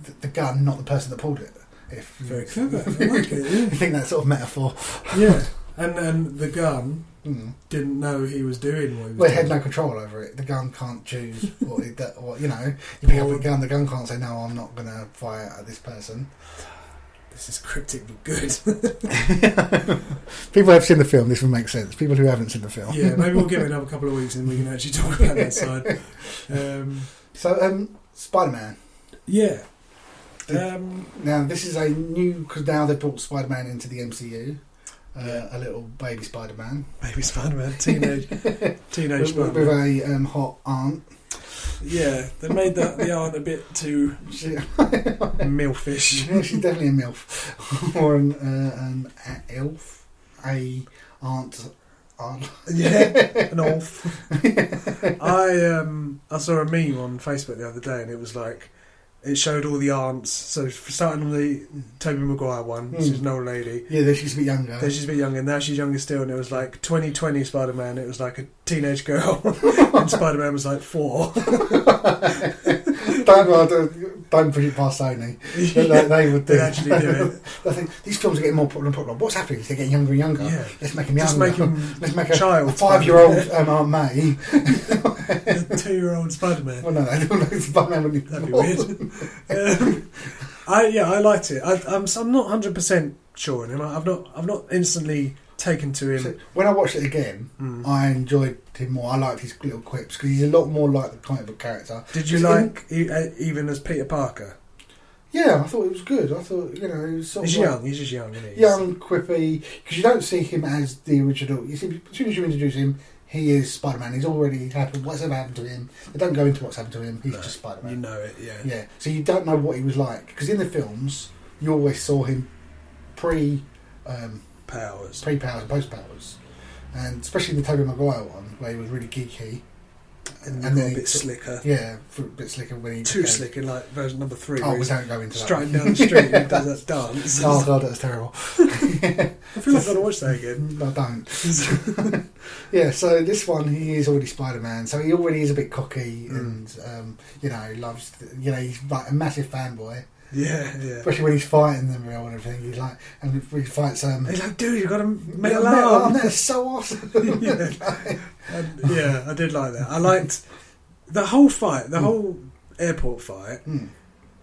[SPEAKER 2] the, the gun, not the person that pulled it. If you-
[SPEAKER 1] very
[SPEAKER 2] [LAUGHS]
[SPEAKER 1] clever. I like
[SPEAKER 2] you
[SPEAKER 1] it,
[SPEAKER 2] think that sort of metaphor. [LAUGHS]
[SPEAKER 1] yeah. yeah. And and the gun
[SPEAKER 2] Hmm.
[SPEAKER 1] didn't know he was doing what he was
[SPEAKER 2] Well, it
[SPEAKER 1] doing.
[SPEAKER 2] had no control over it. The gun can't choose what it do- what you know. You pick up
[SPEAKER 1] Or-
[SPEAKER 2] the gun. The gun can't say no. I'm not going to fire at this person.
[SPEAKER 1] This is cryptic but good.
[SPEAKER 2] People have seen the film. This would make sense. People who haven't seen the
[SPEAKER 1] [LAUGHS]
[SPEAKER 2] film.
[SPEAKER 1] yeah, maybe we'll give it another couple of weeks and we can actually talk about that side. Um,
[SPEAKER 2] [LAUGHS] So, um, Spider Man.
[SPEAKER 1] yeah. Um,
[SPEAKER 2] Now, this is a new because now they brought Spider Man into the MCU. Uh, A little baby Spider Man
[SPEAKER 1] maybe Spider Man,
[SPEAKER 2] [LAUGHS]
[SPEAKER 1] teenage, teenage
[SPEAKER 2] with, with
[SPEAKER 1] Spider Man.
[SPEAKER 2] a um, hot aunt.
[SPEAKER 1] Yeah, they made that the aunt a bit too
[SPEAKER 2] She,
[SPEAKER 1] milfish.
[SPEAKER 2] she's definitely a milf [LAUGHS] or an, uh, an a- elf. A aunt. aunt.
[SPEAKER 1] Yeah, an off. I um I saw a meme on Facebook the other day, and it was like it showed all the aunts. So for starting on the Toby Maguire one,
[SPEAKER 2] Hmm.
[SPEAKER 1] she's an old lady.
[SPEAKER 2] Yeah, they used to be younger.
[SPEAKER 1] Then she's a bit younger. Now she's younger still, and it was like 2020 Spider Man. It was like a teenage girl, [LAUGHS] and Spider Man was like four.
[SPEAKER 2] don't, well, don't, don't put it past Sony. But they,
[SPEAKER 1] they
[SPEAKER 2] they would do.
[SPEAKER 1] actually do
[SPEAKER 2] [LAUGHS]
[SPEAKER 1] it.
[SPEAKER 2] I think these films are getting more popular and popular. What's happening is they're getting younger and younger.
[SPEAKER 1] [LAUGHS] Yeah.
[SPEAKER 2] Let's make them
[SPEAKER 1] Just
[SPEAKER 2] younger.
[SPEAKER 1] make him
[SPEAKER 2] [LAUGHS] Let's make a,
[SPEAKER 1] child. [LAUGHS]
[SPEAKER 2] a five-year-old um, Aunt May.
[SPEAKER 1] two year old Spider Man.
[SPEAKER 2] Well, no, [LAUGHS] they don't know Spider-Man when
[SPEAKER 1] That'd be weird.
[SPEAKER 2] [LAUGHS]
[SPEAKER 1] um, I yeah, I liked it. I, I'm I'm not 100 percent sure on him. I, I've not I've not instantly taken to him.
[SPEAKER 2] So when I watched it again,
[SPEAKER 1] Mm.
[SPEAKER 2] I enjoyed him more. I liked his little quips because he's a lot more like the comic book character.
[SPEAKER 1] Did you
[SPEAKER 2] Is it-
[SPEAKER 1] like e- uh, even as Peter Parker?
[SPEAKER 2] Yeah, I thought it was good. I thought you know, he was sort
[SPEAKER 1] He's
[SPEAKER 2] of like-
[SPEAKER 1] young. He's just young, isn't he?
[SPEAKER 2] young, quippy. Because you don't see him as the original. You see, as soon as you introduce him, he is Spider Man. He's already happened. What's ever happened to him? They don't go into what's happened to him. He's
[SPEAKER 1] No,
[SPEAKER 2] just Spider
[SPEAKER 1] You
[SPEAKER 2] Man.
[SPEAKER 1] know it, yeah.
[SPEAKER 2] Yeah. So you don't know what he was like because in the films you always saw him pre um,
[SPEAKER 1] Powers.
[SPEAKER 2] pre powers and post powers, and especially in the Tobey Maguire one where he was really geeky.
[SPEAKER 1] and,
[SPEAKER 2] And
[SPEAKER 1] got
[SPEAKER 2] then
[SPEAKER 1] a bit
[SPEAKER 2] it-
[SPEAKER 1] slicker.
[SPEAKER 2] Yeah, for a bit slicker when he
[SPEAKER 1] Too
[SPEAKER 2] okay.
[SPEAKER 1] slick in like version number three.
[SPEAKER 2] Oh,
[SPEAKER 1] where
[SPEAKER 2] we
[SPEAKER 1] he's
[SPEAKER 2] don't go into that.
[SPEAKER 1] striding down the street and does that dance.
[SPEAKER 2] [LAUGHS] Oh god,
[SPEAKER 1] [LAUGHS]
[SPEAKER 2] that's terrible.
[SPEAKER 1] I feel like I've got to watch that again. [LAUGHS]
[SPEAKER 2] I don't. Yeah, so this one he is already Spider Man, so he already is a bit cocky and um, you know loves you know he's like a massive fanboy,
[SPEAKER 1] yeah, yeah.
[SPEAKER 2] especially when he's fighting them real and everything. He's like and he fights um.
[SPEAKER 1] He's like, dude, you've got to make
[SPEAKER 2] Metal
[SPEAKER 1] a
[SPEAKER 2] Arm,
[SPEAKER 1] laugh.
[SPEAKER 2] That's so awesome. [LAUGHS]
[SPEAKER 1] yeah. And, yeah, I did like that. I liked the whole fight,
[SPEAKER 2] Hmm.
[SPEAKER 1] the whole airport fight
[SPEAKER 2] Mm.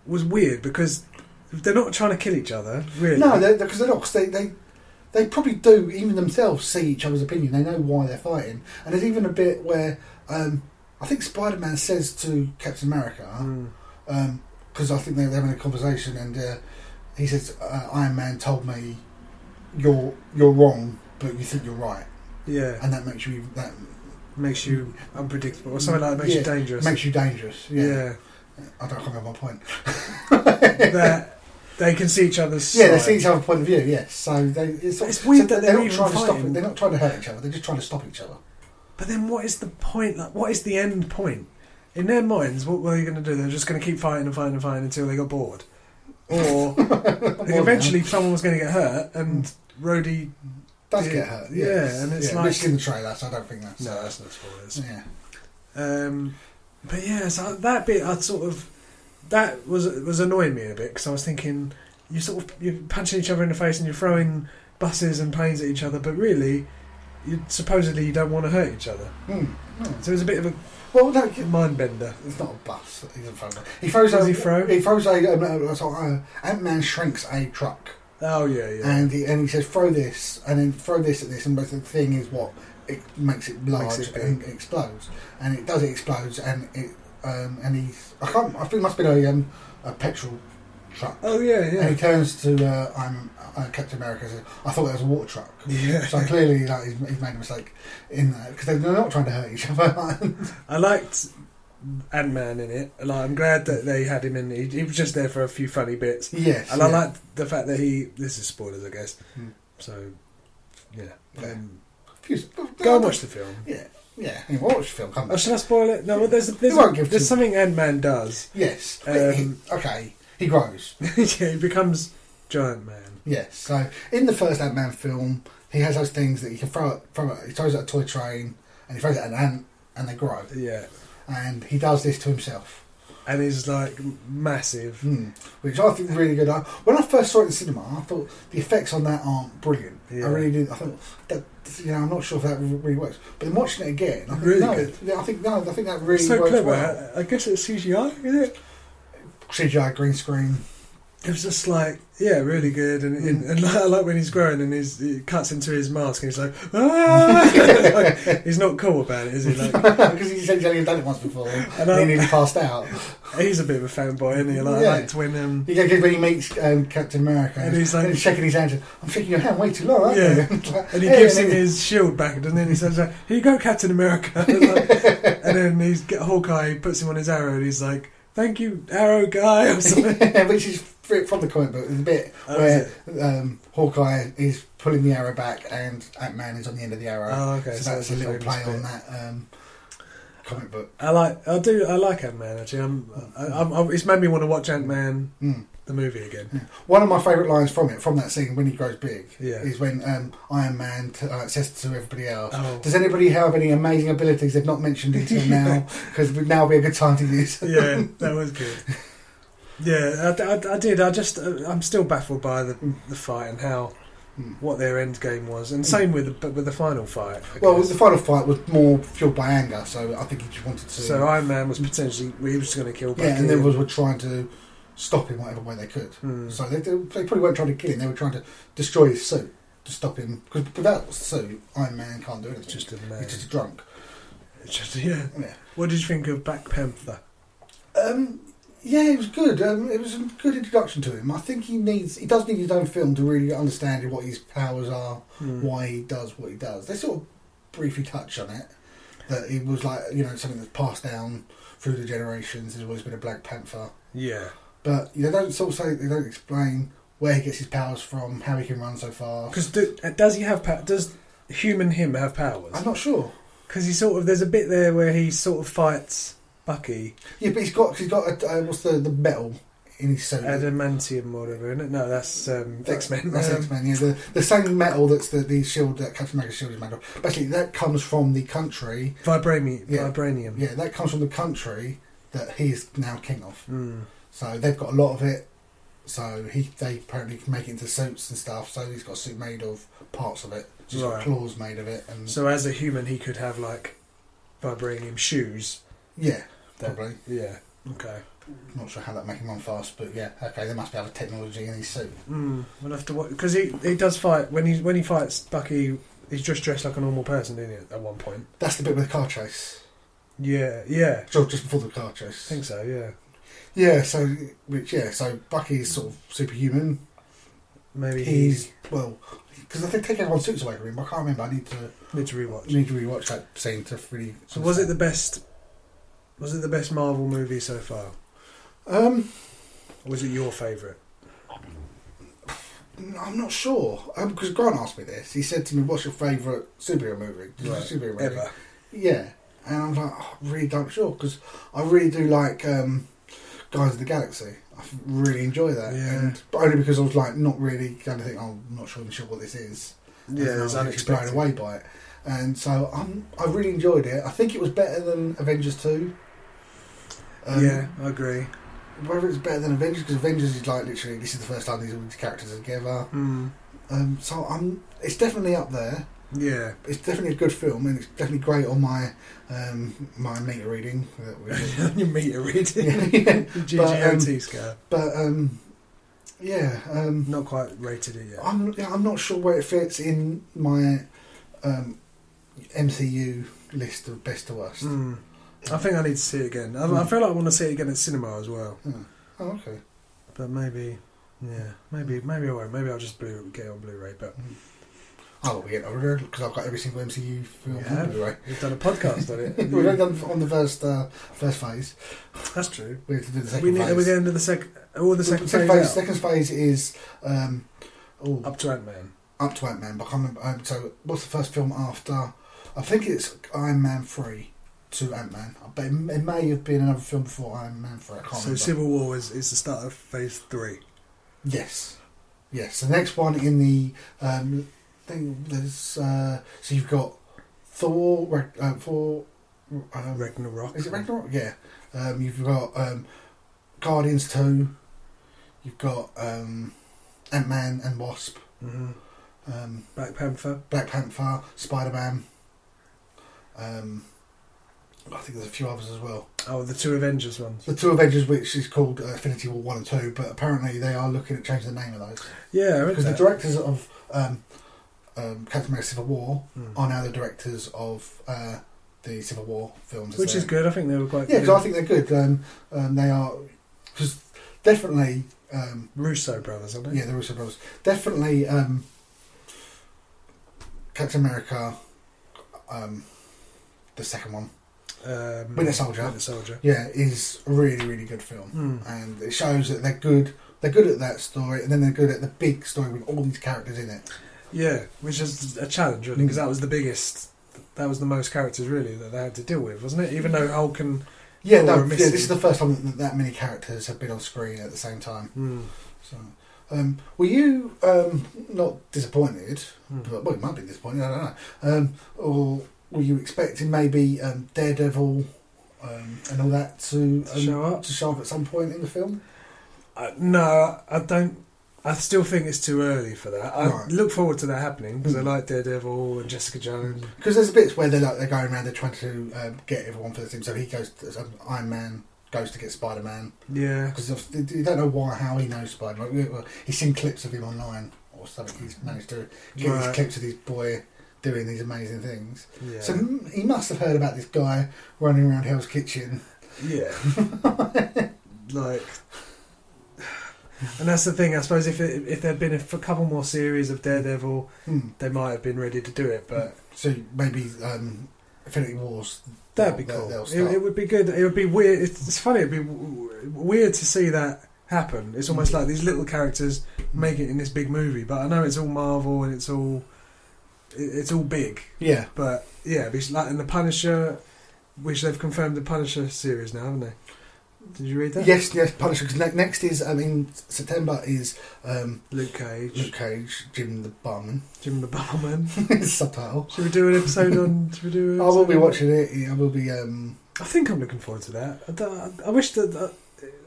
[SPEAKER 1] was weird because they're not trying to kill each other, really.
[SPEAKER 2] No, because they're, because they're not. 'cause they, they they probably do even themselves see each other's opinion. They know why they're fighting, and there's even a bit where um, I think Spider Man says to Captain America
[SPEAKER 1] Mm.
[SPEAKER 2] because Um, I think they were having a conversation, and uh, he says uh, Iron Man told me you're you're wrong, but you think you're right,
[SPEAKER 1] Yeah,
[SPEAKER 2] and that makes you even- that
[SPEAKER 1] makes you unpredictable or something like that. Makes you
[SPEAKER 2] Yeah,
[SPEAKER 1] dangerous.
[SPEAKER 2] makes you dangerous. Yeah,
[SPEAKER 1] yeah,
[SPEAKER 2] I don't remember my point.
[SPEAKER 1] that they can see each other's.
[SPEAKER 2] Yeah, they
[SPEAKER 1] side.
[SPEAKER 2] see each other's point of view. Yes, so they, it's,
[SPEAKER 1] It's weird that they're
[SPEAKER 2] not
[SPEAKER 1] even
[SPEAKER 2] trying to stop.
[SPEAKER 1] fighting.
[SPEAKER 2] They're not trying to hurt each other. They're just trying to stop each other.
[SPEAKER 1] But then, what is the point? Like, what is the end point? In their minds, what were they going to do? They're just going to keep fighting and fighting and fighting until they got bored,
[SPEAKER 2] [LAUGHS]
[SPEAKER 1] or like,
[SPEAKER 2] now.
[SPEAKER 1] eventually someone was going to get hurt, and
[SPEAKER 2] Hmm.
[SPEAKER 1] Rhodey.
[SPEAKER 2] does
[SPEAKER 1] Yeah,
[SPEAKER 2] get hurt.
[SPEAKER 1] yeah,
[SPEAKER 2] yes.
[SPEAKER 1] and it's
[SPEAKER 2] yeah,
[SPEAKER 1] like-
[SPEAKER 2] which is in the trailer, so I don't think that's uh,
[SPEAKER 1] not spoilers.
[SPEAKER 2] yeah.
[SPEAKER 1] Um, but yeah, so that bit I sort of that was was annoying me a bit because I was thinking you sort of you're punching each other in the face and you're throwing buses and planes at each other, but really, you supposedly you don't want to hurt each other.
[SPEAKER 2] Hmm. Hmm.
[SPEAKER 1] So it was a bit of
[SPEAKER 2] Well, no,
[SPEAKER 1] a mind bender.
[SPEAKER 2] it's not a bus. He's in front of it. He throws.
[SPEAKER 1] Does
[SPEAKER 2] a,
[SPEAKER 1] he throw?
[SPEAKER 2] He throws a. Um, uh, so, uh, Ant Man shrinks a truck,
[SPEAKER 1] Oh yeah, yeah.
[SPEAKER 2] and he and he says, "Throw this," and then throw this at this, and but the thing is what it makes it large
[SPEAKER 1] it
[SPEAKER 2] and it explodes, and it does. It explodes, and it um, and he's. I can't. I think it must be a um, a petrol truck.
[SPEAKER 1] Oh yeah,
[SPEAKER 2] And
[SPEAKER 1] yeah.
[SPEAKER 2] he turns to uh, I'm uh, Captain America. And says, I thought that was a water truck.
[SPEAKER 1] Yeah.
[SPEAKER 2] So clearly, like, he's, he's made a mistake in that because they're not trying to hurt each other. [LAUGHS]
[SPEAKER 1] I liked Ant Man in it. Like, I'm glad that they had him in. He, he was just there for a few funny bits,
[SPEAKER 2] yes.
[SPEAKER 1] and
[SPEAKER 2] yeah.
[SPEAKER 1] I liked the fact that he. This is spoilers, I guess.
[SPEAKER 2] Hmm.
[SPEAKER 1] So yeah,
[SPEAKER 2] Yeah.
[SPEAKER 1] Um,
[SPEAKER 2] Fuse-
[SPEAKER 1] go and watch the film.
[SPEAKER 2] Yeah. Yeah. Anyway, watch the film. Come
[SPEAKER 1] Oh,
[SPEAKER 2] back.
[SPEAKER 1] should I spoil it? No, well, there's there's,
[SPEAKER 2] won't give
[SPEAKER 1] there's
[SPEAKER 2] too-
[SPEAKER 1] something Ant Man [LAUGHS] does.
[SPEAKER 2] Yes.
[SPEAKER 1] Um,
[SPEAKER 2] He- okay. He grows.
[SPEAKER 1] yeah, he becomes giant man.
[SPEAKER 2] Yes. So in the first Ant Man film, he has those things that he can throw at, throw at. He throws at a toy train and he throws at an ant and they grow.
[SPEAKER 1] Yeah,
[SPEAKER 2] And he does this to himself.
[SPEAKER 1] and he's like massive.
[SPEAKER 2] Mm, which I think really good. I, when I first saw it in cinema, I thought the effects on that aren't brilliant.
[SPEAKER 1] Yeah.
[SPEAKER 2] I really did. I thought that you know I'm not sure if that really works. But then watching it again, I think
[SPEAKER 1] Really
[SPEAKER 2] no,
[SPEAKER 1] good.
[SPEAKER 2] yeah, I think no, I think that really
[SPEAKER 1] so
[SPEAKER 2] works
[SPEAKER 1] clever.
[SPEAKER 2] well.
[SPEAKER 1] I, I guess it's CGI, is it?
[SPEAKER 2] CGI green screen. [LAUGHS]
[SPEAKER 1] It was just like, yeah, really good, and and, and [LAUGHS] I like when he's growing and he's, he cuts into his mask and he's like, [LAUGHS] ah! Like, he's not cool about it, is he? [LAUGHS] Like,
[SPEAKER 2] because he's said he's only done it once before, and
[SPEAKER 1] I-
[SPEAKER 2] he nearly passed out.
[SPEAKER 1] he's a bit of a fanboy, isn't he? Like,
[SPEAKER 2] Yeah.
[SPEAKER 1] I liked when um,
[SPEAKER 2] He goes when he meets um, Captain America,
[SPEAKER 1] And he's like-
[SPEAKER 2] shaking his hand. I'm shaking your hand way too long, aren't
[SPEAKER 1] Yeah.
[SPEAKER 2] you? [LAUGHS] Like,
[SPEAKER 1] And he
[SPEAKER 2] "Hey,"
[SPEAKER 1] gives him
[SPEAKER 2] and he-
[SPEAKER 1] his shield back, and then he says, like, "Here you go, Captain America." [LAUGHS] Like, and then he's get Hawkeye puts him on his arrow, and he's like, "Thank you, Arrow guy." Or
[SPEAKER 2] [LAUGHS]
[SPEAKER 1] something.
[SPEAKER 2] which is fr- from the comic book. There's a bit
[SPEAKER 1] Oh,
[SPEAKER 2] where um, Hawkeye is pulling the arrow back and Ant Man is on the end of the arrow.
[SPEAKER 1] Oh, okay,
[SPEAKER 2] so,
[SPEAKER 1] so
[SPEAKER 2] that's
[SPEAKER 1] that's
[SPEAKER 2] a
[SPEAKER 1] a
[SPEAKER 2] little
[SPEAKER 1] famous
[SPEAKER 2] play
[SPEAKER 1] bit.
[SPEAKER 2] on that um, comic book.
[SPEAKER 1] I like, I do, I like Ant Man. Actually, I'm, I, I'm, I'm, it's made me want to watch Ant Man
[SPEAKER 2] Mm.
[SPEAKER 1] the movie again.
[SPEAKER 2] One of my favourite lines from it, from that scene when he grows big,
[SPEAKER 1] Yeah.
[SPEAKER 2] is when um, Iron Man t- uh, says to everybody else, [LAUGHS]
[SPEAKER 1] Oh.
[SPEAKER 2] "Does anybody have any amazing abilities they've not mentioned
[SPEAKER 1] [LAUGHS]
[SPEAKER 2] until now? Because now would be a good time to use." them."
[SPEAKER 1] Yeah, that was good. Yeah, I, I- I did. I just, uh, I'm still baffled by the the fight and how
[SPEAKER 2] Mm.
[SPEAKER 1] what their end game was, and same with the but with the final fight. I
[SPEAKER 2] Hmm. Well,
[SPEAKER 1] guess.
[SPEAKER 2] the final fight was more fueled by anger, so I think he just wanted to.
[SPEAKER 1] so Iron Man was potentially he was going to kill.
[SPEAKER 2] yeah,
[SPEAKER 1] Bucky.
[SPEAKER 2] and the others were trying to stop him whatever way they could.
[SPEAKER 1] Hmm.
[SPEAKER 2] So they, they probably weren't trying to kill him; they were trying to destroy his suit to stop him. Because without the suit, Iron Man can't do anything.
[SPEAKER 1] It's just a man.
[SPEAKER 2] He's just uh, a drunk.
[SPEAKER 1] It's just- yeah.
[SPEAKER 2] Yeah.
[SPEAKER 1] What did you think of Black Panther?
[SPEAKER 2] Um, yeah, it was good. Um, it was a good introduction to him. I think he needs he does need his own film to really understand what his powers are, why he does what he does. They sort of briefly touch on it that it was like you know something that's passed down through the generations. There's always been a Black Panther,
[SPEAKER 1] Yeah.
[SPEAKER 2] but they don't sort of say they don't explain where he gets his powers from, how he can run so fast.
[SPEAKER 1] Because do, uh, does he have pow- does human him have powers?
[SPEAKER 2] I'm not sure.
[SPEAKER 1] Because he sort of there's a bit there where he sort of fights Bucky
[SPEAKER 2] Yeah, but he's got he he's got a, uh, what's the the metal in his suit.
[SPEAKER 1] Uh, adamantium or whatever, isn't it? No, that's Mm-hmm. um,
[SPEAKER 2] That-
[SPEAKER 1] X Men.
[SPEAKER 2] That's X Men. Yeah, the, the same metal that's the, the shield that Captain America's shield is made of. Basically, that comes from the country.
[SPEAKER 1] Vibranium.
[SPEAKER 2] Yeah.
[SPEAKER 1] Vibranium.
[SPEAKER 2] Yeah, that comes from the country that he is now king of.
[SPEAKER 1] Mm.
[SPEAKER 2] So they've got a lot of it. So he they apparently can make it into suits and stuff. So he's got a suit made of parts of it. So he's
[SPEAKER 1] Right.
[SPEAKER 2] got claws made of it, and
[SPEAKER 1] So as a human, he could have like vibranium shoes.
[SPEAKER 2] yeah,
[SPEAKER 1] That-
[SPEAKER 2] probably.
[SPEAKER 1] Yeah. Okay.
[SPEAKER 2] Not sure how that make him run fast, but yeah, okay. They must be other technology in his suit.
[SPEAKER 1] Mm. We'll have to watch because he he does fight when he when he fights Bucky. He's just dressed like a normal person, isn't he? At one point.
[SPEAKER 2] That's the bit with the car chase.
[SPEAKER 1] Yeah. Yeah.
[SPEAKER 2] Sure, just before the car
[SPEAKER 1] I
[SPEAKER 2] chase.
[SPEAKER 1] think so. Yeah.
[SPEAKER 2] Yeah, so which yeah, so Bucky's sort of superhuman.
[SPEAKER 1] Maybe
[SPEAKER 2] He's
[SPEAKER 1] he's
[SPEAKER 2] well because they take everyone's suits away from him. I can't remember. I need to
[SPEAKER 1] need to rewatch.
[SPEAKER 2] need to rewatch that scene to really.
[SPEAKER 1] So was it the best? Was it the best Marvel movie so far?
[SPEAKER 2] Um,
[SPEAKER 1] Or was it your favourite?
[SPEAKER 2] I'm not sure because Grant asked me this. He said to me, "What's your favourite superhero movie?"
[SPEAKER 1] Right.
[SPEAKER 2] Superhero movie.
[SPEAKER 1] Ever?
[SPEAKER 2] Yeah, and I'm like, oh, I really don't sure because I really do like um, Guys of the Galaxy. I f- really enjoy that,
[SPEAKER 1] Yeah.
[SPEAKER 2] and but only because I was like not really kind of think. Oh, I'm not sure, I'm sure what this is.
[SPEAKER 1] Yeah,
[SPEAKER 2] and I
[SPEAKER 1] there's
[SPEAKER 2] was actually
[SPEAKER 1] unexpected.
[SPEAKER 2] blown away by it, and so I'm, I really enjoyed it. I think it was better than Avengers two. Um,
[SPEAKER 1] yeah, I agree.
[SPEAKER 2] Whether it's better than Avengers because Avengers is like literally this is the first time these all these characters are together.
[SPEAKER 1] Mm.
[SPEAKER 2] Um, so I'm it's definitely up there.
[SPEAKER 1] Yeah.
[SPEAKER 2] It's definitely a good film and it's definitely great on my um, my meter reading.
[SPEAKER 1] [LAUGHS]
[SPEAKER 2] that we did.
[SPEAKER 1] you meter reading. [LAUGHS]
[SPEAKER 2] Yeah. [LAUGHS]
[SPEAKER 1] GGOT scale.
[SPEAKER 2] but um, yeah, um,
[SPEAKER 1] Not quite rated it yet.
[SPEAKER 2] I'm yeah, I'm not sure where it fits in my um, MCU list of best to worst.
[SPEAKER 1] Mm. I think I need to see it again. I, I
[SPEAKER 2] Mm.
[SPEAKER 1] feel like I want to see it again at cinema as well.
[SPEAKER 2] Oh, okay.
[SPEAKER 1] But maybe, yeah, maybe, maybe I won't. Maybe I'll just blue, get it on Blu-ray. But
[SPEAKER 2] I will get over it because I've got every single MCU film
[SPEAKER 1] Yeah.
[SPEAKER 2] on [LAUGHS] Blu-ray.
[SPEAKER 1] we've done a podcast
[SPEAKER 2] [LAUGHS]
[SPEAKER 1] on
[SPEAKER 2] We've
[SPEAKER 1] it.
[SPEAKER 2] only done on the first uh, first phase.
[SPEAKER 1] That's true.
[SPEAKER 2] We have to do the second
[SPEAKER 1] We need,
[SPEAKER 2] phase.
[SPEAKER 1] are we the end of the second? All the second phase. out?
[SPEAKER 2] Second phase is um, oh, up.
[SPEAKER 1] Up to Ant Man.
[SPEAKER 2] to Ant Man, but I can't remember. Um, so what's the first film after? I think it's Iron Man three to Ant Man, but it, it may have been another film before Iron Man three. I can't
[SPEAKER 1] So
[SPEAKER 2] remember.
[SPEAKER 1] Civil War is, is the start of Phase Three.
[SPEAKER 2] yes, yes. The next one in the um, thing there's uh, so you've got Thor, Rag- uh, Thor, um,
[SPEAKER 1] Ragnarok.
[SPEAKER 2] Is it Ragnarok? Yeah. Um, you've got um, Guardians 2. You've got um, Ant Man and Wasp.
[SPEAKER 1] hmm
[SPEAKER 2] Um,
[SPEAKER 1] Black Panther.
[SPEAKER 2] Black Panther. Spider Man. Um, I think there's a few others as well.
[SPEAKER 1] Oh, the two Avengers ones.
[SPEAKER 2] The two Avengers, which is called uh, Infinity War 1 and 2, but apparently they are looking at changing the name of those.
[SPEAKER 1] Yeah, I read
[SPEAKER 2] Because the
[SPEAKER 1] that.
[SPEAKER 2] directors of um, um, Captain America Civil War
[SPEAKER 1] Mm.
[SPEAKER 2] are now the directors of uh, the Civil War films. as
[SPEAKER 1] which
[SPEAKER 2] they-
[SPEAKER 1] is good. I think they were quite.
[SPEAKER 2] Yeah,
[SPEAKER 1] good.
[SPEAKER 2] because I think they're good. Um, um, they are because definitely, um,
[SPEAKER 1] Russo brothers, aren't they?
[SPEAKER 2] yeah, the Russo brothers definitely. Um, Captain America, um, the second one,
[SPEAKER 1] Um,
[SPEAKER 2] Winter Soldier.
[SPEAKER 1] Winter Soldier.
[SPEAKER 2] yeah, is a really really good film,
[SPEAKER 1] Mm.
[SPEAKER 2] and it shows that they're good. They're good at that story, and then they're good at the big story with all these characters in it.
[SPEAKER 1] Yeah, which is a challenge, I think, because that was the biggest. That was the most characters really that they had to deal with, wasn't it? Even though Hulk and
[SPEAKER 2] Yeah,
[SPEAKER 1] Or
[SPEAKER 2] no,
[SPEAKER 1] we're
[SPEAKER 2] yeah,
[SPEAKER 1] missing-
[SPEAKER 2] this is the first time that that many characters have been on screen at the same time.
[SPEAKER 1] mm,
[SPEAKER 2] So, um, were you um, not disappointed
[SPEAKER 1] mm.
[SPEAKER 2] Well, well, it might be disappointing. I don't know. Um, or were you expecting maybe um, Daredevil um, and all that to
[SPEAKER 1] To
[SPEAKER 2] um,
[SPEAKER 1] show up?
[SPEAKER 2] to show up at some point in the film?
[SPEAKER 1] Uh, no, I don't. I still think it's too early for that. I
[SPEAKER 2] Right.
[SPEAKER 1] look forward to that happening because I
[SPEAKER 2] Mm.
[SPEAKER 1] like Daredevil and Jessica Jones.
[SPEAKER 2] Because there's bits where they're like they're going around, they're trying to um, get everyone for the team. So he goes, to, so Iron Man goes to get Spider Man
[SPEAKER 1] Yeah,
[SPEAKER 2] because you don't know why, how he knows Spider Man. He's seen clips of him online or something. He's managed to get
[SPEAKER 1] Right.
[SPEAKER 2] these clips of this boy doing these amazing things.
[SPEAKER 1] yeah,
[SPEAKER 2] So m- he must have heard about this guy running around Hell's Kitchen.
[SPEAKER 1] yeah. like, and that's the thing. I suppose if it, if there'd been a f- couple more series of Daredevil,
[SPEAKER 2] Hmm.
[SPEAKER 1] they might have been ready to do it, but
[SPEAKER 2] So maybe um, Infinity Wars.
[SPEAKER 1] that'd be
[SPEAKER 2] they'll-
[SPEAKER 1] cool.
[SPEAKER 2] they'll
[SPEAKER 1] It,
[SPEAKER 2] start.
[SPEAKER 1] it would be good. It would be weird. It's, it's funny. It'd be w- w- weird to see that happen. It's almost like these little characters make it in this big movie, but I know it's all Marvel and it's all it, it's all big.
[SPEAKER 2] Yeah.
[SPEAKER 1] But yeah, because like in the Punisher, which they've confirmed the Punisher series now, haven't they? Did you read that?
[SPEAKER 2] Yes, yes, Punisher. 'cause ne- next is, I mean, September is um,
[SPEAKER 1] Luke Cage,
[SPEAKER 2] Luke Cage, Jim the Barman. [LAUGHS]
[SPEAKER 1] Jim the Barman.
[SPEAKER 2] Subtitle.
[SPEAKER 1] Should we do an episode on? Should we do? An
[SPEAKER 2] I will
[SPEAKER 1] episode
[SPEAKER 2] be
[SPEAKER 1] on-
[SPEAKER 2] watching it. I will be. Um,
[SPEAKER 1] I think I'm looking forward to that. I, don't- I wish that uh,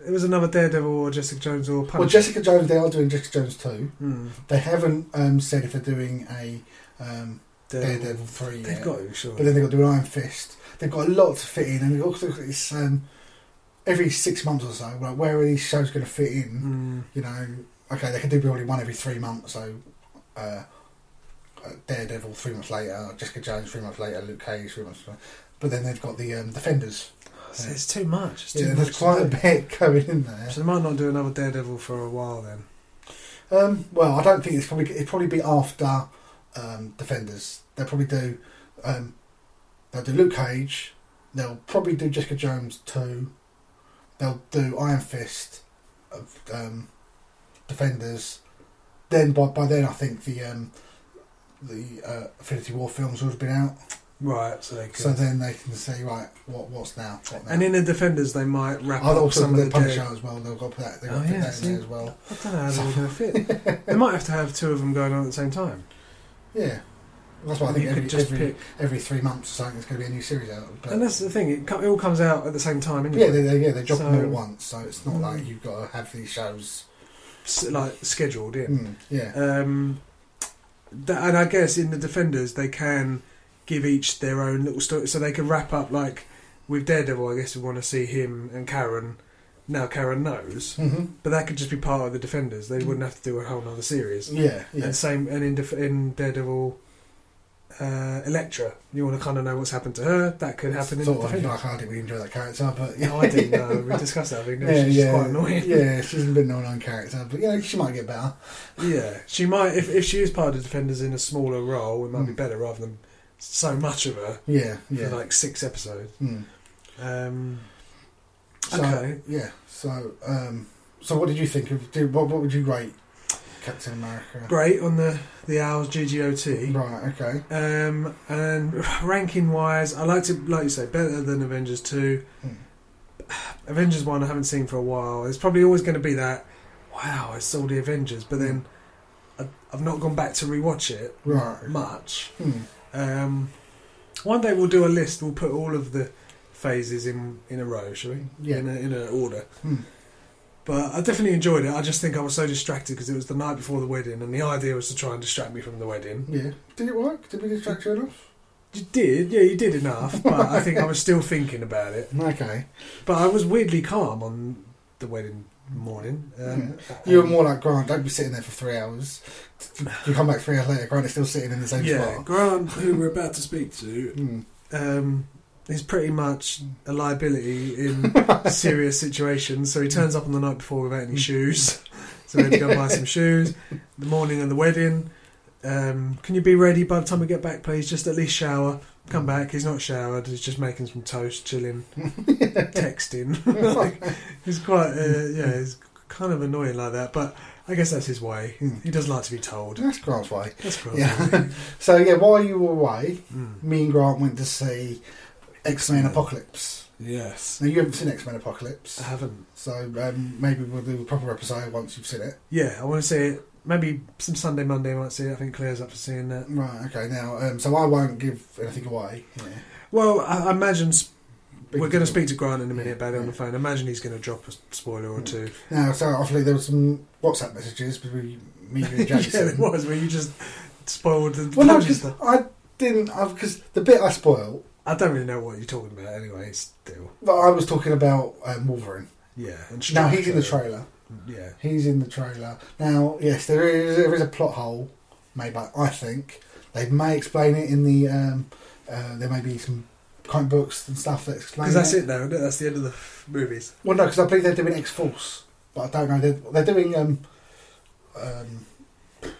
[SPEAKER 1] it was another Daredevil or Jessica Jones or Punisher.
[SPEAKER 2] well, Jessica Jones. They are doing Jessica Jones two.
[SPEAKER 1] Hmm,
[SPEAKER 2] They haven't um, said if they're doing a um,
[SPEAKER 1] Daredevil.
[SPEAKER 2] Daredevil three yet.
[SPEAKER 1] They've got to, sure.
[SPEAKER 2] But then they've got to do an Iron Fist. They've got a lot to fit in, and also it's um, every six months or so. Like, where are these shows going to fit in?
[SPEAKER 1] Mm,
[SPEAKER 2] You know, okay, they could do only one every three months. So, uh, uh, Daredevil three months later, Jessica Jones three months later, Luke Cage three months later. But then they've got the um, Defenders.
[SPEAKER 1] so it's too much. It's too
[SPEAKER 2] Yeah,
[SPEAKER 1] much
[SPEAKER 2] there's
[SPEAKER 1] to
[SPEAKER 2] quite a
[SPEAKER 1] do.
[SPEAKER 2] bit [LAUGHS] going in there.
[SPEAKER 1] So they might not do another Daredevil for a while then.
[SPEAKER 2] Um, well, I don't think it's probably it'd probably be after um, Defenders. They'll probably do um, they'll do Luke Cage. They'll probably do Jessica Jones two. They'll do Iron Fist, of, um, Defenders. Then by by then I think the um, the uh, Infinity War films would have been out.
[SPEAKER 1] Right, so they could.
[SPEAKER 2] So then they can say right, what what's now? What now?
[SPEAKER 1] and in the Defenders, they might wrap
[SPEAKER 2] I'll
[SPEAKER 1] up
[SPEAKER 2] also
[SPEAKER 1] some
[SPEAKER 2] do
[SPEAKER 1] of
[SPEAKER 2] the
[SPEAKER 1] the
[SPEAKER 2] Punisher
[SPEAKER 1] Dare-
[SPEAKER 2] as well. They've got that. They've
[SPEAKER 1] Oh,
[SPEAKER 2] got to put
[SPEAKER 1] yeah,
[SPEAKER 2] that in there
[SPEAKER 1] see?
[SPEAKER 2] as well.
[SPEAKER 1] I don't know how they're all
[SPEAKER 2] [LAUGHS]
[SPEAKER 1] going to fit. they might have to have two of them going on at the same time.
[SPEAKER 2] Yeah, that's why I think
[SPEAKER 1] you
[SPEAKER 2] every,
[SPEAKER 1] could just
[SPEAKER 2] every
[SPEAKER 1] pick.
[SPEAKER 2] every three months or something, there's going to be a new series out. But
[SPEAKER 1] And that's the thing; it, co- it all comes out at the same time,
[SPEAKER 2] yeah,
[SPEAKER 1] anyway.
[SPEAKER 2] they, they, yeah, they drop them all
[SPEAKER 1] So-
[SPEAKER 2] at once, so it's not
[SPEAKER 1] Mm.
[SPEAKER 2] like you've got to have these shows.
[SPEAKER 1] S- like scheduled. Yeah.
[SPEAKER 2] Mm, yeah,
[SPEAKER 1] Um, th- and I guess in the Defenders, they can give each their own little story, so they can wrap up like with Daredevil. I guess we want to see him and Karen. Now Karen knows,
[SPEAKER 2] hmm
[SPEAKER 1] but that could just be part of the Defenders. They wouldn't have to do a whole other series.
[SPEAKER 2] yeah, yeah.
[SPEAKER 1] And same and in, Def- in Daredevil, uh, Elektra. You want to kind of know what's happened to her. That could happen in the
[SPEAKER 2] Sort of,
[SPEAKER 1] Defenders. [LAUGHS]
[SPEAKER 2] like, I didn't really enjoy that character, but yeah,
[SPEAKER 1] No, I didn't
[SPEAKER 2] [LAUGHS]
[SPEAKER 1] know. We discussed that. I think
[SPEAKER 2] yeah,
[SPEAKER 1] she's
[SPEAKER 2] yeah,
[SPEAKER 1] quite annoying.
[SPEAKER 2] yeah. She's a bit an unknown character, but yeah, she might get better.
[SPEAKER 1] Yeah, she might if, if she is part of the defenders in a smaller role, it might be
[SPEAKER 2] Mm.
[SPEAKER 1] better rather than so much of her
[SPEAKER 2] Yeah, yeah.
[SPEAKER 1] for like six episodes.
[SPEAKER 2] mm.
[SPEAKER 1] Um,
[SPEAKER 2] So,
[SPEAKER 1] Okay.
[SPEAKER 2] yeah. So, um, so what did you think of? Did, what what would you rate Captain America?
[SPEAKER 1] great on the the hours GGOT.
[SPEAKER 2] Right. Okay.
[SPEAKER 1] Um, and [LAUGHS] ranking wise, I liked it like you say better than Avengers two.
[SPEAKER 2] Mm.
[SPEAKER 1] Avengers one I haven't seen for a while. It's probably always going to be that. Wow, I saw the Avengers, but then I, I've not gone back to rewatch it
[SPEAKER 2] Hmm. Right.
[SPEAKER 1] much.
[SPEAKER 2] Hmm.
[SPEAKER 1] Um, one day we'll do a list. We'll put all of the phases in in a row, shall we?
[SPEAKER 2] Yeah.
[SPEAKER 1] In a, in an order.
[SPEAKER 2] Hmm.
[SPEAKER 1] But I definitely enjoyed it. I just think I was so distracted because it was the night before the wedding, and the idea was to try and distract me from the wedding.
[SPEAKER 2] Yeah. Did it work? Did we distract you enough?
[SPEAKER 1] You did, yeah, you did enough. But I think I was still thinking about it.
[SPEAKER 2] Okay.
[SPEAKER 1] But I was weirdly calm on the wedding morning. [LAUGHS] Um,
[SPEAKER 2] You were
[SPEAKER 1] um,
[SPEAKER 2] more like Grant. Don't be sitting there for three hours. You come back three hours later. Grant is still sitting in the same
[SPEAKER 1] Yeah,
[SPEAKER 2] spot.
[SPEAKER 1] Grant, who we're about to speak to, [LAUGHS]
[SPEAKER 2] Mm.
[SPEAKER 1] um, is pretty much a liability in serious situations. So he turns up on the night before without any shoes. So we had to go and buy some shoes. The morning of the wedding. Um, can you be ready by the time we get back, please? Just at least shower. Come back. He's not showered. He's just making some toast, chilling, texting. [LAUGHS] like, he's quite, uh, yeah, he's kind of annoying like that. But I guess that's his way.
[SPEAKER 2] Hmm.
[SPEAKER 1] He doesn't like to be told.
[SPEAKER 2] That's Grant's way.
[SPEAKER 1] That's gross.
[SPEAKER 2] Yeah. [LAUGHS]
[SPEAKER 1] isn't it?
[SPEAKER 2] So yeah, while you were away,
[SPEAKER 1] Mm.
[SPEAKER 2] me and Grant went to see X Men Apocalypse.
[SPEAKER 1] Yes.
[SPEAKER 2] Now you haven't seen X Men Apocalypse,
[SPEAKER 1] I haven't.
[SPEAKER 2] so um, maybe we'll do a proper episode once you've seen it.
[SPEAKER 1] Yeah, I want to see it. Maybe some Sunday, Monday, I might see it. I think Claire's up for seeing that.
[SPEAKER 2] Right. Okay. Now, um, so I won't give anything away. Yeah.
[SPEAKER 1] Well, I, I imagine sp- we're going to speak to Grant in a
[SPEAKER 2] Yeah,
[SPEAKER 1] minute about it on the
[SPEAKER 2] yeah.
[SPEAKER 1] phone. I imagine he's going to drop a s- spoiler or
[SPEAKER 2] Mm.
[SPEAKER 1] two.
[SPEAKER 2] [LAUGHS]
[SPEAKER 1] [LAUGHS]
[SPEAKER 2] Now, so obviously there were some WhatsApp messages between me and
[SPEAKER 1] [LAUGHS] yeah,
[SPEAKER 2] Jason.
[SPEAKER 1] it was where you just spoiled the
[SPEAKER 2] Well, no,
[SPEAKER 1] bunch of
[SPEAKER 2] because
[SPEAKER 1] stuff.
[SPEAKER 2] I didn't. Because the bit I spoiled,
[SPEAKER 1] I don't really know what you're talking about anyway. Still,
[SPEAKER 2] but I was talking about um, Wolverine.
[SPEAKER 1] yeah. And
[SPEAKER 2] Now he's in the
[SPEAKER 1] Stryker,
[SPEAKER 2] trailer.
[SPEAKER 1] Yeah,
[SPEAKER 2] He's in the trailer. Now, yes, there is there is a plot hole made by I think they may explain it in the. Um, uh, there may be some comic books and stuff that explain.
[SPEAKER 1] because that's it now. isn't it? That's the end of the f- movies.
[SPEAKER 2] Well, no, because I believe they're doing X Force, but I don't know. They're, they're doing um, um,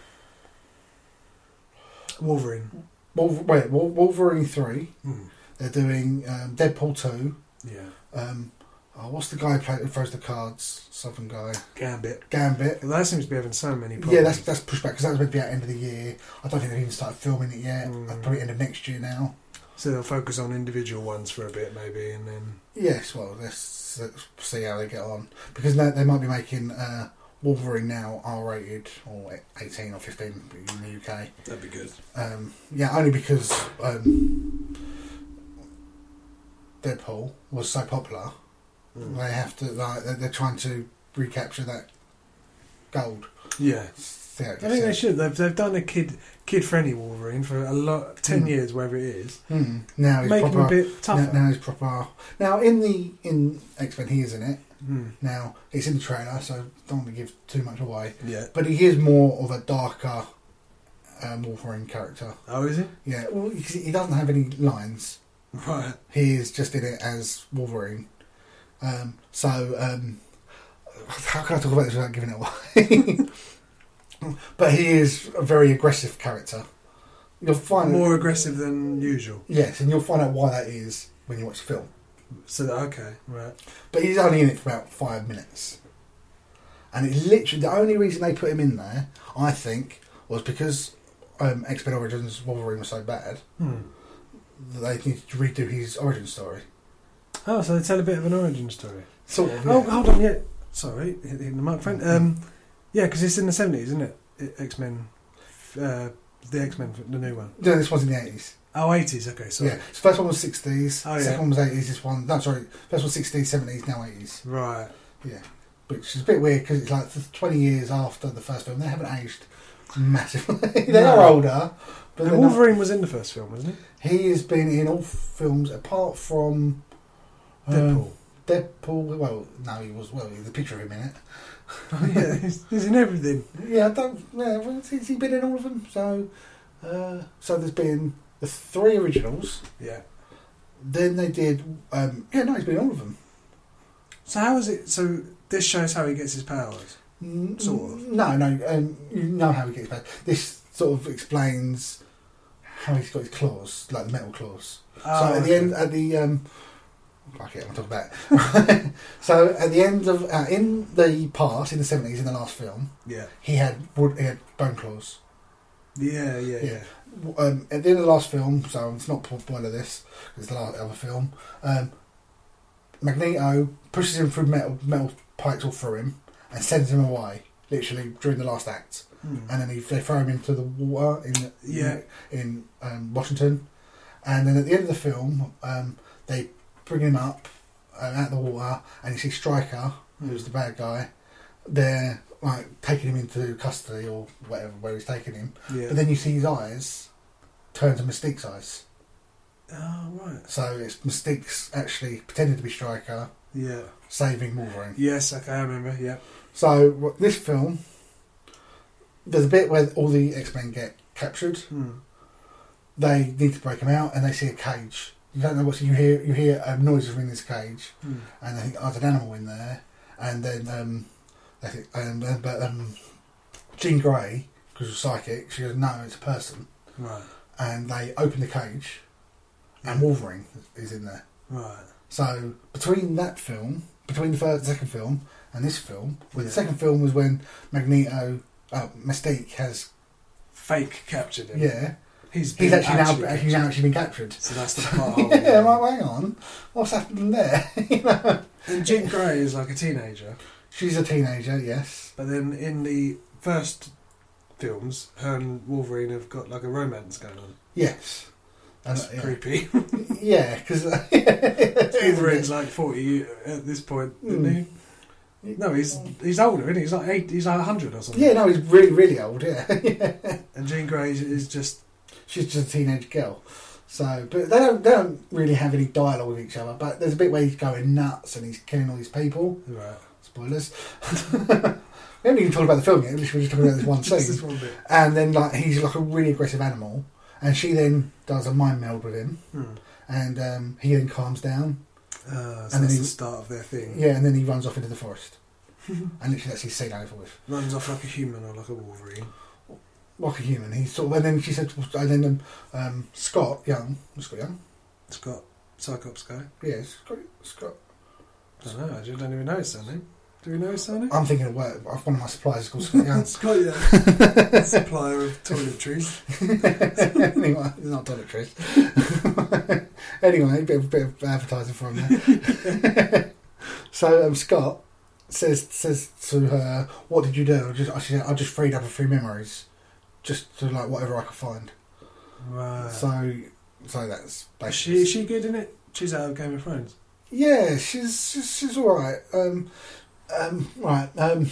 [SPEAKER 1] Wolverine.
[SPEAKER 2] Wolver- wait, Wol- Wolverine three.
[SPEAKER 1] Mm.
[SPEAKER 2] They're doing um, Deadpool two.
[SPEAKER 1] Yeah.
[SPEAKER 2] Um, Oh, what's the guy who, play, who throws the cards? Southern guy.
[SPEAKER 1] Gambit.
[SPEAKER 2] Gambit.
[SPEAKER 1] That seems to be having so many problems.
[SPEAKER 2] Yeah, that's that's pushed back because that was meant to be at the end of the year. I don't think they've even started filming it yet.
[SPEAKER 1] Mm.
[SPEAKER 2] That's probably end of next year now.
[SPEAKER 1] so they'll focus on individual ones for a bit, maybe, and then
[SPEAKER 2] Yes, well, let's, let's see how they get on because now they might be making uh, Wolverine now R-rated or 18 or 15 in the UK.
[SPEAKER 1] that'd be good.
[SPEAKER 2] Um, yeah, only because um, Deadpool was so popular,
[SPEAKER 1] Hmm.
[SPEAKER 2] they have to like they're- they're trying to recapture that gold.
[SPEAKER 1] Yeah,
[SPEAKER 2] I
[SPEAKER 1] I think they should. They've, they've done a kid kid friendly Wolverine for a lot, ten
[SPEAKER 2] Mm.
[SPEAKER 1] years, wherever it is.
[SPEAKER 2] Hmm. Now he's
[SPEAKER 1] Make him
[SPEAKER 2] proper.
[SPEAKER 1] a bit
[SPEAKER 2] now,
[SPEAKER 1] tougher.
[SPEAKER 2] now he's proper. Now in the in X Men, he is in it.
[SPEAKER 1] Mm.
[SPEAKER 2] Now it's in the trailer, so don't want to give too much away.
[SPEAKER 1] Yeah.
[SPEAKER 2] But he is more of a darker um, Wolverine character.
[SPEAKER 1] Oh, is it?
[SPEAKER 2] Yeah, well, he he doesn't have any lines.
[SPEAKER 1] Right.
[SPEAKER 2] He is just in it as Wolverine. Um, so, um, how can I talk about this without giving it away? [LAUGHS] but he is a very aggressive character. You'll find
[SPEAKER 1] More aggressive than usual.
[SPEAKER 2] yes, and you'll find out why that is when you watch the film.
[SPEAKER 1] So that, okay, right.
[SPEAKER 2] But he's only in it for about five minutes, and it's literally the only reason they put him in there, I think, was because um, X Men Origins Wolverine was so bad
[SPEAKER 1] Hmm.
[SPEAKER 2] that they needed to redo his origin story.
[SPEAKER 1] Oh, so they tell a bit of an origin story.
[SPEAKER 2] Sort of.
[SPEAKER 1] Oh,
[SPEAKER 2] yeah.
[SPEAKER 1] hold on, yeah. Sorry, hit- hitting the microphone. Um, yeah, because it's in the seventies, isn't it? X Men, uh, the X Men, the new one.
[SPEAKER 2] No, this was in the eighties.
[SPEAKER 1] Oh, 80s, Okay, sorry.
[SPEAKER 2] Yeah, so first one was sixties.
[SPEAKER 1] Oh, yeah.
[SPEAKER 2] Second one was eighties. This one, no, sorry, first one sixties, seventies, now eighties.
[SPEAKER 1] Right.
[SPEAKER 2] Yeah, which is a bit weird because it's like th- twenty years after the first film. They haven't aged massively. [LAUGHS] they
[SPEAKER 1] No.
[SPEAKER 2] are older, but
[SPEAKER 1] And
[SPEAKER 2] they're not-
[SPEAKER 1] Wolverine was in the first film, wasn't he?
[SPEAKER 2] he has been in all films apart from um,
[SPEAKER 1] Deadpool.
[SPEAKER 2] Deadpool. Well, no, he was. Well, there's a picture of him in it.
[SPEAKER 1] Oh, yeah, [LAUGHS] he's, he's in everything.
[SPEAKER 2] Yeah, I don't. Yeah, well, has he been in all of them? So, uh, so there's been the three originals.
[SPEAKER 1] Yeah.
[SPEAKER 2] Then they did. Um, yeah, no, he's been in all of them.
[SPEAKER 1] So how is it? So this shows how he gets his powers.
[SPEAKER 2] N-
[SPEAKER 1] Sort of.
[SPEAKER 2] No, no. Um, you know how he gets back. This sort of explains how he's got his claws, like the metal claws.
[SPEAKER 1] Oh,
[SPEAKER 2] so at the end, at the um, fuck it, I'm talking about. it. [LAUGHS] so at the end of uh, in the past, in the seventies, in the last film,
[SPEAKER 1] yeah,
[SPEAKER 2] he had wood, he had bone claws.
[SPEAKER 1] yeah, yeah, yeah.
[SPEAKER 2] Yeah. Um, at the end of the last film, so it's not po- spoiler this. 'cause It's the last other film. Um, Magneto pushes him through metal metal pipes all through him and sends him away. Literally during the last act,
[SPEAKER 1] Hmm.
[SPEAKER 2] and then he, they throw him into the water in
[SPEAKER 1] Yeah.
[SPEAKER 2] in um, Washington, and then at the end of the film, um, they bring him up uh, out of the water, and you see Stryker, who's the bad guy, they're like taking him into custody or whatever where he's taking him.
[SPEAKER 1] yeah.
[SPEAKER 2] But then you see his eyes turn to Mystique's eyes.
[SPEAKER 1] oh right.
[SPEAKER 2] So it's Mystique's actually pretending to be Stryker,
[SPEAKER 1] Yeah.
[SPEAKER 2] saving Wolverine.
[SPEAKER 1] Yes. Okay, I remember. Yeah.
[SPEAKER 2] So w- this film, there's a bit where all the X Men get captured.
[SPEAKER 1] Hmm.
[SPEAKER 2] They need to break them out, and they see a cage. You don't know what's you hear. You hear um, noises in this cage,
[SPEAKER 1] Hmm.
[SPEAKER 2] and they think, oh, there's an animal in there. And then, um, they think, um, then- but um, Jean Grey, because she's psychic, she goes, no, it's a person.
[SPEAKER 1] Right.
[SPEAKER 2] And they open the cage, and Wolverine is in there.
[SPEAKER 1] Right.
[SPEAKER 2] So between that film, between the first, second film, and this film, well,
[SPEAKER 1] Yeah.
[SPEAKER 2] the second film was when Magneto, oh, Mystique has,
[SPEAKER 1] Fake captured him.
[SPEAKER 2] yeah,
[SPEAKER 1] He's,
[SPEAKER 2] he's
[SPEAKER 1] been
[SPEAKER 2] actually, now
[SPEAKER 1] captured.
[SPEAKER 2] actually now actually been captured.
[SPEAKER 1] So that's the
[SPEAKER 2] [LAUGHS]
[SPEAKER 1] part.
[SPEAKER 2] yeah, I'm like, hang on, what's happening there? [LAUGHS] you know,
[SPEAKER 1] And Jean Grey is like a teenager,
[SPEAKER 2] she's a teenager, yes.
[SPEAKER 1] but then in the first films, her and Wolverine have got like a romance going on.
[SPEAKER 2] Yes. And,
[SPEAKER 1] That's
[SPEAKER 2] uh, yeah.
[SPEAKER 1] creepy.
[SPEAKER 2] yeah, uh, because
[SPEAKER 1] Wolverine's like forty at this point, isn't
[SPEAKER 2] Hmm.
[SPEAKER 1] he? No, he's he's older, isn't he? He's like eight, he's like hundred or something.
[SPEAKER 2] [LAUGHS] yeah, no, he's really really old. Yeah, [LAUGHS]
[SPEAKER 1] And Jean Grey is, is just
[SPEAKER 2] she's just a teenage girl. So, but they don't they don't really have any dialogue with each other. But there's a bit where he's going nuts and he's killing all these people.
[SPEAKER 1] right.
[SPEAKER 2] Spoilers. [LAUGHS] we haven't even talked about the film yet. We're just talking about this one
[SPEAKER 1] Just this
[SPEAKER 2] scene.
[SPEAKER 1] one bit.
[SPEAKER 2] And then like he's like a really aggressive animal, and she then does a mind meld with him,
[SPEAKER 1] Hmm.
[SPEAKER 2] and um, he then calms down.
[SPEAKER 1] Uh, so
[SPEAKER 2] And then
[SPEAKER 1] that's
[SPEAKER 2] he-
[SPEAKER 1] the start of their thing.
[SPEAKER 2] Yeah, and then he runs off into the forest, and literally that's his scene over with.
[SPEAKER 1] Runs off like a human or like a Wolverine.
[SPEAKER 2] like a human. He sort of, and then she said, and then um, um, Scott Young, Scott Young,
[SPEAKER 1] It's got Cyclops guy.
[SPEAKER 2] yeah, Scott, Scott,
[SPEAKER 1] I don't know. I don't even know his surname. Do we know his surname?
[SPEAKER 2] I'm thinking of work. One of my suppliers is called Scott
[SPEAKER 1] [LAUGHS]
[SPEAKER 2] Young. [LAUGHS]
[SPEAKER 1] Scott Young, supplier of toiletries.
[SPEAKER 2] anyway, it's not toiletries. [LAUGHS] anyway, bit of, bit of advertising from there. [LAUGHS] so um, Scott says says to her, "What did you do?" I just I, said, I just freed up a few memories, just to like whatever I could find.
[SPEAKER 1] Right.
[SPEAKER 2] So so that's
[SPEAKER 1] is
[SPEAKER 2] basically.
[SPEAKER 1] she is she good in it? She's out of Game of Thrones.
[SPEAKER 2] Yeah, she's she's, she's all right. Um, um, right. Um,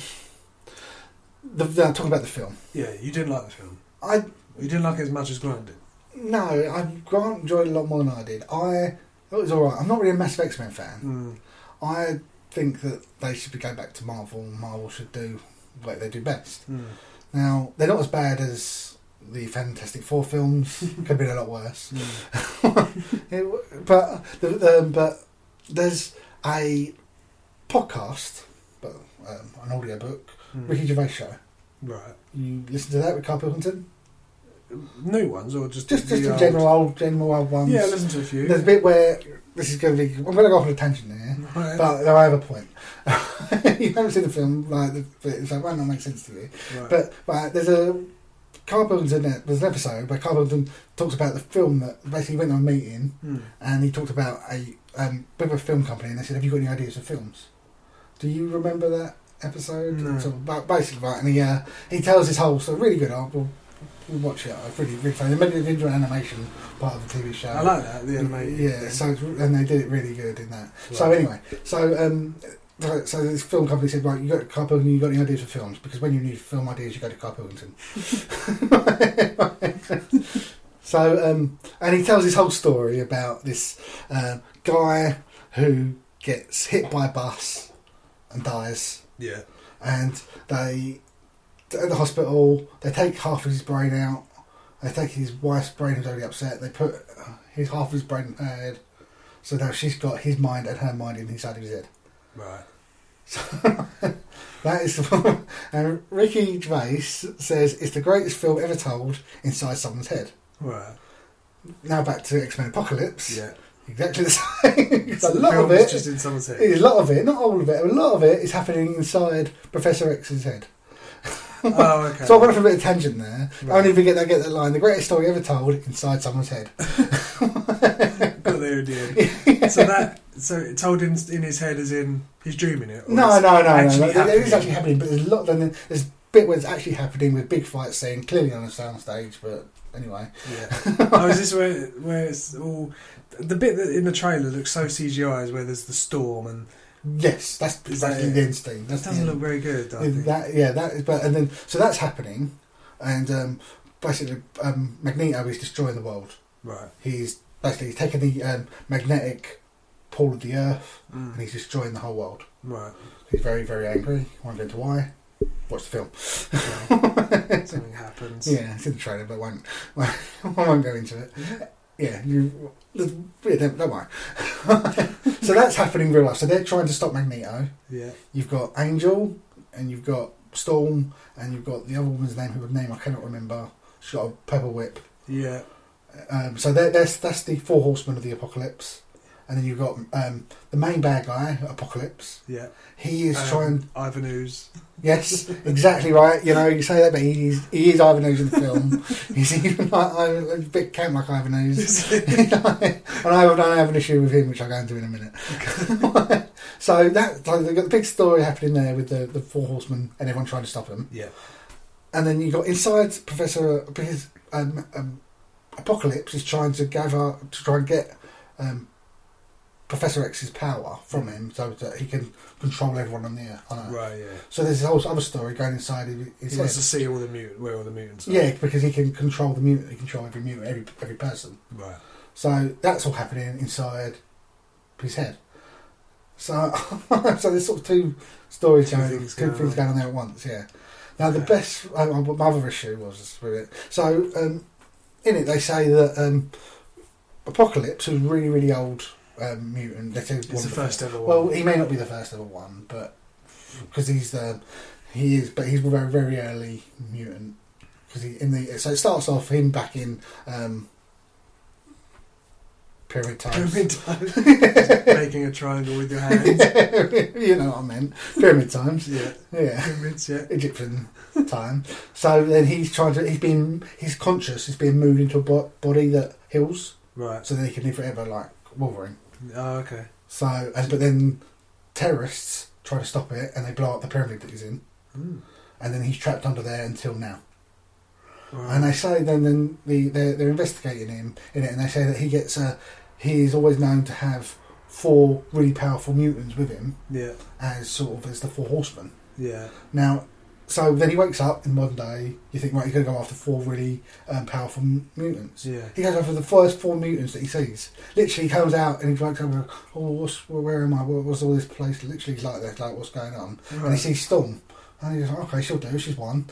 [SPEAKER 2] the, the, talking about the film,
[SPEAKER 1] Yeah, you didn't like the film.
[SPEAKER 2] I
[SPEAKER 1] You didn't like it as much as Grant did.
[SPEAKER 2] no, I Grant enjoyed it a lot more than I did. I it was all right. I'm not really a massive X Men fan.
[SPEAKER 1] Mm.
[SPEAKER 2] I think that they should be going back to Marvel. and Marvel should do what they do best.
[SPEAKER 1] Mm.
[SPEAKER 2] Now they're not as bad as the Fantastic
[SPEAKER 1] [LAUGHS]
[SPEAKER 2] Four films. Could have been a lot worse.
[SPEAKER 1] Mm.
[SPEAKER 2] It- but the, um, but there's a podcast, but um, an audio book,
[SPEAKER 1] Mm.
[SPEAKER 2] Ricky Gervais show.
[SPEAKER 1] Right.
[SPEAKER 2] You listen to that with Carl Pilkington?
[SPEAKER 1] New ones or just
[SPEAKER 2] Just just
[SPEAKER 1] the
[SPEAKER 2] the
[SPEAKER 1] old-
[SPEAKER 2] general old general old ones.
[SPEAKER 1] Yeah, listen to a few.
[SPEAKER 2] there's a bit where this is going to be. I'm going to go off on a tangent here,
[SPEAKER 1] Right.
[SPEAKER 2] but I have a point. [LAUGHS] you haven't seen the film, like the- it's like, might not make sense to you.
[SPEAKER 1] Right.
[SPEAKER 2] But right, there's a Carl Pilkington. uh, There's an episode where Carl Pilkington talks about the film that basically went on a meeting.
[SPEAKER 1] Mm.
[SPEAKER 2] and he talked about a um, with a film company, and they said, "Have you got any ideas for films?" Do you remember that episode?
[SPEAKER 1] No.
[SPEAKER 2] So, ba- basically, right, and he uh, he tells his whole story. Really good. I'll, we'll, we'll watch it. I've really really fun. They made it into an animation part of the TV show.
[SPEAKER 1] I like that the animated.
[SPEAKER 2] Mm, Yeah,
[SPEAKER 1] thing.
[SPEAKER 2] so it's, and they did it really good in that. So
[SPEAKER 1] Right.
[SPEAKER 2] anyway, so um, so so this film company said, right, you got Carl Pilkington, you got any ideas for films? Because when you need film ideas, you go to Carl Pilkington. [LAUGHS] so um, and he tells his whole story about this uh, guy who gets hit by a bus and dies,
[SPEAKER 1] yeah.
[SPEAKER 2] and they at the hospital they take half of his brain out. They take his wife's brain who's already upset. They put uh, his half of his brain in her head, so now she's got his mind and her mind in his side of his head. [LAUGHS]
[SPEAKER 1] Right.
[SPEAKER 2] That is [LAUGHS] the one. And Ricky Gervais says it's the greatest film ever told inside someone's head.
[SPEAKER 1] Right.
[SPEAKER 2] Now back to X Men Apocalypse. [LAUGHS]
[SPEAKER 1] Yeah.
[SPEAKER 2] Exactly the same.
[SPEAKER 1] So
[SPEAKER 2] a
[SPEAKER 1] the
[SPEAKER 2] lot
[SPEAKER 1] film
[SPEAKER 2] of
[SPEAKER 1] is
[SPEAKER 2] it.
[SPEAKER 1] just in someone's
[SPEAKER 2] [LAUGHS]
[SPEAKER 1] head.
[SPEAKER 2] A lot of it, not all of it, a lot of it is happening inside Professor X's head.
[SPEAKER 1] Oh, okay.
[SPEAKER 2] So I went off a bit of tangent there.
[SPEAKER 1] Right.
[SPEAKER 2] I only forget that get that line. The greatest story ever told inside someone's head.
[SPEAKER 1] Got there in the
[SPEAKER 2] [LAUGHS]
[SPEAKER 1] end. So that so it told in in his head as in he's dreaming it. or
[SPEAKER 2] No,
[SPEAKER 1] it's-
[SPEAKER 2] no, no, no.
[SPEAKER 1] actually
[SPEAKER 2] no. It- It is
[SPEAKER 1] happening.
[SPEAKER 2] actually happening, but there's a lot. Then there's a bit where it's actually happening with big fight scene, clearly on a soundstage. But anyway,
[SPEAKER 1] Yeah. oh, is this where where it's all the bit that in the trailer looks so CGI is where there's the storm and
[SPEAKER 2] yes, that's
[SPEAKER 1] Is that
[SPEAKER 2] exactly
[SPEAKER 1] it?
[SPEAKER 2] the end scene. That's
[SPEAKER 1] that
[SPEAKER 2] the
[SPEAKER 1] doesn't
[SPEAKER 2] end.
[SPEAKER 1] look very good. I think.
[SPEAKER 2] that yeah that is but and then so that's happening and um, basically um, Magneto is destroying the world
[SPEAKER 1] right.
[SPEAKER 2] he's basically taking the um, magnetic pull of the earth
[SPEAKER 1] Mm.
[SPEAKER 2] and he's destroying the whole world
[SPEAKER 1] Right.
[SPEAKER 2] he's very very angry won't go into why watch the film
[SPEAKER 1] Well, something happens.
[SPEAKER 2] yeah it's in the trailer but won't I won't [LAUGHS] go into it yeah you yeah, don't, don't worry [LAUGHS] so that's happening in real life so they're trying to stop Magneto
[SPEAKER 1] Yeah.
[SPEAKER 2] You've got Angel, and you've got Storm, and you've got the other woman's name, whose name I cannot remember. She's got a pepper whip.
[SPEAKER 1] Yeah.
[SPEAKER 2] Um, so that, that's that's the four horsemen of the apocalypse. And then you've got um, the main bad guy, Apocalypse.
[SPEAKER 1] Yeah.
[SPEAKER 2] He is
[SPEAKER 1] Um,
[SPEAKER 2] trying.
[SPEAKER 1] Ivanhoe's.
[SPEAKER 2] Yes, exactly right. You know, you say that, but he is, he is Ivanhoe's in the film. He's even like Ivan- a bit camp like Ivanhoe's. [LAUGHS] and I, I have an issue with him, which I'll go into in a minute. [LAUGHS] so that so they've got the big story happening there with the, the four horsemen and everyone trying to stop him.
[SPEAKER 1] yeah.
[SPEAKER 2] And then you got inside Professor because um, um, Apocalypse is trying to gather to try and get um, Professor X's power from him so that he can control everyone on the earth. On Earth.
[SPEAKER 1] Right. Yeah.
[SPEAKER 2] So there's this whole other story going inside his his
[SPEAKER 1] He
[SPEAKER 2] head.
[SPEAKER 1] wants to see all the mutant. Where all the mutants are.
[SPEAKER 2] Yeah, because he can control the mutant, he can control every mutant, every every person.
[SPEAKER 1] Right.
[SPEAKER 2] So that's all happening inside his head. So, [LAUGHS] so there's sort of two stories
[SPEAKER 1] Two
[SPEAKER 2] going,
[SPEAKER 1] things
[SPEAKER 2] two
[SPEAKER 1] going
[SPEAKER 2] things
[SPEAKER 1] on.
[SPEAKER 2] going on there at once. Yeah. Now the
[SPEAKER 1] Yeah.
[SPEAKER 2] best, I, I, what my other issue was with it. So um, in it they say that um, Apocalypse is a really really old um, mutant. They say
[SPEAKER 1] It's
[SPEAKER 2] one of
[SPEAKER 1] the first ever one.
[SPEAKER 2] Well, he may not be
[SPEAKER 1] [LAUGHS]
[SPEAKER 2] the first ever one, but because he's the he is, but he's a very very early mutant. Because he in the so it starts off him back in um, Pyramid types. [LAUGHS]
[SPEAKER 1] Pyramid times. Just making a triangle with your hands.
[SPEAKER 2] you know what I meant. Pyramid times.
[SPEAKER 1] Yeah.
[SPEAKER 2] Yeah.
[SPEAKER 1] Pyramids, yeah.
[SPEAKER 2] Egyptian time. So then he's trying to. He's been. He's conscious. He's being moved into a bo- body that heals,
[SPEAKER 1] Right.
[SPEAKER 2] so that he can live forever, like Wolverine.
[SPEAKER 1] Oh, okay.
[SPEAKER 2] So, and, but then terrorists try to stop it, and they blow up the pyramid that he's in,
[SPEAKER 1] Mm.
[SPEAKER 2] and then he's trapped under there until now.
[SPEAKER 1] Right.
[SPEAKER 2] And they say then then the they're, they're investigating him in it, and they say that he gets a. He is always known to have four really powerful mutants with him
[SPEAKER 1] Yeah.
[SPEAKER 2] as sort of as the four horsemen.
[SPEAKER 1] Yeah.
[SPEAKER 2] Now, so then he wakes up in modern day. You think, right, he's going to go after four really um, powerful m- mutants.
[SPEAKER 1] Yeah.
[SPEAKER 2] He goes after the first four mutants that he sees. Literally, he comes out and he wakes up. And, goes, oh, what's, where, where am I? What, what's all this place? Literally, he's like that. Like, what's going on? And he
[SPEAKER 1] Right.
[SPEAKER 2] sees Storm, and he's like, okay, she'll do. She's one.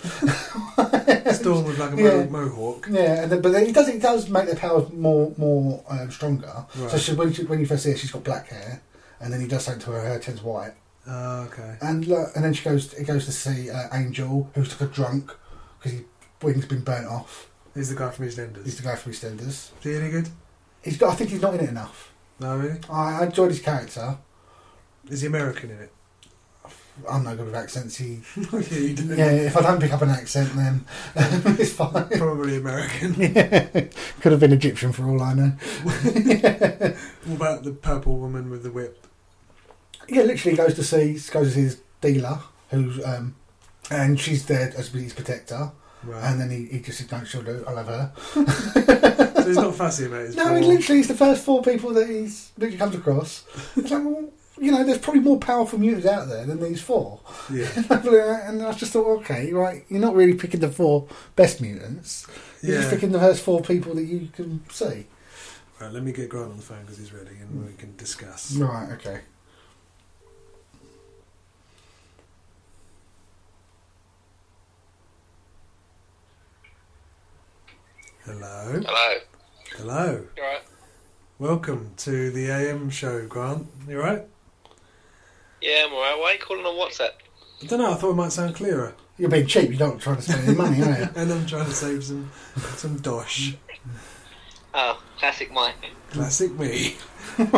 [SPEAKER 1] Storm with like a
[SPEAKER 2] Yeah.
[SPEAKER 1] mo- mohawk.
[SPEAKER 2] Yeah, and then, but then he does. It does make their powers more more um, stronger.
[SPEAKER 1] Right.
[SPEAKER 2] So she, when she, when you first see her, she's got black hair, and then he does something to her. Her hair turns white.
[SPEAKER 1] Oh, okay.
[SPEAKER 2] And look, and then she goes. He goes to see uh, Angel, who's like a drunk because his wing's been burnt off.
[SPEAKER 1] He's the guy from
[SPEAKER 2] He's
[SPEAKER 1] EastEnders.
[SPEAKER 2] the guy from EastEnders.
[SPEAKER 1] Is he any good?
[SPEAKER 2] He's got. I think he's not in it enough.
[SPEAKER 1] No, really?
[SPEAKER 2] I, I enjoyed his character.
[SPEAKER 1] Is he American in it? [LAUGHS]
[SPEAKER 2] I'm no good with accents. He,
[SPEAKER 1] yeah, you do.
[SPEAKER 2] yeah, if I don't pick up an accent, then [LAUGHS] it's [LAUGHS] fine.
[SPEAKER 1] Probably American.
[SPEAKER 2] Could have been Egyptian for all I know.
[SPEAKER 1] What about the purple woman with the whip?
[SPEAKER 2] Yeah, literally goes to see goes to see his dealer, who's um, and she's there as his protector.
[SPEAKER 1] Right.
[SPEAKER 2] And then he, he just says, "No, she'll do. it. I love her."
[SPEAKER 1] so he's not fussy about his
[SPEAKER 2] No,
[SPEAKER 1] poor-
[SPEAKER 2] it literally, it's the first four people that he's literally comes across. It's like, well, you know, there's probably more powerful mutants out there than these four. [LAUGHS]
[SPEAKER 1] Yeah.
[SPEAKER 2] and I just thought, okay, right, you're not really picking the four best mutants. You're just
[SPEAKER 1] Yeah.
[SPEAKER 2] picking the first four people that you can see.
[SPEAKER 1] Right, let me get Grant on the phone because he's ready and we can discuss.
[SPEAKER 2] Right, okay.
[SPEAKER 1] Hello.
[SPEAKER 4] Hello.
[SPEAKER 1] Hello.
[SPEAKER 4] You alright?
[SPEAKER 1] Welcome to the AM show, Grant. You alright?
[SPEAKER 4] Yeah, I'm alright. Why are you calling on WhatsApp?
[SPEAKER 1] I don't know, I thought it might sound clearer.
[SPEAKER 2] You're being cheap, you're not trying to spend any money, are
[SPEAKER 1] [LAUGHS]
[SPEAKER 2] you?
[SPEAKER 1] And I'm trying to save some some dosh.
[SPEAKER 2] Mm.
[SPEAKER 4] Oh, classic Mike.
[SPEAKER 1] Classic
[SPEAKER 2] [LAUGHS]
[SPEAKER 1] me.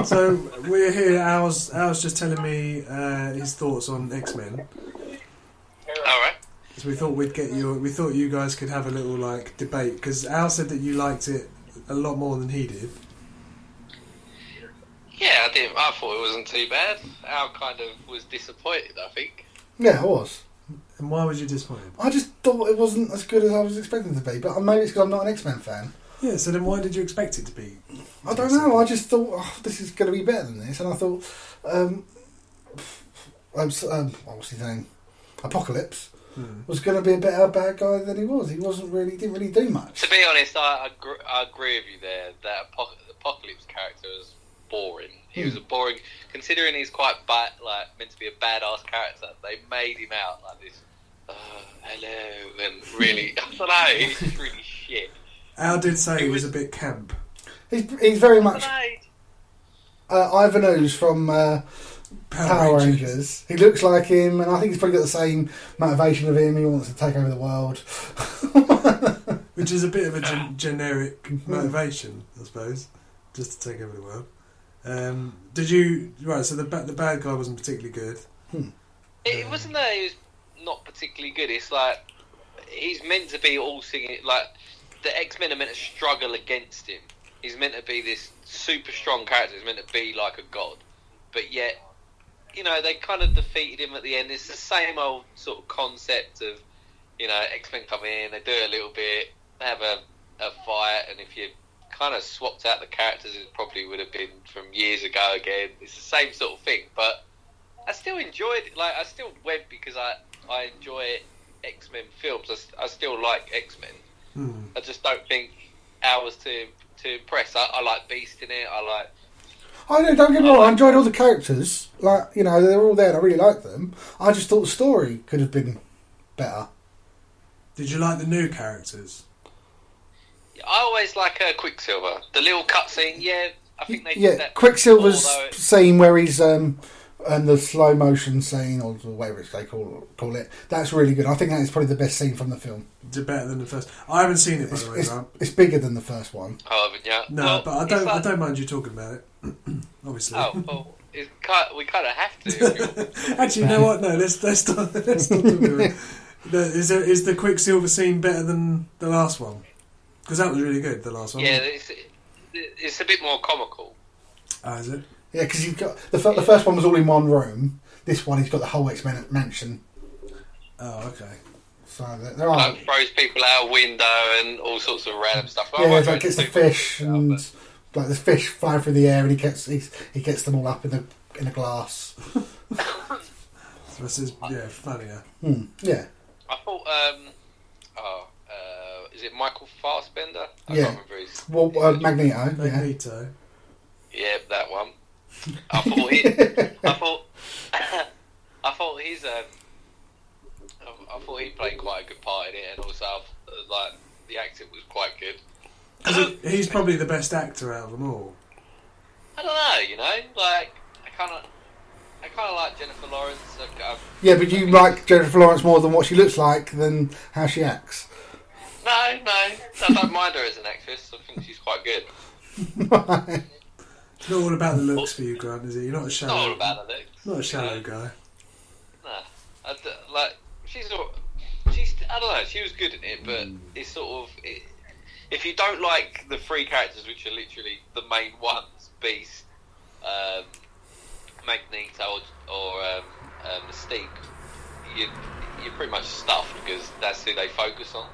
[SPEAKER 1] so we're here. Al's, Al's just telling me uh, his thoughts on X Men.
[SPEAKER 4] Alright.
[SPEAKER 1] So we thought we'd get your. We thought you guys could have a little like debate because Al said that you liked it a lot more than he did.
[SPEAKER 4] Yeah, I didn't. I thought it wasn't too bad. Al kind of was disappointed. I think.
[SPEAKER 2] Yeah, I was.
[SPEAKER 1] And why was you disappointed?
[SPEAKER 2] I just thought it wasn't as good as I was expecting it to be, but maybe it's because I'm not an X Men fan.
[SPEAKER 1] Yeah. So then, why did you expect it to be?
[SPEAKER 2] I don't know. I just thought oh, this is going to be better than this, and I thought, um, I'm, s- um, what was his name? Apocalypse
[SPEAKER 1] Hmm.
[SPEAKER 2] was going to be a better bad guy than he was. He wasn't really didn't really do
[SPEAKER 4] To
[SPEAKER 2] much.
[SPEAKER 4] be honest, I agree, I agree with you there. That Apo- apocalypse character was boring. He was a boring, considering he's quite bad, like meant to be a badass character. They made him out like this. Uh, hello, and really, [LAUGHS] I don't know. He's just really shit.
[SPEAKER 1] Al did say
[SPEAKER 4] It
[SPEAKER 1] he was a
[SPEAKER 4] was-
[SPEAKER 1] bit camp.
[SPEAKER 2] He's, he's very
[SPEAKER 4] I
[SPEAKER 2] much
[SPEAKER 4] don't know.
[SPEAKER 2] uh, Ivan Ooze from uh,
[SPEAKER 1] Power,
[SPEAKER 2] Power
[SPEAKER 1] Rangers.
[SPEAKER 2] Rangers. He looks like him, and I think he's probably got the same motivation of him. He wants to take over the world. [LAUGHS]
[SPEAKER 1] which is a bit of a gen- generic
[SPEAKER 2] Mm-hmm.
[SPEAKER 1] motivation, I suppose, just to take over the world. Um, did you right? So the ba- the bad guy wasn't particularly good.
[SPEAKER 4] It, it wasn't that he was not particularly good. It's like he's meant to be all singing. Like the X Men are meant to struggle against him. He's meant to be this super strong character. He's meant to be like a god, but yet, you know, they kind of defeated him at the end. It's the same old sort of concept of, you know, X Men come in, they do a little bit, they have a a fight, and if you kind of swapped out the characters, it probably would have been from years ago again. It's the same sort of thing, but I still enjoyed it. Like I still went because I I enjoy X Men films. I, s- I still like X Men.
[SPEAKER 1] Hmm.
[SPEAKER 4] I just don't think hours to to impress. I, I like Beast in it. I like
[SPEAKER 2] I know, don't get me
[SPEAKER 4] Oh,
[SPEAKER 2] wrong. I enjoyed all the characters. Like you know, they're all there. and I really liked them. I just thought the story could have been better.
[SPEAKER 1] Did you like the new characters?
[SPEAKER 4] I always like uh, Quicksilver. The little cutscene. Yeah, I think they did
[SPEAKER 2] yeah,
[SPEAKER 4] that.
[SPEAKER 2] Quicksilver's
[SPEAKER 4] although it-
[SPEAKER 2] scene where he's um, and the slow motion scene or whatever it's they call call it. That's really good. I think that is probably the best scene from the film.
[SPEAKER 1] Is it better than the first? I haven't seen it by
[SPEAKER 2] It's,
[SPEAKER 1] the way.
[SPEAKER 2] it's,
[SPEAKER 1] Grant.
[SPEAKER 2] it's bigger than the first one.
[SPEAKER 4] Oh, haven't you?
[SPEAKER 1] No,
[SPEAKER 4] Well,
[SPEAKER 1] but I
[SPEAKER 4] it's
[SPEAKER 1] don't.
[SPEAKER 4] like-
[SPEAKER 1] I don't mind you talking about it. [CLEARS THROAT] Obviously.
[SPEAKER 4] Oh,
[SPEAKER 1] [LAUGHS]
[SPEAKER 4] well, it's ki- we kind of have to. if you're-
[SPEAKER 1] Actually, you know what? No, let's let's not [LAUGHS] let's not talk about it. The, is there, is the Quicksilver scene better than the last one? Because that was really good. The last one.
[SPEAKER 4] yeah, it's, it's a bit more comical.
[SPEAKER 1] Ah, is it?
[SPEAKER 2] Yeah, because you've got the, fir- the first one was all in one room. This one, he's got the whole X Men mansion.
[SPEAKER 1] Oh, okay.
[SPEAKER 2] So there,
[SPEAKER 1] Oh.
[SPEAKER 2] there are.
[SPEAKER 4] Like throws people out a window and all sorts of random stuff. I
[SPEAKER 2] Yeah,
[SPEAKER 4] won't
[SPEAKER 2] it's
[SPEAKER 4] go
[SPEAKER 2] like gets the
[SPEAKER 4] into too much
[SPEAKER 2] fish
[SPEAKER 4] detail,
[SPEAKER 2] and
[SPEAKER 4] but-
[SPEAKER 2] like the fish flying through the air, and he gets he's, he gets them all up in the in a glass.
[SPEAKER 1] So this is yeah funnier.
[SPEAKER 2] Hmm. Yeah,
[SPEAKER 4] I thought, um, oh, uh, is it Michael Fassbender? I
[SPEAKER 2] Yeah.
[SPEAKER 4] can't remember his.
[SPEAKER 2] well, uh, Magneto. Yeah,
[SPEAKER 1] Magneto.
[SPEAKER 4] yeah, that one. I thought it. I thought. [COUGHS] I thought his. Um, I- I thought he played quite a good part in it, and also I th- like the acting was quite good.
[SPEAKER 1] 'Cause he- he's probably the best actor out of them all.
[SPEAKER 4] I don't know, you know, like I kind of. I kind of like Jennifer Lawrence. I, I,
[SPEAKER 2] yeah, but you like Jennifer Lawrence more than what she looks like than how she acts. [LAUGHS]
[SPEAKER 4] no, no, I don't mind her as an actress. I think she's quite good.
[SPEAKER 1] It's not all about the looks for you, Grant, is it? You're not a
[SPEAKER 4] It's not all
[SPEAKER 1] shallow.
[SPEAKER 4] about her
[SPEAKER 1] Not a
[SPEAKER 4] looks. you know.
[SPEAKER 1] shallow guy.
[SPEAKER 4] Nah, I d- like she's not. She's I don't know. She was good in it, but it's sort of it, if you don't like the three characters, which are literally the main ones: Beast, um, Magneto, or, or um, uh, Mystique. You, you're pretty much stuffed because that's who they focus on.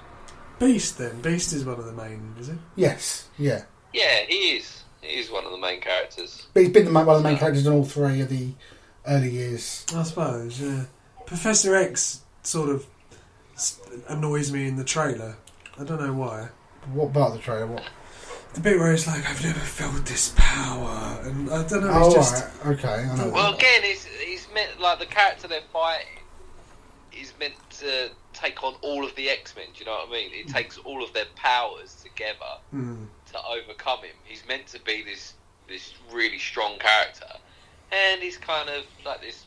[SPEAKER 1] Beast then. Beast is one of the main, is it?
[SPEAKER 2] Yes, yeah,
[SPEAKER 4] Yeah, he is. He is one of the main characters.
[SPEAKER 2] but he's been the ma- one of the main characters in all three of the early years.
[SPEAKER 1] I suppose. Yeah. Professor X sort of s- annoys me in the trailer. I don't know why.
[SPEAKER 2] What part of the trailer? What?
[SPEAKER 1] The bit where it's like, I've never felt this power, and I don't know. It's
[SPEAKER 2] oh,
[SPEAKER 1] just
[SPEAKER 2] right. okay. I know.
[SPEAKER 4] Well,
[SPEAKER 2] [LAUGHS]
[SPEAKER 4] again, it's he's meant like the character they're fighting is meant to take on all of the X Men. Do you know what I mean? It takes all of their powers together
[SPEAKER 1] Hmm.
[SPEAKER 4] to overcome him. He's meant to be this this really strong character, and he's kind of like this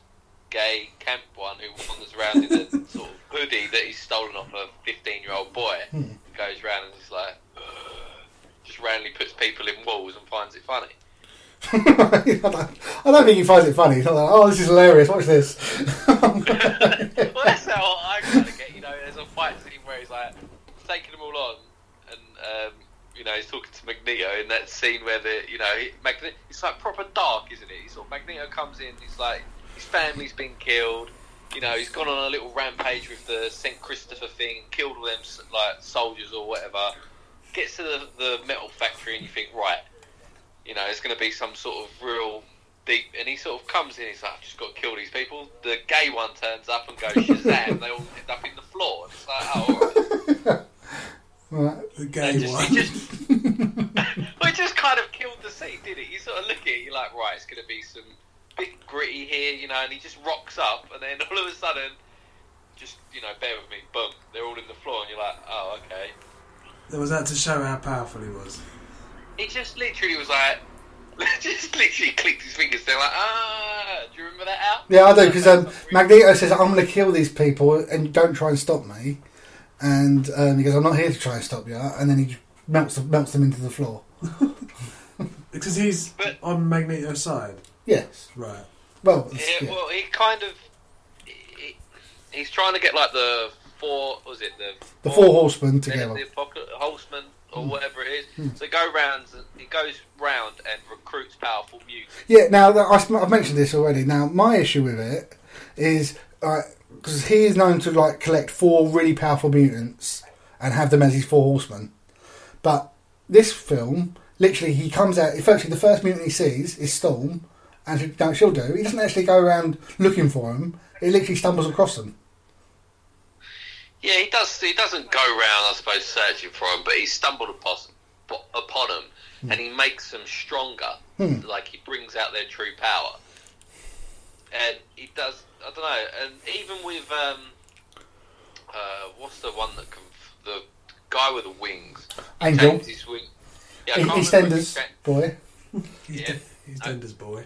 [SPEAKER 4] gay camp one who wanders around in a sort of hoodie that he's stolen off a fifteen year old boy.
[SPEAKER 2] Hmm.
[SPEAKER 4] Goes around and is like, just randomly puts people in walls and finds it funny.
[SPEAKER 2] I don't- I don't think he finds it funny. He's not like, oh, this is hilarious. Watch this. [LAUGHS]
[SPEAKER 4] [LAUGHS] well, that's how I kind of get. You know, there's a fight scene where he's like taking them all on, and um, you know he's talking to Magneto in that scene where the you know he, Magne- it's like proper dark, isn't it? He's sort of, Magneto comes in, he's like his family's been killed. You know, he's gone on a little rampage with the Saint Christopher thing, killed all them s- like soldiers or whatever. Gets to the, the metal factory and you think, right, you know, it's going to be some sort of real deep. And he sort of comes in, he's like, I've just got to kill these people. The gay one turns up and goes, Shazam, they all end up in the floor. And it's like, oh, all right.
[SPEAKER 2] Right.
[SPEAKER 1] the
[SPEAKER 4] And
[SPEAKER 1] gay
[SPEAKER 4] just,
[SPEAKER 1] one.
[SPEAKER 4] he just, [LAUGHS] well, it just kind of killed the scene, did it? You sort of look at it, you're like, right, it's going to be some bit gritty here, you know, and he just rocks up, and then all of a sudden, just, you know, bear with me, boom, they're all in the floor, and you're like, oh, okay.
[SPEAKER 1] There was that to show how powerful he was.
[SPEAKER 4] It just literally was like, [LAUGHS] just literally clicked his fingers. They're like, ah, do you remember that out?
[SPEAKER 2] Yeah, I do because um, Magneto says, "I'm going to kill these people, and don't try and stop me." And um, he goes, "I'm not here to try and stop you." And then he just melts them, melts them into the floor.
[SPEAKER 1] Because he's
[SPEAKER 4] But-
[SPEAKER 1] on Magneto's side.
[SPEAKER 2] Yes.
[SPEAKER 1] Right.
[SPEAKER 2] Well, it's-
[SPEAKER 4] Yeah,
[SPEAKER 2] yeah.
[SPEAKER 4] well, he kind of he, he's trying to get like the four. what Was it the
[SPEAKER 2] the four horsemen
[SPEAKER 4] men of
[SPEAKER 2] together.
[SPEAKER 4] the apocalypse, Holtzman or whatever it is? So he go rounds. He goes round and recruits powerful mutants.
[SPEAKER 2] Yeah. Now that- I sm- I've mentioned this already. Now my issue with it is because he is known to like collect four really powerful mutants and have them as his four horsemen, but this film literally he comes out. Effectively, the first mutant he sees is Storm, and he- no, she'll do. He doesn't actually go around looking for him. He literally stumbles across them.
[SPEAKER 4] Yeah, he does. He doesn't go round, I suppose, searching for him, but he stumbled upon upon them,
[SPEAKER 2] Hmm.
[SPEAKER 4] and he makes them stronger. Like he brings out their true power, and he does. I don't know. And even with um, uh, what's the one that can, the guy with the wings?
[SPEAKER 2] Angel.
[SPEAKER 4] Changes his wing. Yeah, I
[SPEAKER 2] He
[SPEAKER 4] can't
[SPEAKER 2] he
[SPEAKER 4] remember
[SPEAKER 2] sends
[SPEAKER 4] his cha-
[SPEAKER 2] boy.
[SPEAKER 1] He's,
[SPEAKER 4] Yeah.
[SPEAKER 1] Den- he's Dender's boy.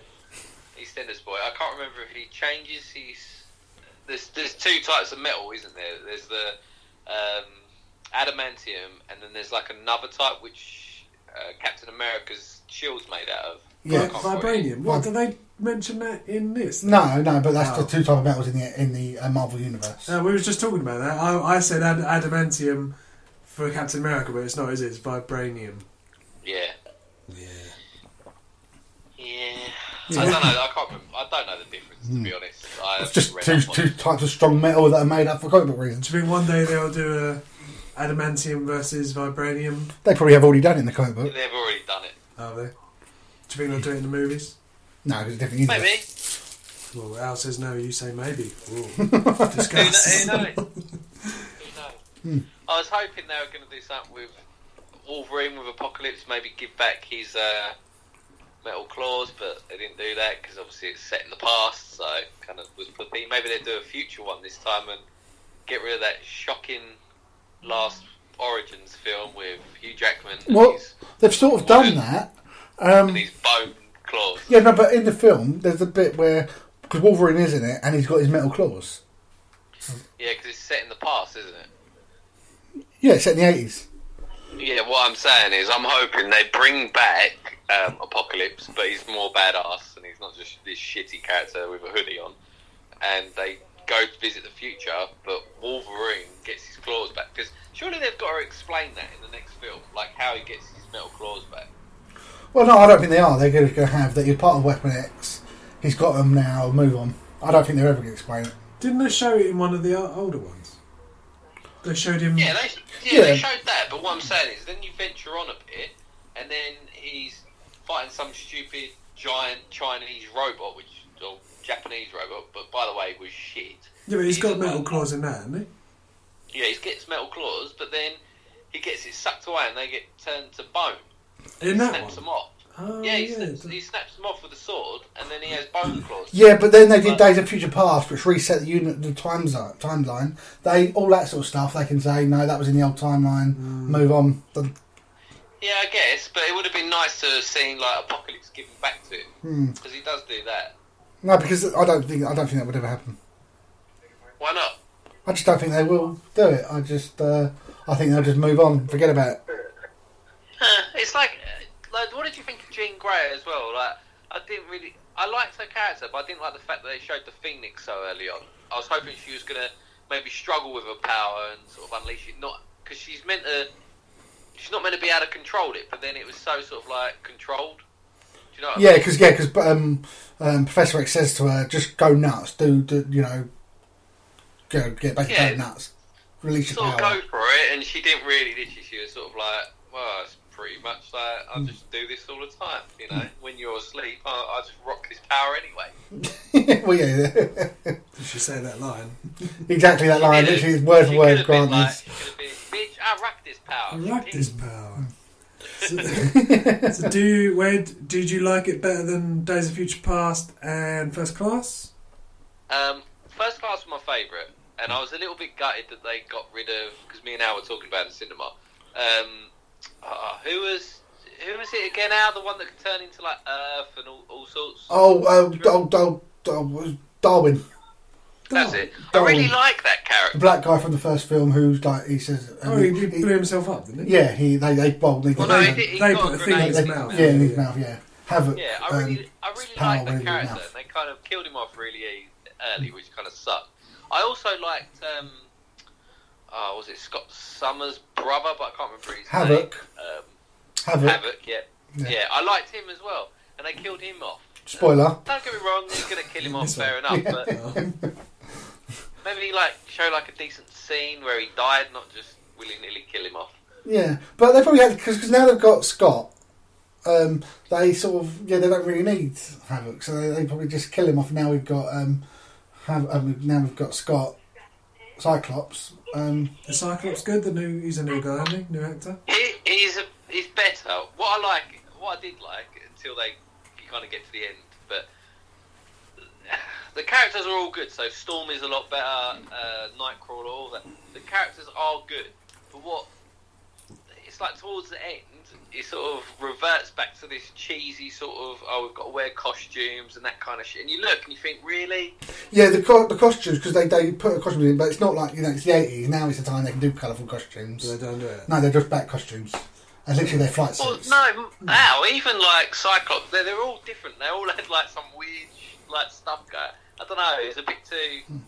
[SPEAKER 4] EastEnders boy. I can't remember if he changes. He's there's there's two types of metal, isn't there? There's the um, adamantium, and then there's like another type which uh, Captain America's shield's made out of.
[SPEAKER 2] Yeah,
[SPEAKER 4] I can't remember what it
[SPEAKER 1] Vibranium. What, do they mention that in this?
[SPEAKER 2] No, no, but that's
[SPEAKER 1] Oh.
[SPEAKER 2] the two type of metals in the in the uh, Marvel universe.
[SPEAKER 1] Uh, we were just talking about that. I, I said ad- adamantium for Captain America, but it's not, is it? It's vibranium.
[SPEAKER 4] is. Yeah.
[SPEAKER 1] Yeah.
[SPEAKER 4] Yeah. I don't know. I can't. Remember. I don't know the difference to be honest. I
[SPEAKER 2] It's just
[SPEAKER 4] haven't
[SPEAKER 2] two
[SPEAKER 4] read up on
[SPEAKER 2] two types of strong metal that are made up for comic book reasons.
[SPEAKER 1] Do you think one day they'll do a adamantium versus vibranium?
[SPEAKER 2] They probably have already done it in the comic
[SPEAKER 4] it.
[SPEAKER 2] book.
[SPEAKER 4] They've already done it.
[SPEAKER 1] Are they? Do you think they'll do it in the movies?
[SPEAKER 2] No, it's a different universe.
[SPEAKER 4] Maybe.
[SPEAKER 1] Well, Al says no. You say maybe. Ooh.
[SPEAKER 4] Who, kn-
[SPEAKER 1] Discuss.
[SPEAKER 4] who knows? Who knows? I was hoping they were going to do something with Wolverine with Apocalypse, maybe give back his uh, metal claws, but they didn't do that because obviously it's set in the past, so it kind of was put Maybe they do a future one this time and get rid of that shocking last Origins film with Hugh Jackman and,
[SPEAKER 2] Well,
[SPEAKER 4] his,
[SPEAKER 2] they've sort of done that. Um,
[SPEAKER 4] and his bone claws.
[SPEAKER 2] yeah, no, but in the film, there's a bit where because Wolverine is in it and he's got his metal claws.
[SPEAKER 4] Yeah, because it's set in the past, isn't it?
[SPEAKER 2] Yeah, it's set in the eighties.
[SPEAKER 4] Yeah, what I'm saying is, I'm hoping they bring back um, Apocalypse, but he's more badass and he's not just this shitty character with a hoodie on. And they go to visit the future, but Wolverine gets his claws back because surely they've got to explain that in the next film, like how he gets his metal claws back.
[SPEAKER 2] Well, no, I don't think they are. They're going to have that. You're part of Weapon X. He's got them now. Move on. I don't think they're ever going to explain it.
[SPEAKER 1] Didn't they show it in one of the o- older ones? They showed him.
[SPEAKER 4] Yeah, they yeah, they
[SPEAKER 2] Yeah.
[SPEAKER 4] showed that, but what I'm saying is, then you venture on a bit, and then he's fighting some stupid giant Chinese robot, which or Japanese robot, but by the way, was shit.
[SPEAKER 1] Yeah, but he's got metal claws in that, hasn't
[SPEAKER 4] Yeah, he gets metal claws, but then he gets it sucked away and they get turned to bone.
[SPEAKER 1] he? In
[SPEAKER 4] he
[SPEAKER 1] that one.
[SPEAKER 4] snaps them off.
[SPEAKER 1] Oh,
[SPEAKER 4] yeah, he,
[SPEAKER 1] yeah,
[SPEAKER 4] snaps,
[SPEAKER 1] that-
[SPEAKER 4] he snaps them off with a sword and then he has bone claws.
[SPEAKER 2] Yeah, but then they did
[SPEAKER 4] Right.
[SPEAKER 2] Days of Future Past, which reset the unit, the time zone, timeline. They all that sort of stuff. They can say no, that was in the old timeline.
[SPEAKER 4] Mm.
[SPEAKER 2] Move on. Done.
[SPEAKER 4] Yeah, I guess, but it would have been nice to have seen like Apocalypse given back to
[SPEAKER 1] Hmm.
[SPEAKER 4] him because he does do that.
[SPEAKER 2] No, because I don't think I don't think that would ever happen.
[SPEAKER 4] Why not?
[SPEAKER 2] I just don't think they will do it. I just uh, I think they'll just move on, forget about it.
[SPEAKER 4] Huh, [LAUGHS] it's like, uh, like, what did you think of Jean Grey as well? Like, I didn't really, I liked her character, but I didn't like the fact that they showed the Phoenix so early on. I was hoping she was gonna maybe struggle with her power and sort of unleash it, not because she's meant to, she's not meant to be able to control it, but then it was so sort of like controlled. Do you know? What I
[SPEAKER 2] Yeah,
[SPEAKER 4] mean?
[SPEAKER 2] because yeah, 'cause, um, um, Professor X says to her, "Just go nuts, do, do you know, go get basically
[SPEAKER 4] Yeah.
[SPEAKER 2] go nuts, release your
[SPEAKER 4] sort of
[SPEAKER 2] power."
[SPEAKER 4] go for it, and she didn't really, did she? She was sort of like, well, it's pretty much like I
[SPEAKER 2] Hmm.
[SPEAKER 4] just do this all the time, you know. When you're asleep, I, I just rock this power anyway.
[SPEAKER 2] [LAUGHS] well, yeah,
[SPEAKER 1] Did she say that line?
[SPEAKER 2] exactly that line.
[SPEAKER 4] Yeah,
[SPEAKER 2] Literally, word for
[SPEAKER 4] she
[SPEAKER 2] word,
[SPEAKER 4] could've been
[SPEAKER 2] Grant.
[SPEAKER 4] like-
[SPEAKER 2] is-
[SPEAKER 4] she could've been, Bitch, I rack this power.
[SPEAKER 1] I like this power. So, so [LAUGHS] do you, Wade, did you like it better than Days of Future Past and First Class?
[SPEAKER 4] Um, first class was my favourite, and I was a little bit gutted that they got rid of because me and Al were talking about it in cinema. Um, ah, who was who was it again? Al, the one that could turn into like Earth and all, all sorts.
[SPEAKER 2] Oh, uh, oh, oh, oh, Darwin,
[SPEAKER 4] That's it. I
[SPEAKER 2] Darwin.
[SPEAKER 4] really like that
[SPEAKER 2] the
[SPEAKER 4] character.
[SPEAKER 2] black guy from the first film, who's like he says,
[SPEAKER 1] Oh, he, he blew himself up, didn't he?
[SPEAKER 2] yeah, he they they well, they,
[SPEAKER 4] Well, no,
[SPEAKER 2] they,
[SPEAKER 4] he did. He
[SPEAKER 1] they
[SPEAKER 4] got
[SPEAKER 1] put
[SPEAKER 4] a
[SPEAKER 1] the thing in
[SPEAKER 4] grenade
[SPEAKER 1] his
[SPEAKER 4] in his
[SPEAKER 1] mouth.
[SPEAKER 2] yeah, in his mouth, yeah, havoc.
[SPEAKER 4] Yeah, I really,
[SPEAKER 2] um,
[SPEAKER 4] I really
[SPEAKER 2] power
[SPEAKER 4] liked that
[SPEAKER 2] in his
[SPEAKER 4] character,
[SPEAKER 2] mouth.
[SPEAKER 4] and they kind of killed him off really e- early, which kind of sucked. I also liked, um, oh, was it Scott Summers' brother? But I can't remember his
[SPEAKER 2] Havoc.
[SPEAKER 4] name. Um,
[SPEAKER 2] Havoc.
[SPEAKER 4] Havoc, yeah. yeah,
[SPEAKER 2] Yeah.
[SPEAKER 4] I liked him as well, and they killed him off.
[SPEAKER 2] Spoiler.
[SPEAKER 4] Don't get me wrong, he's going to
[SPEAKER 2] [LAUGHS]
[SPEAKER 4] kill him off,
[SPEAKER 1] This
[SPEAKER 4] fair enough. But maybe like show like a decent scene where he died, not just willy nilly kill him off.
[SPEAKER 2] Yeah, but they probably had because now they've got Scott. Um, they sort of yeah they don't really need Havoc, so they, they probably just kill him off. Now we've got um, Hav- um now we've got Scott, Cyclops. Um,
[SPEAKER 1] The Cyclops good. The new he's a new guy, isn't he? New actor.
[SPEAKER 4] He, he's a, he's better. What I like, what I did like, until they you kind of get to the end. But [SIGHS] the characters are all good. So Storm is a lot better. Uh, Nightcrawler, all that. The characters are good. But what? It's like towards the end, it sort of reverts back to this cheesy sort of oh we've got to wear costumes and that kind of shit. And you look and you think really
[SPEAKER 2] Yeah, the co- the costumes because they they put a costume in, but it's not like you know it's the eighties. Now it's the time they can do colourful costumes.
[SPEAKER 1] They don't do it.
[SPEAKER 2] No, they're just back costumes. And literally their flight
[SPEAKER 4] well
[SPEAKER 2] suits.
[SPEAKER 4] no now even like Cyclops they they're all different. They all had like some weird like stuff going. I don't know. It's a bit too.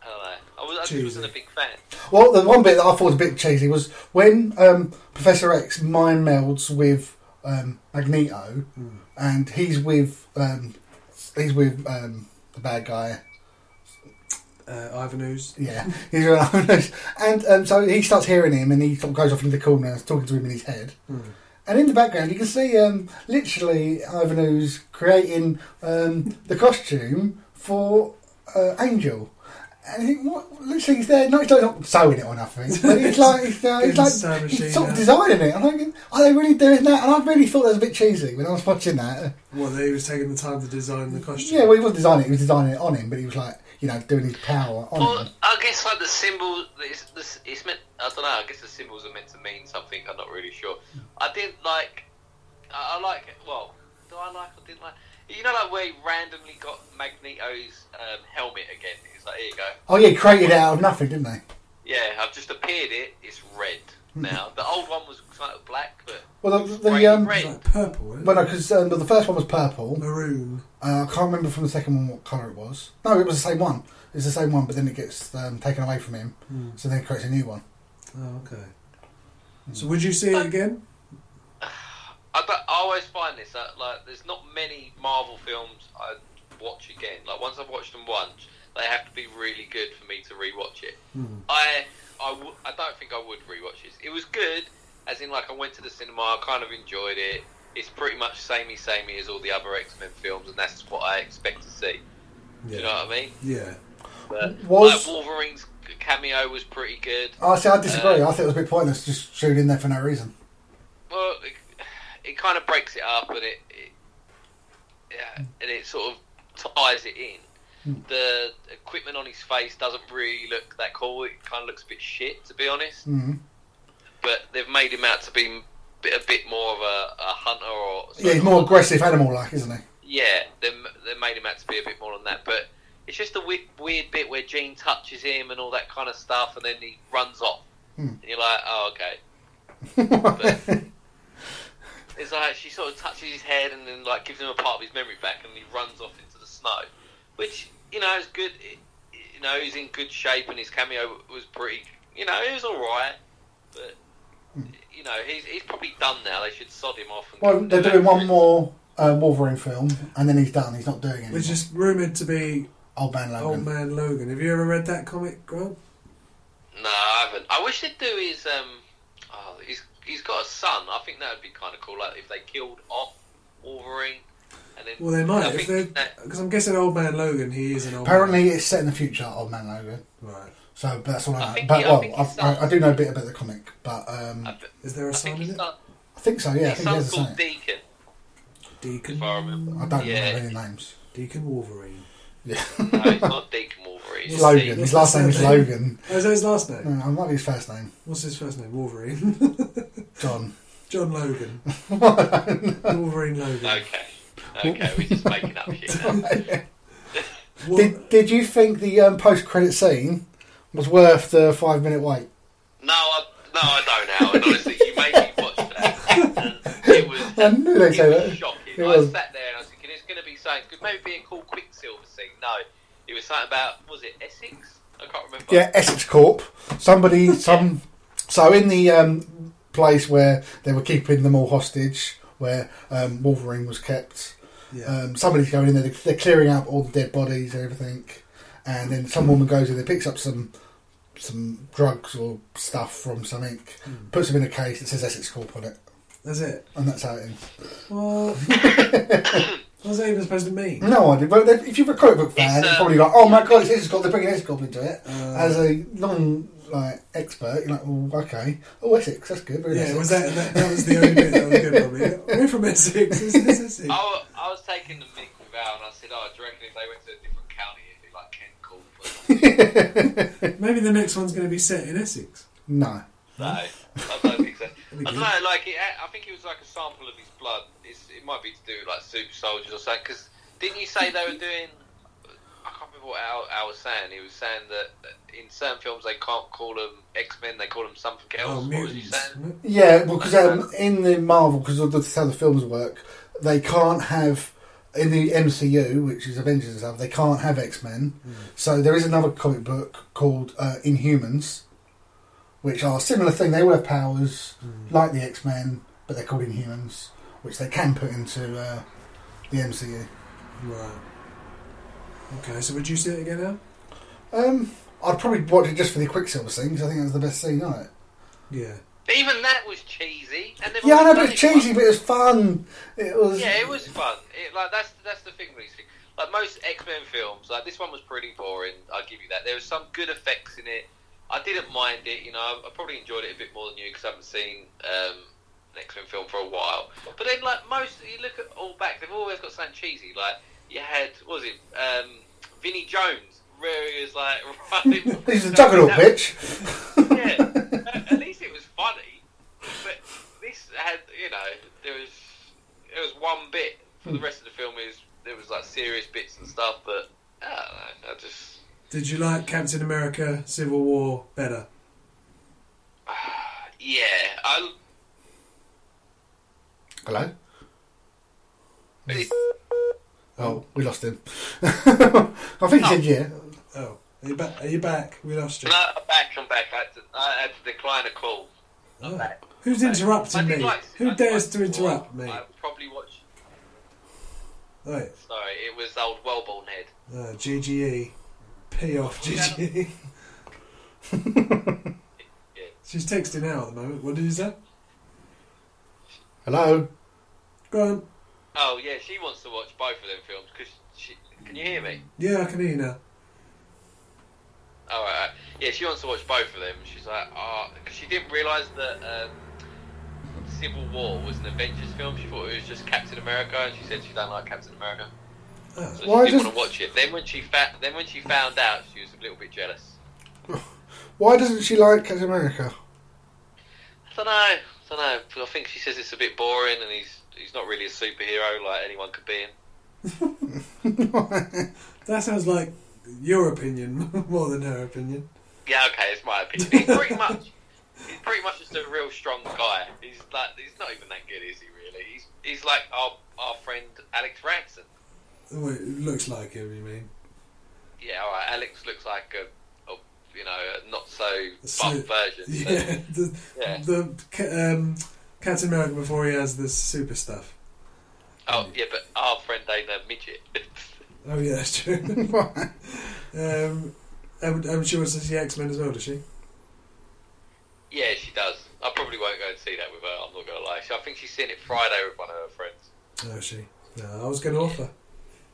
[SPEAKER 4] I don't know. I, was, I just
[SPEAKER 1] Cheesy.
[SPEAKER 4] wasn't a big fan.
[SPEAKER 2] Well, the one bit that I thought was a bit cheesy was when um, Professor X mind melds with um, Magneto, and he's with um, he's with um, the bad guy.
[SPEAKER 1] Uh, Ivanhoe's.
[SPEAKER 2] Yeah, he's with and um, so he starts hearing him, and he sort of goes off into the corner, and is talking to him in his head.
[SPEAKER 1] Hmm.
[SPEAKER 2] And in the background, you can see um, literally Ivanhoe's creating um, the costume for uh, Angel. And he, what, literally, he's there. No, he's not sewing it or nothing. But he's like, he's, uh,
[SPEAKER 1] [LAUGHS]
[SPEAKER 2] he's
[SPEAKER 1] Getting
[SPEAKER 2] like,
[SPEAKER 1] the sewing machine
[SPEAKER 2] he's sort of
[SPEAKER 1] out.
[SPEAKER 2] designing it. I'm thinking, are they really doing that? And I really thought that was a bit cheesy when I was watching that.
[SPEAKER 1] Well, he was taking the time to design the costume.
[SPEAKER 2] Yeah, well, he wasn't designing it. He was designing it on him, but he was like, you know, doing his power on
[SPEAKER 4] Well,
[SPEAKER 2] him.
[SPEAKER 4] I guess like the symbol, it's, this- it's meant. I don't know. I guess the symbols are meant to mean something. I'm not really sure. I did like. I, I like. Well, do I like or didn't like? You know, like where he randomly got Magneto's um, helmet again. He's like, here you go.
[SPEAKER 2] Oh yeah, he created it out of nothing, didn't they?
[SPEAKER 4] Yeah, I've just appeared it. It's red now. the old one was kind of black, but
[SPEAKER 2] Well, the, the
[SPEAKER 4] Right,
[SPEAKER 2] um,
[SPEAKER 1] It's
[SPEAKER 4] right.
[SPEAKER 1] like purple, isn't it?
[SPEAKER 2] well, no, because um, the first one was purple.
[SPEAKER 1] maroon.
[SPEAKER 2] Uh, I can't remember from the second one what colour it was. No, it was the same one. It was the same one, but then it gets um, taken away from him. So then he creates a new one.
[SPEAKER 1] Oh, okay.
[SPEAKER 2] Hmm.
[SPEAKER 1] So would you see it again?
[SPEAKER 4] I, don't, I always find this that like there's not many Marvel films I watch again. Like once I've watched them once, they have to be really good for me to rewatch it.
[SPEAKER 2] Hmm.
[SPEAKER 4] I I, w- I don't think I would rewatch this. It was good, as in like I went to the cinema, I kind of enjoyed it. It's pretty much samey samey as all the other X Men films, and that's what I expect to see. Do you know what I mean?
[SPEAKER 1] Yeah.
[SPEAKER 4] But,
[SPEAKER 2] Was-
[SPEAKER 4] like, Wolverine's cameo was pretty good.
[SPEAKER 2] I Ah, see. I disagree.
[SPEAKER 4] Uh,
[SPEAKER 2] I think it was a bit pointless just shooting in there for no reason.
[SPEAKER 4] Well, it, it kind of breaks it up, and it, it yeah, and it sort of ties it in. The equipment on his face doesn't really look that cool. It kind of looks a bit shit, to be honest.
[SPEAKER 2] Mhm.
[SPEAKER 4] But they've made him out to be m- bit- a bit more of a, a hunter or
[SPEAKER 2] Yeah, he's more aggressive, animal-like, isn't he?
[SPEAKER 4] yeah, they they made him out to be a bit more than that, but it's just a weird, weird bit where Gene touches him and all that kind of stuff, and then he runs off,
[SPEAKER 2] Hmm.
[SPEAKER 4] and you're like, oh okay.
[SPEAKER 2] [LAUGHS]
[SPEAKER 4] But it's like she sort of touches his head and then like gives him a part of his memory back, and he runs off into the snow, which you know is good. It, you know he's in good shape, and his cameo was pretty. You know it was all right, but. You know, he's, he's probably done now. They should sod him off. And
[SPEAKER 2] Hmm. Well,
[SPEAKER 4] give
[SPEAKER 2] they're
[SPEAKER 4] him that
[SPEAKER 2] doing one
[SPEAKER 4] treat.
[SPEAKER 2] more uh, Wolverine film, and then he's done. He's not doing it.
[SPEAKER 1] It's just rumoured to be
[SPEAKER 2] Old Man Logan.
[SPEAKER 1] Old Man Logan. Have you ever read that comic, Grant?
[SPEAKER 4] No, I haven't. I wish they'd do his um. Oh, he's he's got a son. I think that would be kind of cool. Like if they killed off Wolverine, and then
[SPEAKER 1] Well, they
[SPEAKER 4] I
[SPEAKER 1] might.
[SPEAKER 4] think that-
[SPEAKER 1] Because I'm guessing Old Man Logan, he is an old
[SPEAKER 2] Apparently, it's set in the future, Old Man Logan.
[SPEAKER 1] man. Right.
[SPEAKER 2] So but that's all
[SPEAKER 4] I
[SPEAKER 2] I know.
[SPEAKER 4] think
[SPEAKER 2] But
[SPEAKER 4] he- I
[SPEAKER 2] well,
[SPEAKER 4] think Uh,
[SPEAKER 2] I,
[SPEAKER 4] he's
[SPEAKER 2] I,
[SPEAKER 4] done.
[SPEAKER 2] I do know a bit about the comic, but um,
[SPEAKER 4] I,
[SPEAKER 2] I
[SPEAKER 4] th-
[SPEAKER 1] Is there a
[SPEAKER 4] I think
[SPEAKER 1] sign in
[SPEAKER 4] his
[SPEAKER 1] it?
[SPEAKER 4] son,
[SPEAKER 2] think so. Yeah, I
[SPEAKER 4] his
[SPEAKER 2] think there's
[SPEAKER 4] son's
[SPEAKER 2] a sign.
[SPEAKER 4] called Deacon,
[SPEAKER 1] Deacon.
[SPEAKER 4] if I remember.
[SPEAKER 2] I don't
[SPEAKER 4] Yeah.
[SPEAKER 2] know any names.
[SPEAKER 1] Deacon Wolverine.
[SPEAKER 2] Yeah,
[SPEAKER 4] No, it's not Deacon Wolverine. It's
[SPEAKER 2] Logan.
[SPEAKER 4] Deacon.
[SPEAKER 2] His last name is Logan.
[SPEAKER 1] Oh, is that his last name?
[SPEAKER 2] No, Mm, I might be his first name.
[SPEAKER 1] What's his first name? Wolverine. [LAUGHS]
[SPEAKER 2] John.
[SPEAKER 1] John
[SPEAKER 2] [LAUGHS]
[SPEAKER 1] Logan. Wolverine Logan.
[SPEAKER 4] Okay, okay, we're just making up
[SPEAKER 2] [LAUGHS]
[SPEAKER 4] shit. Now.
[SPEAKER 1] What-
[SPEAKER 2] Did Did you think the um, post credit scene was worth the five minute wait?
[SPEAKER 4] No, I, no, I don't know. And honestly, you made me watch that. [LAUGHS] And it was.
[SPEAKER 2] I knew they'd
[SPEAKER 4] it
[SPEAKER 2] say
[SPEAKER 4] was
[SPEAKER 2] that.
[SPEAKER 4] shocking.
[SPEAKER 2] It
[SPEAKER 4] I
[SPEAKER 2] was.
[SPEAKER 4] sat there and I was thinking, it's going to be something. Could maybe be a cool Quicksilver scene. No, it was something about was it Essex? I can't remember.
[SPEAKER 2] Yeah, Essex Corp. Somebody, some. So in the um, place where they were keeping them all hostage, where um, Wolverine was kept,
[SPEAKER 1] Yeah.
[SPEAKER 2] um, somebody's going in there. They're clearing up all the dead bodies and everything, and then some woman goes in there, picks up some some drugs or stuff from something, puts them in a case that says Essex Corp on it,
[SPEAKER 1] That's it.
[SPEAKER 2] and that's how it ends.
[SPEAKER 1] [LAUGHS] What? What's that even supposed to mean?
[SPEAKER 2] No idea. But if you're a comic book fan,
[SPEAKER 4] It's,
[SPEAKER 1] um,
[SPEAKER 2] you're
[SPEAKER 4] uh,
[SPEAKER 2] probably like, oh my god, it's Escort, they're bringing Escort into it.
[SPEAKER 1] Uh,
[SPEAKER 2] As a non like expert, you're like, well, okay. Oh, Essex, that's good. Very
[SPEAKER 1] yeah,
[SPEAKER 2] Essex.
[SPEAKER 1] was that, that that was the only bit that was good for me. We're from Essex. Is this Essex?
[SPEAKER 4] I, wa- I was taking the mic with Val and I said, oh, do you reckon if they went to a different county, it'd be like Kent Corp? or something?"
[SPEAKER 1] Maybe the next one's going to be set in Essex.
[SPEAKER 2] [LAUGHS] No.
[SPEAKER 4] No, I don't think so. I
[SPEAKER 1] That'd be
[SPEAKER 4] don't
[SPEAKER 1] good.
[SPEAKER 4] know. Like, it, I think it was like a sample of his blood. It's, it might be to do with like super soldiers or something. Because didn't you say they were doing? I can't remember what Al, Al was saying. He was saying that in certain films they can't call them X Men. They call them something
[SPEAKER 1] Oh,
[SPEAKER 4] else. what was he
[SPEAKER 1] mutants.
[SPEAKER 4] saying?
[SPEAKER 2] Yeah, well, because um, in the Marvel, because that's how the films work, they can't have in the MCU, which is Avengers and stuff, they can't have X Men. So there is another comic book called uh, Inhumans, which are a similar thing. They all have powers like the X Men, but they're called Inhumans, which they can put into uh, the MCU.
[SPEAKER 1] Right. Okay, so would you see it again now?
[SPEAKER 2] Um, I'd probably watch it just for the Quicksilver scene 'cause I think that was the best scene on it.
[SPEAKER 1] Yeah.
[SPEAKER 4] Even that was cheesy. And they've
[SPEAKER 2] Yeah, I know,
[SPEAKER 4] already
[SPEAKER 2] but it's
[SPEAKER 4] done it once.
[SPEAKER 2] cheesy, but it's fun. It was.
[SPEAKER 4] Yeah, it was fun. It, like that's that's the thing with these things. Like most X Men films, like this one was pretty boring. I'll give you that. There was some good effects in it. I didn't mind it. You know, I, I probably enjoyed it a bit more than you because I haven't seen um, an X Men film for a while. But then, like most, you look at all back, they've always got something cheesy. Like you had, what was it um, Vinnie Jones? Where he was like, [LAUGHS] running-
[SPEAKER 2] [LAUGHS] He's a juggernaut,
[SPEAKER 4] That-
[SPEAKER 2] bitch.
[SPEAKER 4] yeah, at at least it was funny. But this had, you know, there was there was one bit for the rest of the film is there was like serious bits and stuff. But I don't know, I just
[SPEAKER 1] Did you like Captain America Civil War better?
[SPEAKER 4] yeah, I
[SPEAKER 2] [LAUGHS] Hello.
[SPEAKER 4] it,
[SPEAKER 2] Oh, we lost him. [LAUGHS] I think he said yeah.
[SPEAKER 1] Oh, are you back? Are you back? We lost you.
[SPEAKER 4] no, I'm back, I'm back. I had to, I had to decline a call.
[SPEAKER 1] Oh.
[SPEAKER 4] back.
[SPEAKER 1] Who's
[SPEAKER 4] I
[SPEAKER 1] interrupting
[SPEAKER 4] did
[SPEAKER 1] me?
[SPEAKER 4] like- I
[SPEAKER 1] Who
[SPEAKER 4] did
[SPEAKER 1] dares
[SPEAKER 4] like-
[SPEAKER 1] to interrupt me?
[SPEAKER 4] I probably watched.
[SPEAKER 1] Right.
[SPEAKER 4] Sorry, it was old well-born head.
[SPEAKER 1] Uh, GGE. P
[SPEAKER 4] [LAUGHS]
[SPEAKER 1] off E. GGE. She's texting out at the moment. What did you say?
[SPEAKER 2] Hello. [LAUGHS]
[SPEAKER 1] Go on.
[SPEAKER 4] Oh yeah, she wants to watch both of them films because she. Can you hear me?
[SPEAKER 1] Yeah, I can hear you now.
[SPEAKER 4] All right. Oh, uh, Yeah, she wants to watch both of them. She's like, ah, because she didn't realise that um, Civil War was an Avengers film. She thought it was just Captain America, and she said she don't like Captain America,
[SPEAKER 1] Oh.
[SPEAKER 4] so
[SPEAKER 2] Why
[SPEAKER 4] she didn't
[SPEAKER 2] does-
[SPEAKER 4] want to watch it. Then when she fa- then when she found out, she was a little bit jealous.
[SPEAKER 2] Why doesn't she like Captain America?
[SPEAKER 4] I don't know. I don't know. but I think she says it's a bit boring, and he's he's not really a superhero like anyone could be. Him.
[SPEAKER 1] That sounds like your opinion [LAUGHS] more than her opinion.
[SPEAKER 4] Yeah, okay, it's my opinion. He's pretty much he's pretty much just a real strong guy. He's like he's not even that good, is he? Really? He's he's like our our friend Alex Ranson.
[SPEAKER 1] Well, it looks like him, you
[SPEAKER 4] [LAUGHS]
[SPEAKER 1] mean?
[SPEAKER 4] Yeah, all right. Alex looks like a, a you know a not so
[SPEAKER 1] So-
[SPEAKER 4] buff version. so-
[SPEAKER 1] Yeah. The,
[SPEAKER 4] Yeah.
[SPEAKER 1] the ca- um, Captain America before he has this super stuff.
[SPEAKER 4] Oh yeah, but our friend ain't a midget. [LAUGHS]
[SPEAKER 1] Oh, yeah, that's true. um, and, and she wants to see X Men as well, does she?
[SPEAKER 4] yeah, she does. I probably won't go and see that with her. I'm not gonna lie. She, I think she's seen it Friday with one of her friends.
[SPEAKER 1] Oh, she. No, I was going to offer.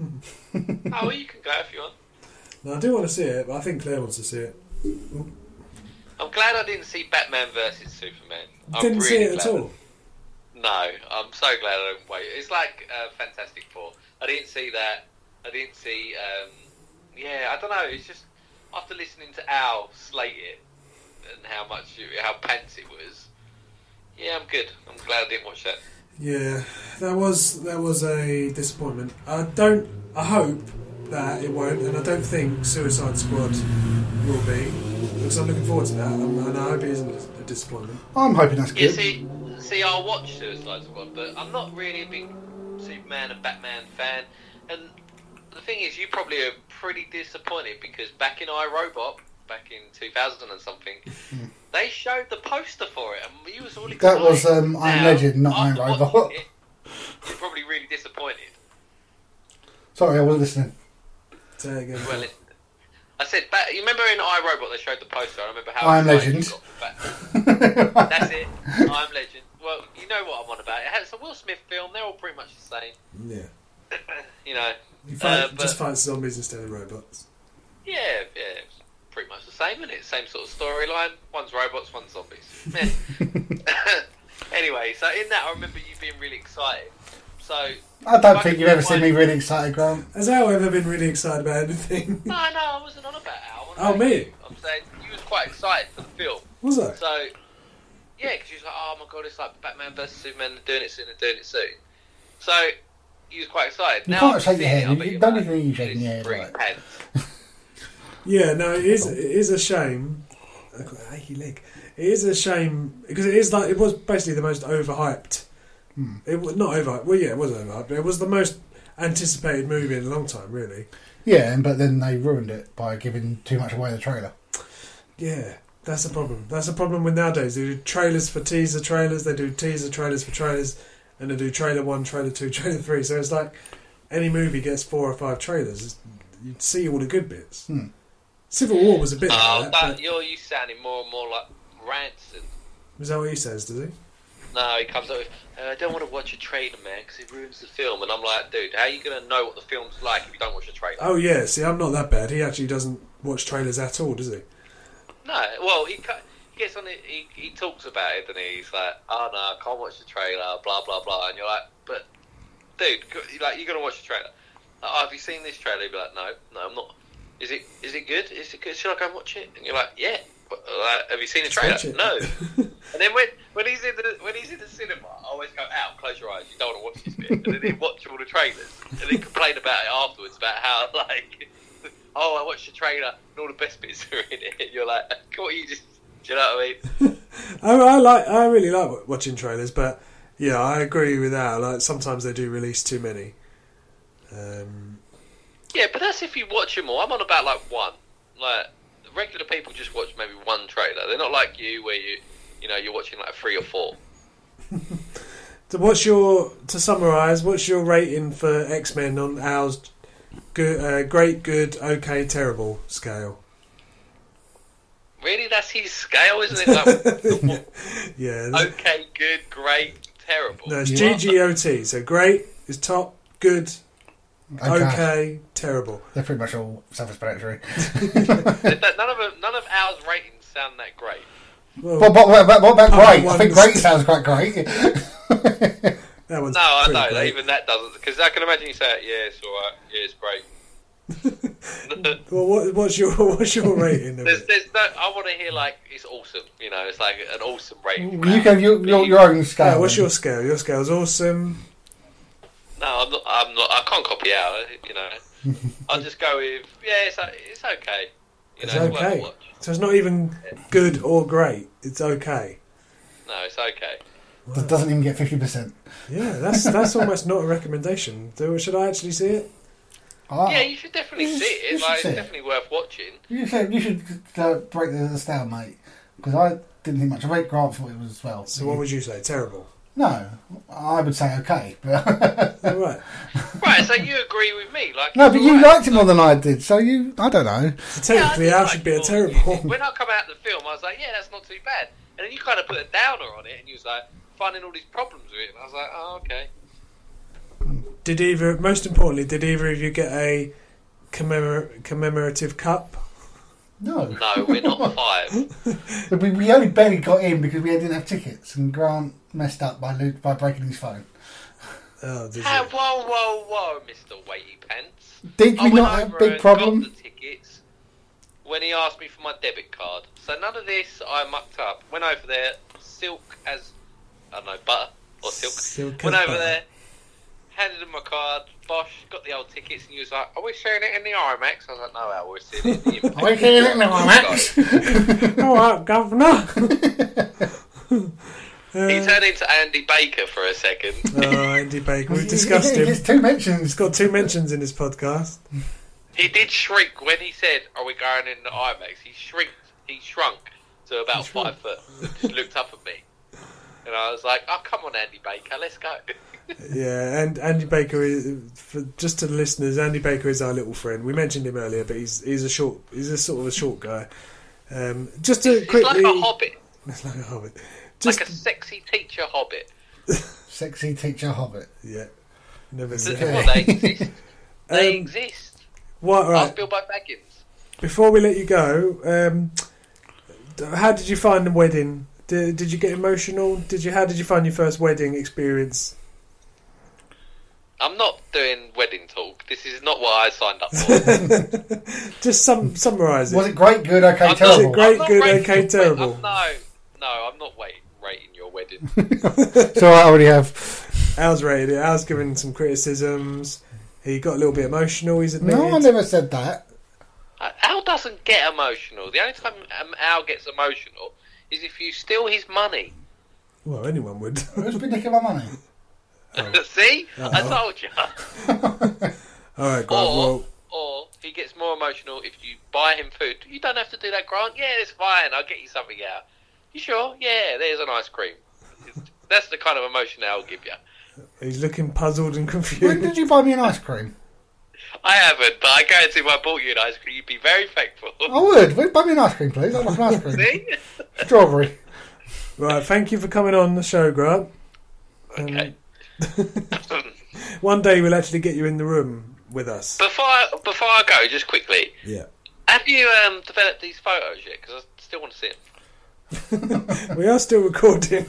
[SPEAKER 4] oh, well, you can go if you want.
[SPEAKER 1] No, I do want to see it, but I think Claire wants to see it.
[SPEAKER 4] I'm glad I didn't see Batman versus Superman. I'm
[SPEAKER 1] Didn't see
[SPEAKER 4] really
[SPEAKER 1] it at
[SPEAKER 4] glad I
[SPEAKER 1] all.
[SPEAKER 4] No, I'm so glad I didn't wait. It's like uh, Fantastic Four. I didn't see that. I didn't see. Um, yeah, I don't know. It's just after listening to Al slate it and how much it- how pants it was. Yeah, I'm good. I'm glad I didn't watch that.
[SPEAKER 1] Yeah, that was that was a disappointment. I don't. I hope that it won't, and I don't think Suicide Squad will be because I'm looking forward to that, and and I hope it isn't a disappointment.
[SPEAKER 2] I'm hoping that's
[SPEAKER 4] Yeah,
[SPEAKER 2] good.
[SPEAKER 4] see, see, I'll watch Suicide Squad, but I'm not really a big Superman and Batman fan. And the thing is, you probably are pretty disappointed because back in iRobot, back in 2000
[SPEAKER 2] [LAUGHS]
[SPEAKER 4] and something, they showed the poster for it, and you was all excited.
[SPEAKER 2] That was, um, I
[SPEAKER 4] Now,
[SPEAKER 2] Legend, not
[SPEAKER 4] after
[SPEAKER 2] I,
[SPEAKER 4] watching
[SPEAKER 2] Robot.
[SPEAKER 4] it, You're probably really disappointed.
[SPEAKER 2] Sorry, I wasn't listening.
[SPEAKER 1] Say it again.
[SPEAKER 4] Well, it, I said, back, you remember in iRobot they showed the poster? I remember how
[SPEAKER 2] I Am
[SPEAKER 4] excited you
[SPEAKER 2] Legend.
[SPEAKER 4] got for Batman.
[SPEAKER 1] [LAUGHS]
[SPEAKER 4] That's it. I'm Legend. Well, you know what I'm on about. It's a Will Smith film. They're all pretty much the same.
[SPEAKER 1] yeah,
[SPEAKER 4] You know.
[SPEAKER 1] you fight,
[SPEAKER 4] Uh, but-
[SPEAKER 1] just fight zombies instead of robots.
[SPEAKER 4] Yeah, yeah. it's Pretty much the same, isn't it? Same sort of storyline. One's robots, one's
[SPEAKER 1] [LAUGHS]
[SPEAKER 4] zombies. Meh. [LAUGHS] anyway, so in that, I remember you being really excited. So.
[SPEAKER 2] I don't
[SPEAKER 4] Fucking
[SPEAKER 2] think you've ever seen me
[SPEAKER 4] one-
[SPEAKER 2] really excited, Grant.
[SPEAKER 1] Has Al ever been really excited about anything?
[SPEAKER 4] No, no, I wasn't on about Al.
[SPEAKER 1] Oh, me?
[SPEAKER 4] I'm saying you was quite excited for the film.
[SPEAKER 1] [LAUGHS] was I?
[SPEAKER 4] So, Yeah, because he was like, oh my god, it's like Batman versus Superman, they're doing it soon, they're doing it soon. So he was quite excited.
[SPEAKER 2] You
[SPEAKER 4] now
[SPEAKER 2] can't
[SPEAKER 4] I've
[SPEAKER 2] shake
[SPEAKER 4] seen
[SPEAKER 2] your head.
[SPEAKER 4] it, I'm
[SPEAKER 2] You
[SPEAKER 4] thinking,
[SPEAKER 2] don't
[SPEAKER 4] like,
[SPEAKER 2] even need shaking
[SPEAKER 4] it's
[SPEAKER 2] your head,
[SPEAKER 4] three
[SPEAKER 2] like-
[SPEAKER 4] pence.
[SPEAKER 1] Yeah, no, it is. It is a shame. I've Oh. got an achy leg. It is a shame because it is like it was basically the most overhyped. It was not overhyped. Well, yeah, it was overhyped, but it was the most anticipated movie in a long time, really.
[SPEAKER 2] Yeah, and but then they ruined it by giving too much away in the trailer.
[SPEAKER 1] Yeah, that's a problem. That's a problem with nowadays. They do trailers for teaser trailers. They do teaser trailers for trailers, and they do trailer one, trailer two, [LAUGHS] trailer three. So it's like any movie gets four or five trailers. It's, you'd see all the good bits.
[SPEAKER 2] Hmm.
[SPEAKER 1] Civil War was a bit.
[SPEAKER 4] Oh,
[SPEAKER 1] like that,
[SPEAKER 4] that,
[SPEAKER 1] but-
[SPEAKER 4] you're you sounding more and more like Ranson.
[SPEAKER 1] is that what he says? Does he?
[SPEAKER 4] No, he comes up with, uh, I don't want to watch a trailer, man, because it ruins the film. And I'm like, dude, how are you going to know what the film's like if you don't watch the trailer?
[SPEAKER 1] Oh yeah, see, I'm not that bad. He actually doesn't watch trailers at all, does he?
[SPEAKER 4] No, well, he, cu- he gets on it, he, he talks about it, and he? he's like, oh no, I can't watch the trailer, blah, blah, blah. And you're like, but, dude, c- like, you're going to watch the trailer. Like, oh, have you seen this trailer? He'd be like, no, no, I'm not. Is it is it good? Is it good? Should I go and watch it? And you're like, yeah. But, uh, have you seen the trailer?
[SPEAKER 1] Watch it.
[SPEAKER 4] No.
[SPEAKER 1] [LAUGHS]
[SPEAKER 4] and then when when he's in the when he's in the cinema, I always go out, close your eyes. You don't want to watch this bit. And then he watch all the trailers and then complain about it afterwards about how [LAUGHS] like, oh, I watched the trailer and all the best bits are in it. And you're like, what you just. Do you know what I mean?
[SPEAKER 1] I, Oh, I like, I really like wa- watching trailers, but yeah, I agree with that. Like sometimes they do release too many. Um,
[SPEAKER 4] Yeah, but that's if you watch them all. I'm on about like one. Like regular people just watch maybe one trailer. They're not like you where you, you know, you're watching like three or four.
[SPEAKER 1] so what's your to summarize? What's your rating for X Men on ours? Good, uh, great, good, okay, terrible scale.
[SPEAKER 4] Really, that's his scale, isn't it? Like,
[SPEAKER 1] Yeah, [LAUGHS] there's-
[SPEAKER 4] okay, good, great, terrible.
[SPEAKER 1] no, it's
[SPEAKER 2] Yeah.
[SPEAKER 1] GGOT. So great is top, good,
[SPEAKER 2] Okay.
[SPEAKER 1] okay terrible.
[SPEAKER 2] They're pretty much all self-explanatory. [LAUGHS]
[SPEAKER 4] That- that- none of them, none of ours ratings sound that great.
[SPEAKER 1] Well,
[SPEAKER 2] What, what, what, what about
[SPEAKER 1] Other
[SPEAKER 2] great? I think
[SPEAKER 1] ones.
[SPEAKER 2] great sounds quite great. [LAUGHS]
[SPEAKER 1] that one's
[SPEAKER 4] No, I
[SPEAKER 1] pretty
[SPEAKER 4] know.
[SPEAKER 1] great.
[SPEAKER 4] Even that doesn't, because I can imagine you say, "Yeah, it's all right. Yeah, it's
[SPEAKER 2] [LAUGHS]
[SPEAKER 4] great."
[SPEAKER 1] Well, what, what's your [LAUGHS] what's your rating? Of
[SPEAKER 4] there's,
[SPEAKER 1] it?
[SPEAKER 4] there's no. I want to hear like it's awesome. You know, it's like an awesome rating.
[SPEAKER 2] you go your, your, your own scale.
[SPEAKER 1] Yeah, what's
[SPEAKER 2] then.
[SPEAKER 1] your scale? Your scale's awesome.
[SPEAKER 4] No, I'm not. I'm not. I can't copy out.
[SPEAKER 2] [LAUGHS]
[SPEAKER 4] You know, I'll just go with yeah. It's it's okay. You
[SPEAKER 1] It's
[SPEAKER 4] know, worth a
[SPEAKER 1] okay.
[SPEAKER 4] watch.
[SPEAKER 1] So it's not even good or great. It's okay.
[SPEAKER 4] No, it's okay.
[SPEAKER 2] That doesn't even get fifty percent.
[SPEAKER 1] Yeah, that's
[SPEAKER 4] [LAUGHS]
[SPEAKER 1] that's almost not a recommendation. Do, should I actually see it?
[SPEAKER 2] Oh,
[SPEAKER 4] Yeah, you should definitely
[SPEAKER 2] You
[SPEAKER 4] see
[SPEAKER 2] should- you
[SPEAKER 4] it.
[SPEAKER 2] should
[SPEAKER 4] Like, it's
[SPEAKER 2] see it.
[SPEAKER 4] definitely worth watching.
[SPEAKER 2] you should you should uh, break the, the stalemate because I didn't think much. I rate Grant for it as well.
[SPEAKER 1] So what would you say?
[SPEAKER 4] [LAUGHS]
[SPEAKER 1] Terrible.
[SPEAKER 2] No, I would say okay, but [LAUGHS]
[SPEAKER 1] All right.
[SPEAKER 4] Right, so you agree with me? Like
[SPEAKER 2] no,
[SPEAKER 4] it's
[SPEAKER 2] but you
[SPEAKER 4] alright.
[SPEAKER 2] liked it more than I did. So you, I don't know.
[SPEAKER 1] So
[SPEAKER 4] Yeah, I
[SPEAKER 1] technically,
[SPEAKER 4] did
[SPEAKER 1] I
[SPEAKER 4] like
[SPEAKER 1] should be a
[SPEAKER 4] your-
[SPEAKER 1] terrible.
[SPEAKER 4] When I come out of the film, I was like, yeah, that's not too bad. And then you kind of put a downer on it, and you was like finding all these problems with it. And I was like, oh okay.
[SPEAKER 1] [LAUGHS] Did either? Most importantly, did either of you get a commemor- commemorative cup?
[SPEAKER 2] No,
[SPEAKER 4] No, we're [LAUGHS] not five.
[SPEAKER 2] [LAUGHS] But we, we only barely got in because we didn't have tickets, and Grant messed up by lo- by breaking his phone.
[SPEAKER 1] Oh, did
[SPEAKER 4] Ah,
[SPEAKER 1] you?
[SPEAKER 4] whoa, whoa, whoa, Mister Weighty Pants.
[SPEAKER 2] Did
[SPEAKER 4] I
[SPEAKER 2] we
[SPEAKER 4] went
[SPEAKER 2] not have
[SPEAKER 4] over
[SPEAKER 2] a big
[SPEAKER 4] and
[SPEAKER 2] problem?
[SPEAKER 4] Got the tickets when he asked me for my debit card. So none of this I mucked up. Went over there, silk as I don't know butter or silk.
[SPEAKER 1] Silk
[SPEAKER 4] Went
[SPEAKER 1] as
[SPEAKER 4] over
[SPEAKER 1] butter.
[SPEAKER 4] there, handed him my card. Bosh got the old tickets, and he was like, "Are we seeing it in the IMAX?" I was like, "No, Al, we're seeing it in
[SPEAKER 2] [LAUGHS]
[SPEAKER 4] the IMAX."
[SPEAKER 2] Are we
[SPEAKER 4] [LAUGHS]
[SPEAKER 2] seeing it in the IMAX?
[SPEAKER 1] All right, governor.
[SPEAKER 4] He
[SPEAKER 1] uh,
[SPEAKER 4] turned into Andy Baker for a second.
[SPEAKER 1] oh, Andy Baker. We've discussed
[SPEAKER 4] [LAUGHS]
[SPEAKER 1] him.
[SPEAKER 2] It's two mentions.
[SPEAKER 1] He's got two mentions in his podcast.
[SPEAKER 4] He did shrink when he said, "Are we going in the IMAX?" He shrinked. He shrunk to about five foot. And just looked up at me, and I was like, "Oh, come on, Andy Baker, let's go."
[SPEAKER 1] Yeah, and Andy Baker is for, just to the listeners. Andy Baker is our little friend. We mentioned him earlier, but he's he's a short, he's a sort of a short guy. Um, just to
[SPEAKER 4] He's
[SPEAKER 1] quickly,
[SPEAKER 4] like a hobbit,
[SPEAKER 1] He's [LAUGHS] like a hobbit. Just
[SPEAKER 4] like a sexy teacher hobbit.
[SPEAKER 2] Sexy teacher Hobbit.
[SPEAKER 1] yeah, never
[SPEAKER 4] So,
[SPEAKER 1] said.
[SPEAKER 2] Okay.
[SPEAKER 4] well,
[SPEAKER 1] [LAUGHS]
[SPEAKER 4] they exist. They
[SPEAKER 1] Um,
[SPEAKER 4] exist.
[SPEAKER 1] What
[SPEAKER 4] I was
[SPEAKER 1] right?
[SPEAKER 4] built by Baggins.
[SPEAKER 1] Before we let you go, um, d- how did you find the wedding? Did, did you get emotional? Did you? How did you find your first wedding experience?
[SPEAKER 4] I'm not doing wedding talk. This is not what I
[SPEAKER 1] [LAUGHS]
[SPEAKER 4] signed up for.
[SPEAKER 1] Just sum summarize
[SPEAKER 2] Was
[SPEAKER 1] it.
[SPEAKER 2] it great? Good. Okay.
[SPEAKER 4] I'm
[SPEAKER 1] Was
[SPEAKER 2] terrible.
[SPEAKER 1] it great,
[SPEAKER 4] I'm not
[SPEAKER 1] good,
[SPEAKER 4] rating
[SPEAKER 1] okay,
[SPEAKER 4] it.
[SPEAKER 1] terrible?
[SPEAKER 4] I'm- no, no, I'm not wait, rating wedding.
[SPEAKER 2] So I already have.
[SPEAKER 1] Al's rated it. Al's given some criticisms. He got a little bit emotional. He's admitted.
[SPEAKER 2] No, I never said that.
[SPEAKER 4] Uh, Al doesn't get emotional. The only time um, Al gets emotional is if you steal his money.
[SPEAKER 1] Well, anyone would. [LAUGHS]
[SPEAKER 2] Who's been nicking my money?
[SPEAKER 4] [LAUGHS] See, I
[SPEAKER 1] Uh-oh.
[SPEAKER 4] told you.
[SPEAKER 1] All right, Grant.
[SPEAKER 4] Or,
[SPEAKER 1] Well,
[SPEAKER 4] or he gets more emotional if you buy him food. You don't have to do that, Grant. Yeah, it's fine. I'll get you something out. You sure? Yeah, there's an ice cream. [LAUGHS] It's- That's the kind of emotion I'll give you.
[SPEAKER 1] he's looking puzzled and
[SPEAKER 2] When
[SPEAKER 1] confused.
[SPEAKER 2] did you buy me an ice cream?
[SPEAKER 4] I haven't, but I guarantee if I bought you an ice cream, you'd be very thankful.
[SPEAKER 2] I would. Would you buy me an ice cream, please? I'd like an ice cream.
[SPEAKER 4] [LAUGHS] See?
[SPEAKER 2] Strawberry.
[SPEAKER 1] Right, thank you for coming on the show, Grant. Um,
[SPEAKER 4] Okay.
[SPEAKER 1] [LAUGHS] One day we'll actually get you in the room with us.
[SPEAKER 4] Before I, before I go, just quickly,
[SPEAKER 1] Yeah.
[SPEAKER 4] have you um, developed these photos yet? Because I still want to see
[SPEAKER 1] [LAUGHS]
[SPEAKER 4] them.
[SPEAKER 1] We are still recording.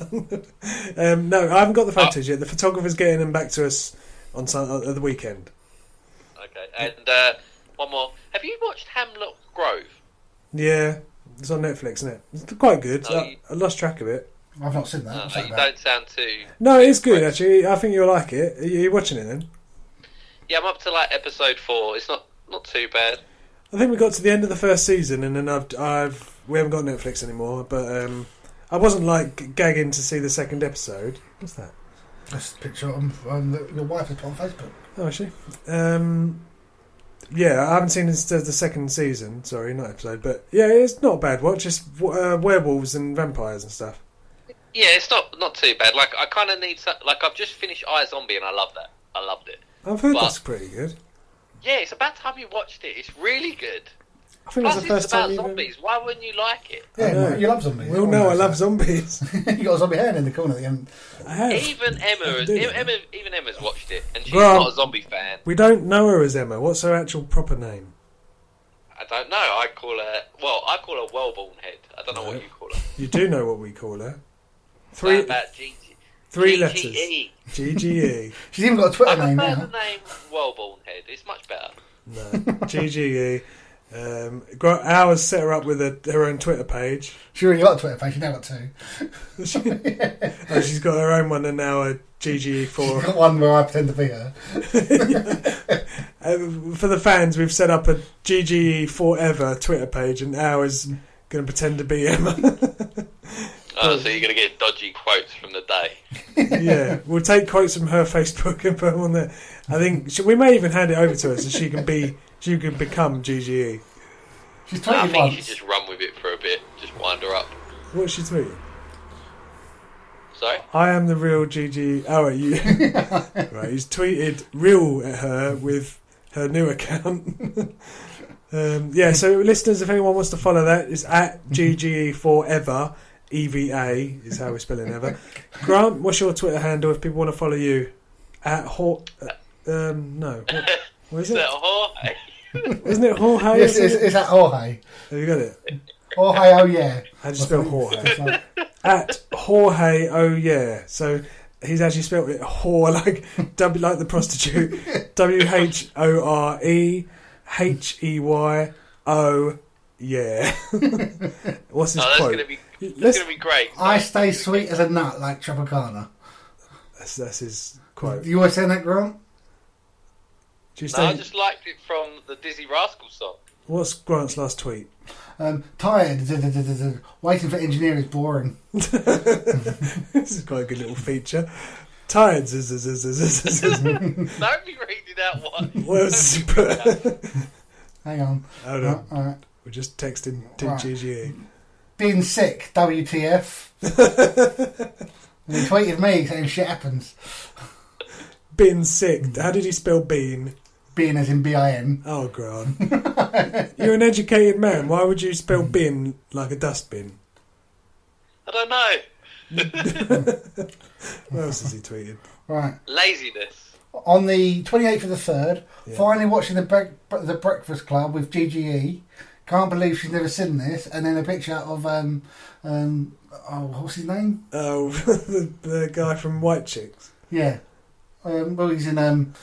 [SPEAKER 1] [LAUGHS] um, no, I haven't got the
[SPEAKER 4] Oh.
[SPEAKER 1] photos yet. The photographer's getting them back to us on Sun- uh, the weekend.
[SPEAKER 4] Okay, and uh, one more. Have you watched Hamlet Grove?
[SPEAKER 1] Yeah, it's on Netflix, isn't it? It's quite good.
[SPEAKER 4] Oh,
[SPEAKER 1] I,
[SPEAKER 4] you-
[SPEAKER 1] I lost track of it.
[SPEAKER 2] I've not seen that.
[SPEAKER 4] Uh,
[SPEAKER 2] What's that
[SPEAKER 4] you
[SPEAKER 2] about?
[SPEAKER 4] don't sound too.
[SPEAKER 1] No, it is good actually. I think you'll like it. Are you watching it then?
[SPEAKER 4] Yeah, I'm up to like episode four. It's not not too bad.
[SPEAKER 1] I think we got to the end of the first season, and then I've, I've we haven't got Netflix anymore. But um, I wasn't like gagging to see the second episode. What's that?
[SPEAKER 2] That's a picture of um, that your wife has put on Facebook.
[SPEAKER 1] Oh, is she? Um, yeah, I haven't seen this, the the second season. Sorry, not episode, but yeah, it's not a bad watch. It's uh, werewolves and vampires and stuff.
[SPEAKER 4] Yeah, it's not not too bad. Like I kind of need some, like I've just finished I Zombie and I love that. I loved it.
[SPEAKER 1] I've heard
[SPEAKER 4] But-
[SPEAKER 1] that's pretty good.
[SPEAKER 4] Yeah, it's about time you watched it. It's really good.
[SPEAKER 1] I think that's
[SPEAKER 4] Plus,
[SPEAKER 1] the
[SPEAKER 4] it's
[SPEAKER 1] first
[SPEAKER 4] about
[SPEAKER 1] time you've.
[SPEAKER 4] zombies. Why wouldn't you like it?
[SPEAKER 1] I
[SPEAKER 2] Yeah,
[SPEAKER 1] know.
[SPEAKER 2] mate, you love zombies.
[SPEAKER 1] We all know I love zombies. [LAUGHS]
[SPEAKER 2] zombies. [LAUGHS] you got a zombie hand in the corner at the end.
[SPEAKER 1] I have.
[SPEAKER 4] Even Emma, has,
[SPEAKER 1] do.
[SPEAKER 4] Em- Emma, even Emma's watched it, and she's
[SPEAKER 1] Well-
[SPEAKER 4] not a zombie fan.
[SPEAKER 1] We don't know her as Emma. What's her actual proper name?
[SPEAKER 4] I don't know. I call her well. I call her well-born head. I don't know what you call her.
[SPEAKER 1] You do know what we call her.
[SPEAKER 4] Three,
[SPEAKER 1] Three,
[SPEAKER 4] about G- E.
[SPEAKER 1] three
[SPEAKER 4] GTE.
[SPEAKER 1] letters. GGE.
[SPEAKER 2] She's even got a
[SPEAKER 4] I
[SPEAKER 2] Twitter name
[SPEAKER 4] prefer
[SPEAKER 2] now.
[SPEAKER 4] the name well-born head. It's much better.
[SPEAKER 1] No, GGE. Um, Gra- Al has set her up with a, her own Twitter page.
[SPEAKER 2] She already got a Twitter page. She now got two.
[SPEAKER 1] She, [LAUGHS]
[SPEAKER 2] [LAUGHS]
[SPEAKER 1] oh, she's got her own one and now a E GGE [LAUGHS]
[SPEAKER 2] She's
[SPEAKER 1] for
[SPEAKER 2] got one where I pretend to be her.
[SPEAKER 1] uh, for the fans. We've set up a GGE forever Twitter page, and Al is going to pretend to be Emma. [LAUGHS]
[SPEAKER 4] Oh, so you're gonna get dodgy quotes from the day.
[SPEAKER 1] yeah, we'll take quotes from her Facebook and put them on there. I think she, we may even hand it over to her so she can be she can become E. GGE.
[SPEAKER 2] She's
[SPEAKER 4] No, I
[SPEAKER 2] 20
[SPEAKER 4] think you
[SPEAKER 2] once.
[SPEAKER 4] should just run with it for a bit. Just wind her up.
[SPEAKER 1] What's she tweeting?
[SPEAKER 4] Sorry.
[SPEAKER 1] I am the real GG. Oh, [LAUGHS] right, you. right, he's tweeted real at her with her new account. [LAUGHS] um, yeah, so listeners, if anyone wants to follow that, it's at GGE forever. EVA is how we're spelling ever. Grant, what's your Twitter handle if people want to follow you? At Hor. Uh, um, no. What, what is
[SPEAKER 4] Is [LAUGHS]
[SPEAKER 1] it?
[SPEAKER 4] that Oh, Jorge?
[SPEAKER 1] Isn't it Jorge? is
[SPEAKER 2] Yes, it's,
[SPEAKER 1] it?
[SPEAKER 2] it's at Jorge.
[SPEAKER 1] Have you got it?
[SPEAKER 2] Jorge, oh yeah.
[SPEAKER 1] How do you spell Jorge?
[SPEAKER 2] It's like,
[SPEAKER 1] at Jorge. Oh yeah, so he's actually spelled it whore [LAUGHS] like W like the prostitute. W H O R E H E Y O yeah. What's his
[SPEAKER 4] Oh, that's
[SPEAKER 1] quote?
[SPEAKER 4] gonna be that's
[SPEAKER 1] Let's-
[SPEAKER 4] gonna be great.
[SPEAKER 2] I stay sweet as a nut like Tropicana.
[SPEAKER 1] That's, that's his quote.
[SPEAKER 2] You always saying that, Grant?
[SPEAKER 1] Do you
[SPEAKER 4] No, I
[SPEAKER 1] say-
[SPEAKER 4] just liked it from the Dizzy Rascal song. [LAUGHS]
[SPEAKER 1] What's Grant's last tweet? [LAUGHS]
[SPEAKER 2] Um, tired. [LAUGHS] duh, duh, duh, duh, duh. Waiting for engineer is boring.
[SPEAKER 1] This is quite a good little feature. Tired. zzz, zzz, zzz, zzz, zzz, zzz.
[SPEAKER 4] Don't be reading out one.
[SPEAKER 1] What else did he put?
[SPEAKER 2] Hang on.
[SPEAKER 1] Hold
[SPEAKER 2] Right,
[SPEAKER 1] on.
[SPEAKER 2] all right.
[SPEAKER 1] We're just texting to
[SPEAKER 2] Right.
[SPEAKER 1] GGE.
[SPEAKER 2] Being sick, WTF. and he tweeted me saying shit happens.
[SPEAKER 1] Being sick. How did he spell bean?
[SPEAKER 2] Being as in B-I-N.
[SPEAKER 1] Oh, Grant. You're an educated man. Why would you spell
[SPEAKER 2] Mm.
[SPEAKER 1] bin like a dustbin?
[SPEAKER 4] [LAUGHS] I don't know.
[SPEAKER 1] What else has he tweeted?
[SPEAKER 2] Right.
[SPEAKER 4] Laziness.
[SPEAKER 2] On the 28th of the 3rd,
[SPEAKER 1] Yeah.
[SPEAKER 2] finally watching the, bre- the Breakfast Club with GGE. Can't believe she's never seen this. And then a picture of, um, um, oh, what's his name?
[SPEAKER 1] Oh, [LAUGHS] the, the guy from White Chicks,
[SPEAKER 2] Yeah. Um, well, he's in um,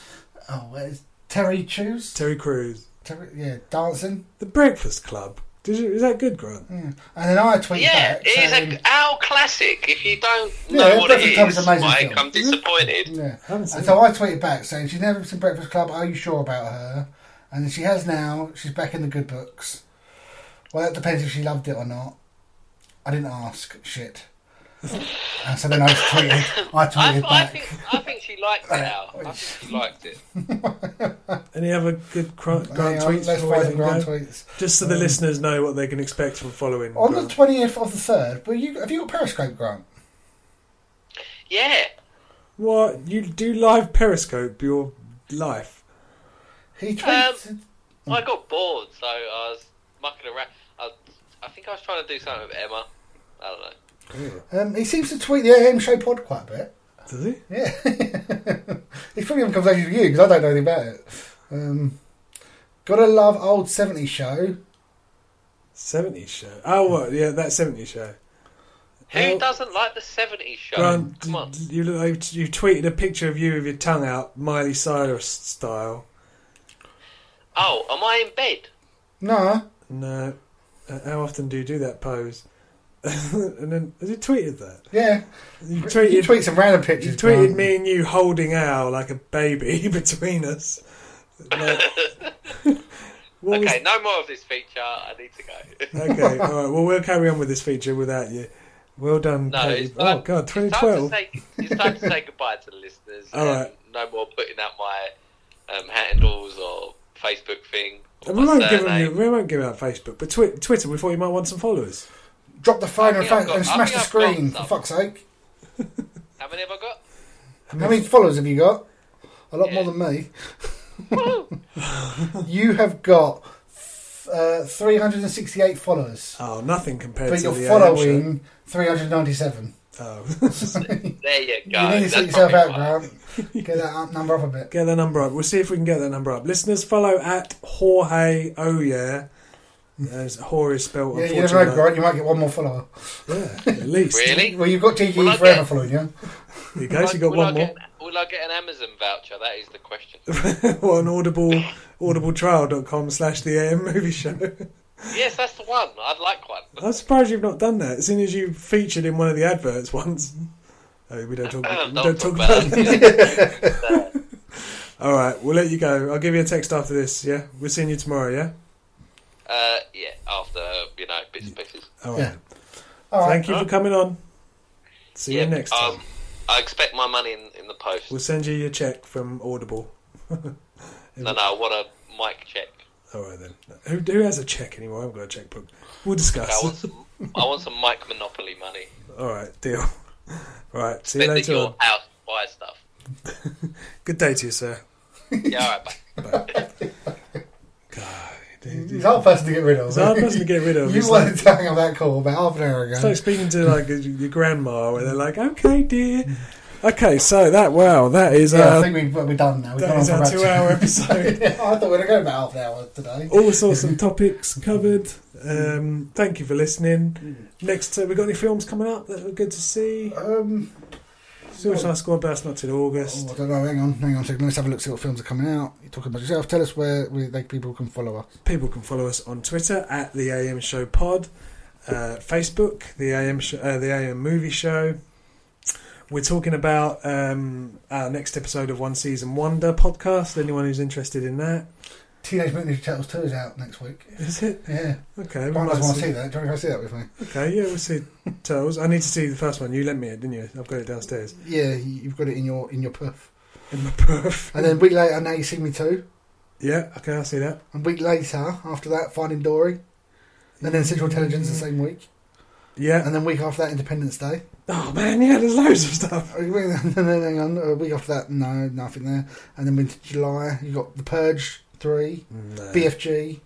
[SPEAKER 2] oh, where's Terry Chews?
[SPEAKER 1] Terry Crews.
[SPEAKER 2] Terry, yeah, dancing.
[SPEAKER 1] The Breakfast Club. Did you, is that good, Grant?
[SPEAKER 2] Yeah. And then I tweet
[SPEAKER 4] Yeah,
[SPEAKER 2] back.
[SPEAKER 4] it is
[SPEAKER 2] saying-
[SPEAKER 4] a our classic. If you don't
[SPEAKER 2] Yeah,
[SPEAKER 4] know what it
[SPEAKER 2] Breakfast Club is
[SPEAKER 4] is,
[SPEAKER 2] an amazing
[SPEAKER 4] Mike,
[SPEAKER 2] film.
[SPEAKER 4] I'm disappointed.
[SPEAKER 2] Yeah.
[SPEAKER 1] Haven't seen
[SPEAKER 2] And so I tweeted back saying she's never seen Breakfast Club. Are you sure about her? And she has now. She's back in the good books. Well, that depends if she loved it or not. I didn't ask. Shit. and so then I just tweeted. [LAUGHS] I
[SPEAKER 4] I,
[SPEAKER 2] tweeted
[SPEAKER 4] I
[SPEAKER 2] back.
[SPEAKER 4] think I think she liked it now. I think she liked it.
[SPEAKER 1] Any other good cr- Grant
[SPEAKER 2] Mm, Hang on,
[SPEAKER 1] tweets?
[SPEAKER 2] let's
[SPEAKER 1] before we
[SPEAKER 2] find
[SPEAKER 1] let
[SPEAKER 2] some
[SPEAKER 1] him
[SPEAKER 2] Grant
[SPEAKER 1] go?
[SPEAKER 2] tweets.
[SPEAKER 1] Just so the listeners know what they can expect from following.
[SPEAKER 2] On the
[SPEAKER 1] Grant.
[SPEAKER 2] twentieth of the third, were you have you got Periscope, Grant?
[SPEAKER 4] Yeah,
[SPEAKER 1] what you do live Periscope your life?
[SPEAKER 2] He tweeted.
[SPEAKER 4] I got bored, so I was mucking around. I, I think I was trying to do something with Emma. I don't know.
[SPEAKER 2] Um, he seems to tweet the AM Show pod quite a bit.
[SPEAKER 1] Does he?
[SPEAKER 2] Yeah, [LAUGHS] he's probably having conversations with you because I don't know anything about it. Um, gotta love old '70s show.
[SPEAKER 1] Seventies show. Oh, what? Yeah, that seventies show. Oh,
[SPEAKER 4] Who
[SPEAKER 1] Well-
[SPEAKER 4] doesn't like the '70s show?
[SPEAKER 1] Grant,
[SPEAKER 4] [LAUGHS] Come on.
[SPEAKER 1] you, you, look like you tweeted a picture of you with your tongue out, Miley Cyrus style.
[SPEAKER 4] Oh, am I in bed?
[SPEAKER 2] No,
[SPEAKER 1] No, uh, how often do you do that pose? [LAUGHS] and then has he tweeted that?
[SPEAKER 2] yeah,
[SPEAKER 1] You tweeted.
[SPEAKER 2] you tweet some random
[SPEAKER 1] You
[SPEAKER 2] pictures.
[SPEAKER 1] tweeted
[SPEAKER 2] Grant.
[SPEAKER 1] me and you holding out like a baby [LAUGHS] between us.
[SPEAKER 4] [LAUGHS]
[SPEAKER 1] Like- What was-
[SPEAKER 4] Okay, no more of this feature. I need to go. [LAUGHS]
[SPEAKER 1] okay, all right. Well, we'll carry on with this feature without you. Well done,
[SPEAKER 4] No,
[SPEAKER 1] Katie.
[SPEAKER 4] it's
[SPEAKER 1] Oh
[SPEAKER 4] time,
[SPEAKER 1] God,
[SPEAKER 4] it's time to
[SPEAKER 1] 2012.
[SPEAKER 4] say- It's time to say goodbye to the listeners.
[SPEAKER 1] [LAUGHS] All
[SPEAKER 4] and
[SPEAKER 1] right.
[SPEAKER 4] No more putting out my um, handles or Facebook thing. Or
[SPEAKER 1] And
[SPEAKER 4] my
[SPEAKER 1] we won't give them.
[SPEAKER 4] surname.
[SPEAKER 1] your- We won't give out Facebook, but twi- Twitter. We thought you might want some followers.
[SPEAKER 2] Drop the phone
[SPEAKER 4] I
[SPEAKER 2] and,
[SPEAKER 4] think I've
[SPEAKER 2] fa- and
[SPEAKER 4] got- I
[SPEAKER 2] smash the
[SPEAKER 4] think I've
[SPEAKER 2] screen
[SPEAKER 4] got
[SPEAKER 2] for fuck's sake.
[SPEAKER 4] How many have I got?
[SPEAKER 2] How many followers have you got? A lot more
[SPEAKER 4] Yeah.
[SPEAKER 2] than me.
[SPEAKER 4] [LAUGHS]
[SPEAKER 2] [LAUGHS] you have got uh, 368 followers,
[SPEAKER 1] Oh, nothing compared
[SPEAKER 2] but
[SPEAKER 1] to
[SPEAKER 2] you're
[SPEAKER 1] the AM
[SPEAKER 2] following 397.
[SPEAKER 1] show. Oh. [LAUGHS]
[SPEAKER 4] There you
[SPEAKER 2] You
[SPEAKER 4] go.
[SPEAKER 2] need to
[SPEAKER 4] That's
[SPEAKER 2] sort yourself out,
[SPEAKER 4] probably why.
[SPEAKER 2] Grant. Get that up, number up a bit.
[SPEAKER 1] get that number up. We'll see if we can get that number up. Listeners, follow at Jorge Oh yeah. As Jorge is spelled.
[SPEAKER 2] Yeah, you never know,
[SPEAKER 1] unfortunately.
[SPEAKER 2] Grant. You might get one more follower.
[SPEAKER 1] Yeah, at least.
[SPEAKER 4] Really?
[SPEAKER 2] Well, you've got TGE
[SPEAKER 4] Well, I
[SPEAKER 2] forever
[SPEAKER 4] get-
[SPEAKER 2] following you.
[SPEAKER 1] You guys, you
[SPEAKER 4] Will-
[SPEAKER 1] got
[SPEAKER 4] will I
[SPEAKER 1] one more. [LAUGHS]
[SPEAKER 4] get- will I get an Amazon voucher? That is the question.
[SPEAKER 1] or an audible audibletrial.com slash the AM movie show. [LAUGHS]
[SPEAKER 4] yes, that's the one. I'd like one.
[SPEAKER 1] I'm surprised you've not done that, seeing as you featured in one of the adverts once. [LAUGHS] Oh, we don't talk,
[SPEAKER 4] Don't [LAUGHS]
[SPEAKER 1] we don't talk
[SPEAKER 4] talk
[SPEAKER 1] about
[SPEAKER 4] about
[SPEAKER 1] it. All right, we'll let you go. I'll give you a text after this, yeah? We're seeing you tomorrow, yeah?
[SPEAKER 4] Uh, yeah, after you know bits and pieces.
[SPEAKER 1] All right.
[SPEAKER 2] Yeah. All right.
[SPEAKER 1] Thank you for coming on. See
[SPEAKER 4] yeah,
[SPEAKER 1] you next time.
[SPEAKER 4] um, I expect my money in, in the post.
[SPEAKER 1] We'll send you your check from Audible.
[SPEAKER 4] No, no, I want a mic check.
[SPEAKER 1] All right, then. Who, who has a check anymore? I haven't got a checkbook. We'll discuss.
[SPEAKER 4] I want some. I want some Mike Monopoly money.
[SPEAKER 1] [LAUGHS] All right, deal. [LAUGHS] All right, see you
[SPEAKER 4] Spend at
[SPEAKER 1] later
[SPEAKER 4] your
[SPEAKER 1] on.
[SPEAKER 4] house, buy stuff.
[SPEAKER 1] Good day to you, sir.
[SPEAKER 4] Yeah, all right, bye.
[SPEAKER 2] He's a hard person to get rid of.
[SPEAKER 1] He's a hard person to get rid of.
[SPEAKER 2] Mm-hmm. [LAUGHS] You
[SPEAKER 1] He's
[SPEAKER 2] wanted
[SPEAKER 1] like-
[SPEAKER 2] to hang on that call about half an hour ago.
[SPEAKER 1] It's like speaking to like your grandma, where they're like, "Okay, dear." Okay, so that wow, that is
[SPEAKER 2] Mm-hmm. yeah, I
[SPEAKER 1] our
[SPEAKER 2] think we've, we're done now. We've
[SPEAKER 1] that
[SPEAKER 2] gone on
[SPEAKER 1] is
[SPEAKER 2] for
[SPEAKER 1] our
[SPEAKER 2] about
[SPEAKER 1] two-hour
[SPEAKER 2] [LAUGHS]
[SPEAKER 1] episode.
[SPEAKER 2] yeah, I thought we were going to go about half an hour today.
[SPEAKER 1] All sorts [LAUGHS] of topics covered. Um, thank you for listening. Next, uh, we got any films coming up that are good to see?
[SPEAKER 2] Um,
[SPEAKER 1] Suicide Squad, but that's not till
[SPEAKER 2] oh, I
[SPEAKER 1] August.
[SPEAKER 2] don't know. Hang on, hang on a second. Let's have a look. See what films are coming out. You're talking about yourself. Tell us where we, like, people can follow us.
[SPEAKER 1] People can follow us on Twitter at the AM Show Pod, uh, Facebook the AM Show, uh, the AM Movie Show. We're talking about um, our next episode of One Season Wonder podcast. Anyone who's interested in that,
[SPEAKER 2] Teenage Mutant Ninja Turtles Two is out next week.
[SPEAKER 1] is it?
[SPEAKER 2] Yeah,
[SPEAKER 1] Okay, we
[SPEAKER 2] Grant
[SPEAKER 1] might
[SPEAKER 2] doesn't want to
[SPEAKER 1] see-
[SPEAKER 2] see that. Do you want to go see that with me?
[SPEAKER 1] Okay, yeah, we'll see Turtles. I need to see the first one. You lent me it, didn't you? I've got it downstairs
[SPEAKER 2] Yeah, you- you've got it in your in your puff.
[SPEAKER 1] in my [LAUGHS] berth.
[SPEAKER 2] And then a week later, now you see me too.
[SPEAKER 1] yeah, okay, I'll see that.
[SPEAKER 2] And a week later, after that, Finding Dory. And then Central Intelligence the same week.
[SPEAKER 1] Yeah.
[SPEAKER 2] And then week after that, Independence Day.
[SPEAKER 1] Oh man, yeah, there's loads of stuff.
[SPEAKER 2] And [LAUGHS] then hang on, a week after that, no, nothing there. And then into July, you got The Purge 3,
[SPEAKER 1] No.
[SPEAKER 2] BFG,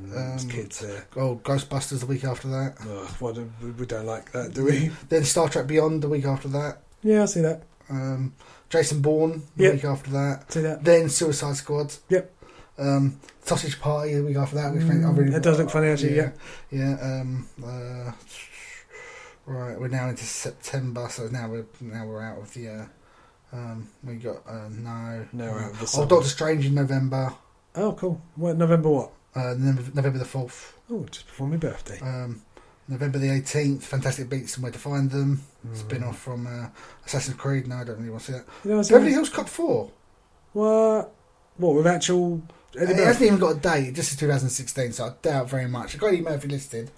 [SPEAKER 1] there's
[SPEAKER 2] um,
[SPEAKER 1] kids there.
[SPEAKER 2] oh, Ghostbusters the week after that.
[SPEAKER 1] Oh, well, do- we- we don't like that, do
[SPEAKER 2] [LAUGHS]
[SPEAKER 1] we?
[SPEAKER 2] Then Star Trek Beyond the week after that.
[SPEAKER 1] Yeah, I'll see that.
[SPEAKER 2] Um, Jason Bourne the
[SPEAKER 1] Yep.
[SPEAKER 2] week after that.
[SPEAKER 1] See that.
[SPEAKER 2] Then Suicide Squad.
[SPEAKER 1] Yep.
[SPEAKER 2] Um, Sausage Party the week after that. Which
[SPEAKER 1] Mm,
[SPEAKER 2] I really,
[SPEAKER 1] that does look funny actually,
[SPEAKER 2] Yeah. Yeah. um, uh, right, we're now into September, so now we're now we're out of the. Uh, um, we got uh, no.
[SPEAKER 1] No, we're out of the
[SPEAKER 2] oh,
[SPEAKER 1] summer.
[SPEAKER 2] Doctor Strange in November.
[SPEAKER 1] Oh, cool. What November? What?
[SPEAKER 2] uh, November, November the 4th.
[SPEAKER 1] Oh, just before my birthday.
[SPEAKER 2] Um, November the 18th, Fantastic Beasts and Where to Find Them, spin
[SPEAKER 1] Mm.
[SPEAKER 2] off from uh, Assassin's Creed. No, I don't really want to see that.
[SPEAKER 1] You know, I was
[SPEAKER 2] Beverly
[SPEAKER 1] thinking,
[SPEAKER 2] Hills Cop 4.
[SPEAKER 1] what? What with actual?
[SPEAKER 2] It
[SPEAKER 1] Eddie
[SPEAKER 2] hasn't
[SPEAKER 1] Murphy?
[SPEAKER 2] even got a date, it just says 2016, so I doubt very much. I've got Eddie Murphy listed,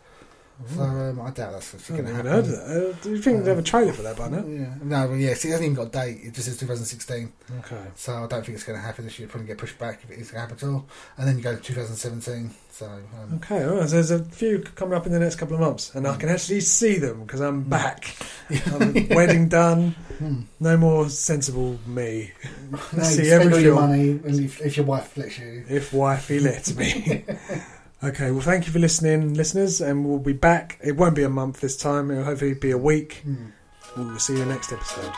[SPEAKER 2] so
[SPEAKER 1] Oh,
[SPEAKER 2] um, I doubt that's
[SPEAKER 1] I
[SPEAKER 2] actually
[SPEAKER 1] haven't even
[SPEAKER 2] going to happen.
[SPEAKER 1] heard of that. Uh, do you think they have a trailer for that by now?
[SPEAKER 2] Yeah. No, well, yes, it hasn't even got a date. It just says 2016.
[SPEAKER 1] Okay.
[SPEAKER 2] So I don't think it's going to happen this year. Probably get pushed back if it is going to happen at all. And then you go to 2017. So um,
[SPEAKER 1] Okay, all right, so there's a few coming up in the next couple of months, and I
[SPEAKER 2] Mm.
[SPEAKER 1] can actually see them because I'm
[SPEAKER 2] Mm. [LAUGHS]
[SPEAKER 1] back. I'm wedding done.
[SPEAKER 2] hmm.
[SPEAKER 1] No more sensible me.
[SPEAKER 2] no,
[SPEAKER 1] [LAUGHS] See
[SPEAKER 2] you spend
[SPEAKER 1] every
[SPEAKER 2] all your
[SPEAKER 1] film.
[SPEAKER 2] money and if, if your wife lets you.
[SPEAKER 1] if wifey lets
[SPEAKER 2] [LAUGHS]
[SPEAKER 1] me. okay, well, thank you for listening, listeners, and we'll be back. It won't be a month this time, it'll hopefully be a week.
[SPEAKER 2] Hmm.
[SPEAKER 1] We'll see you next episode.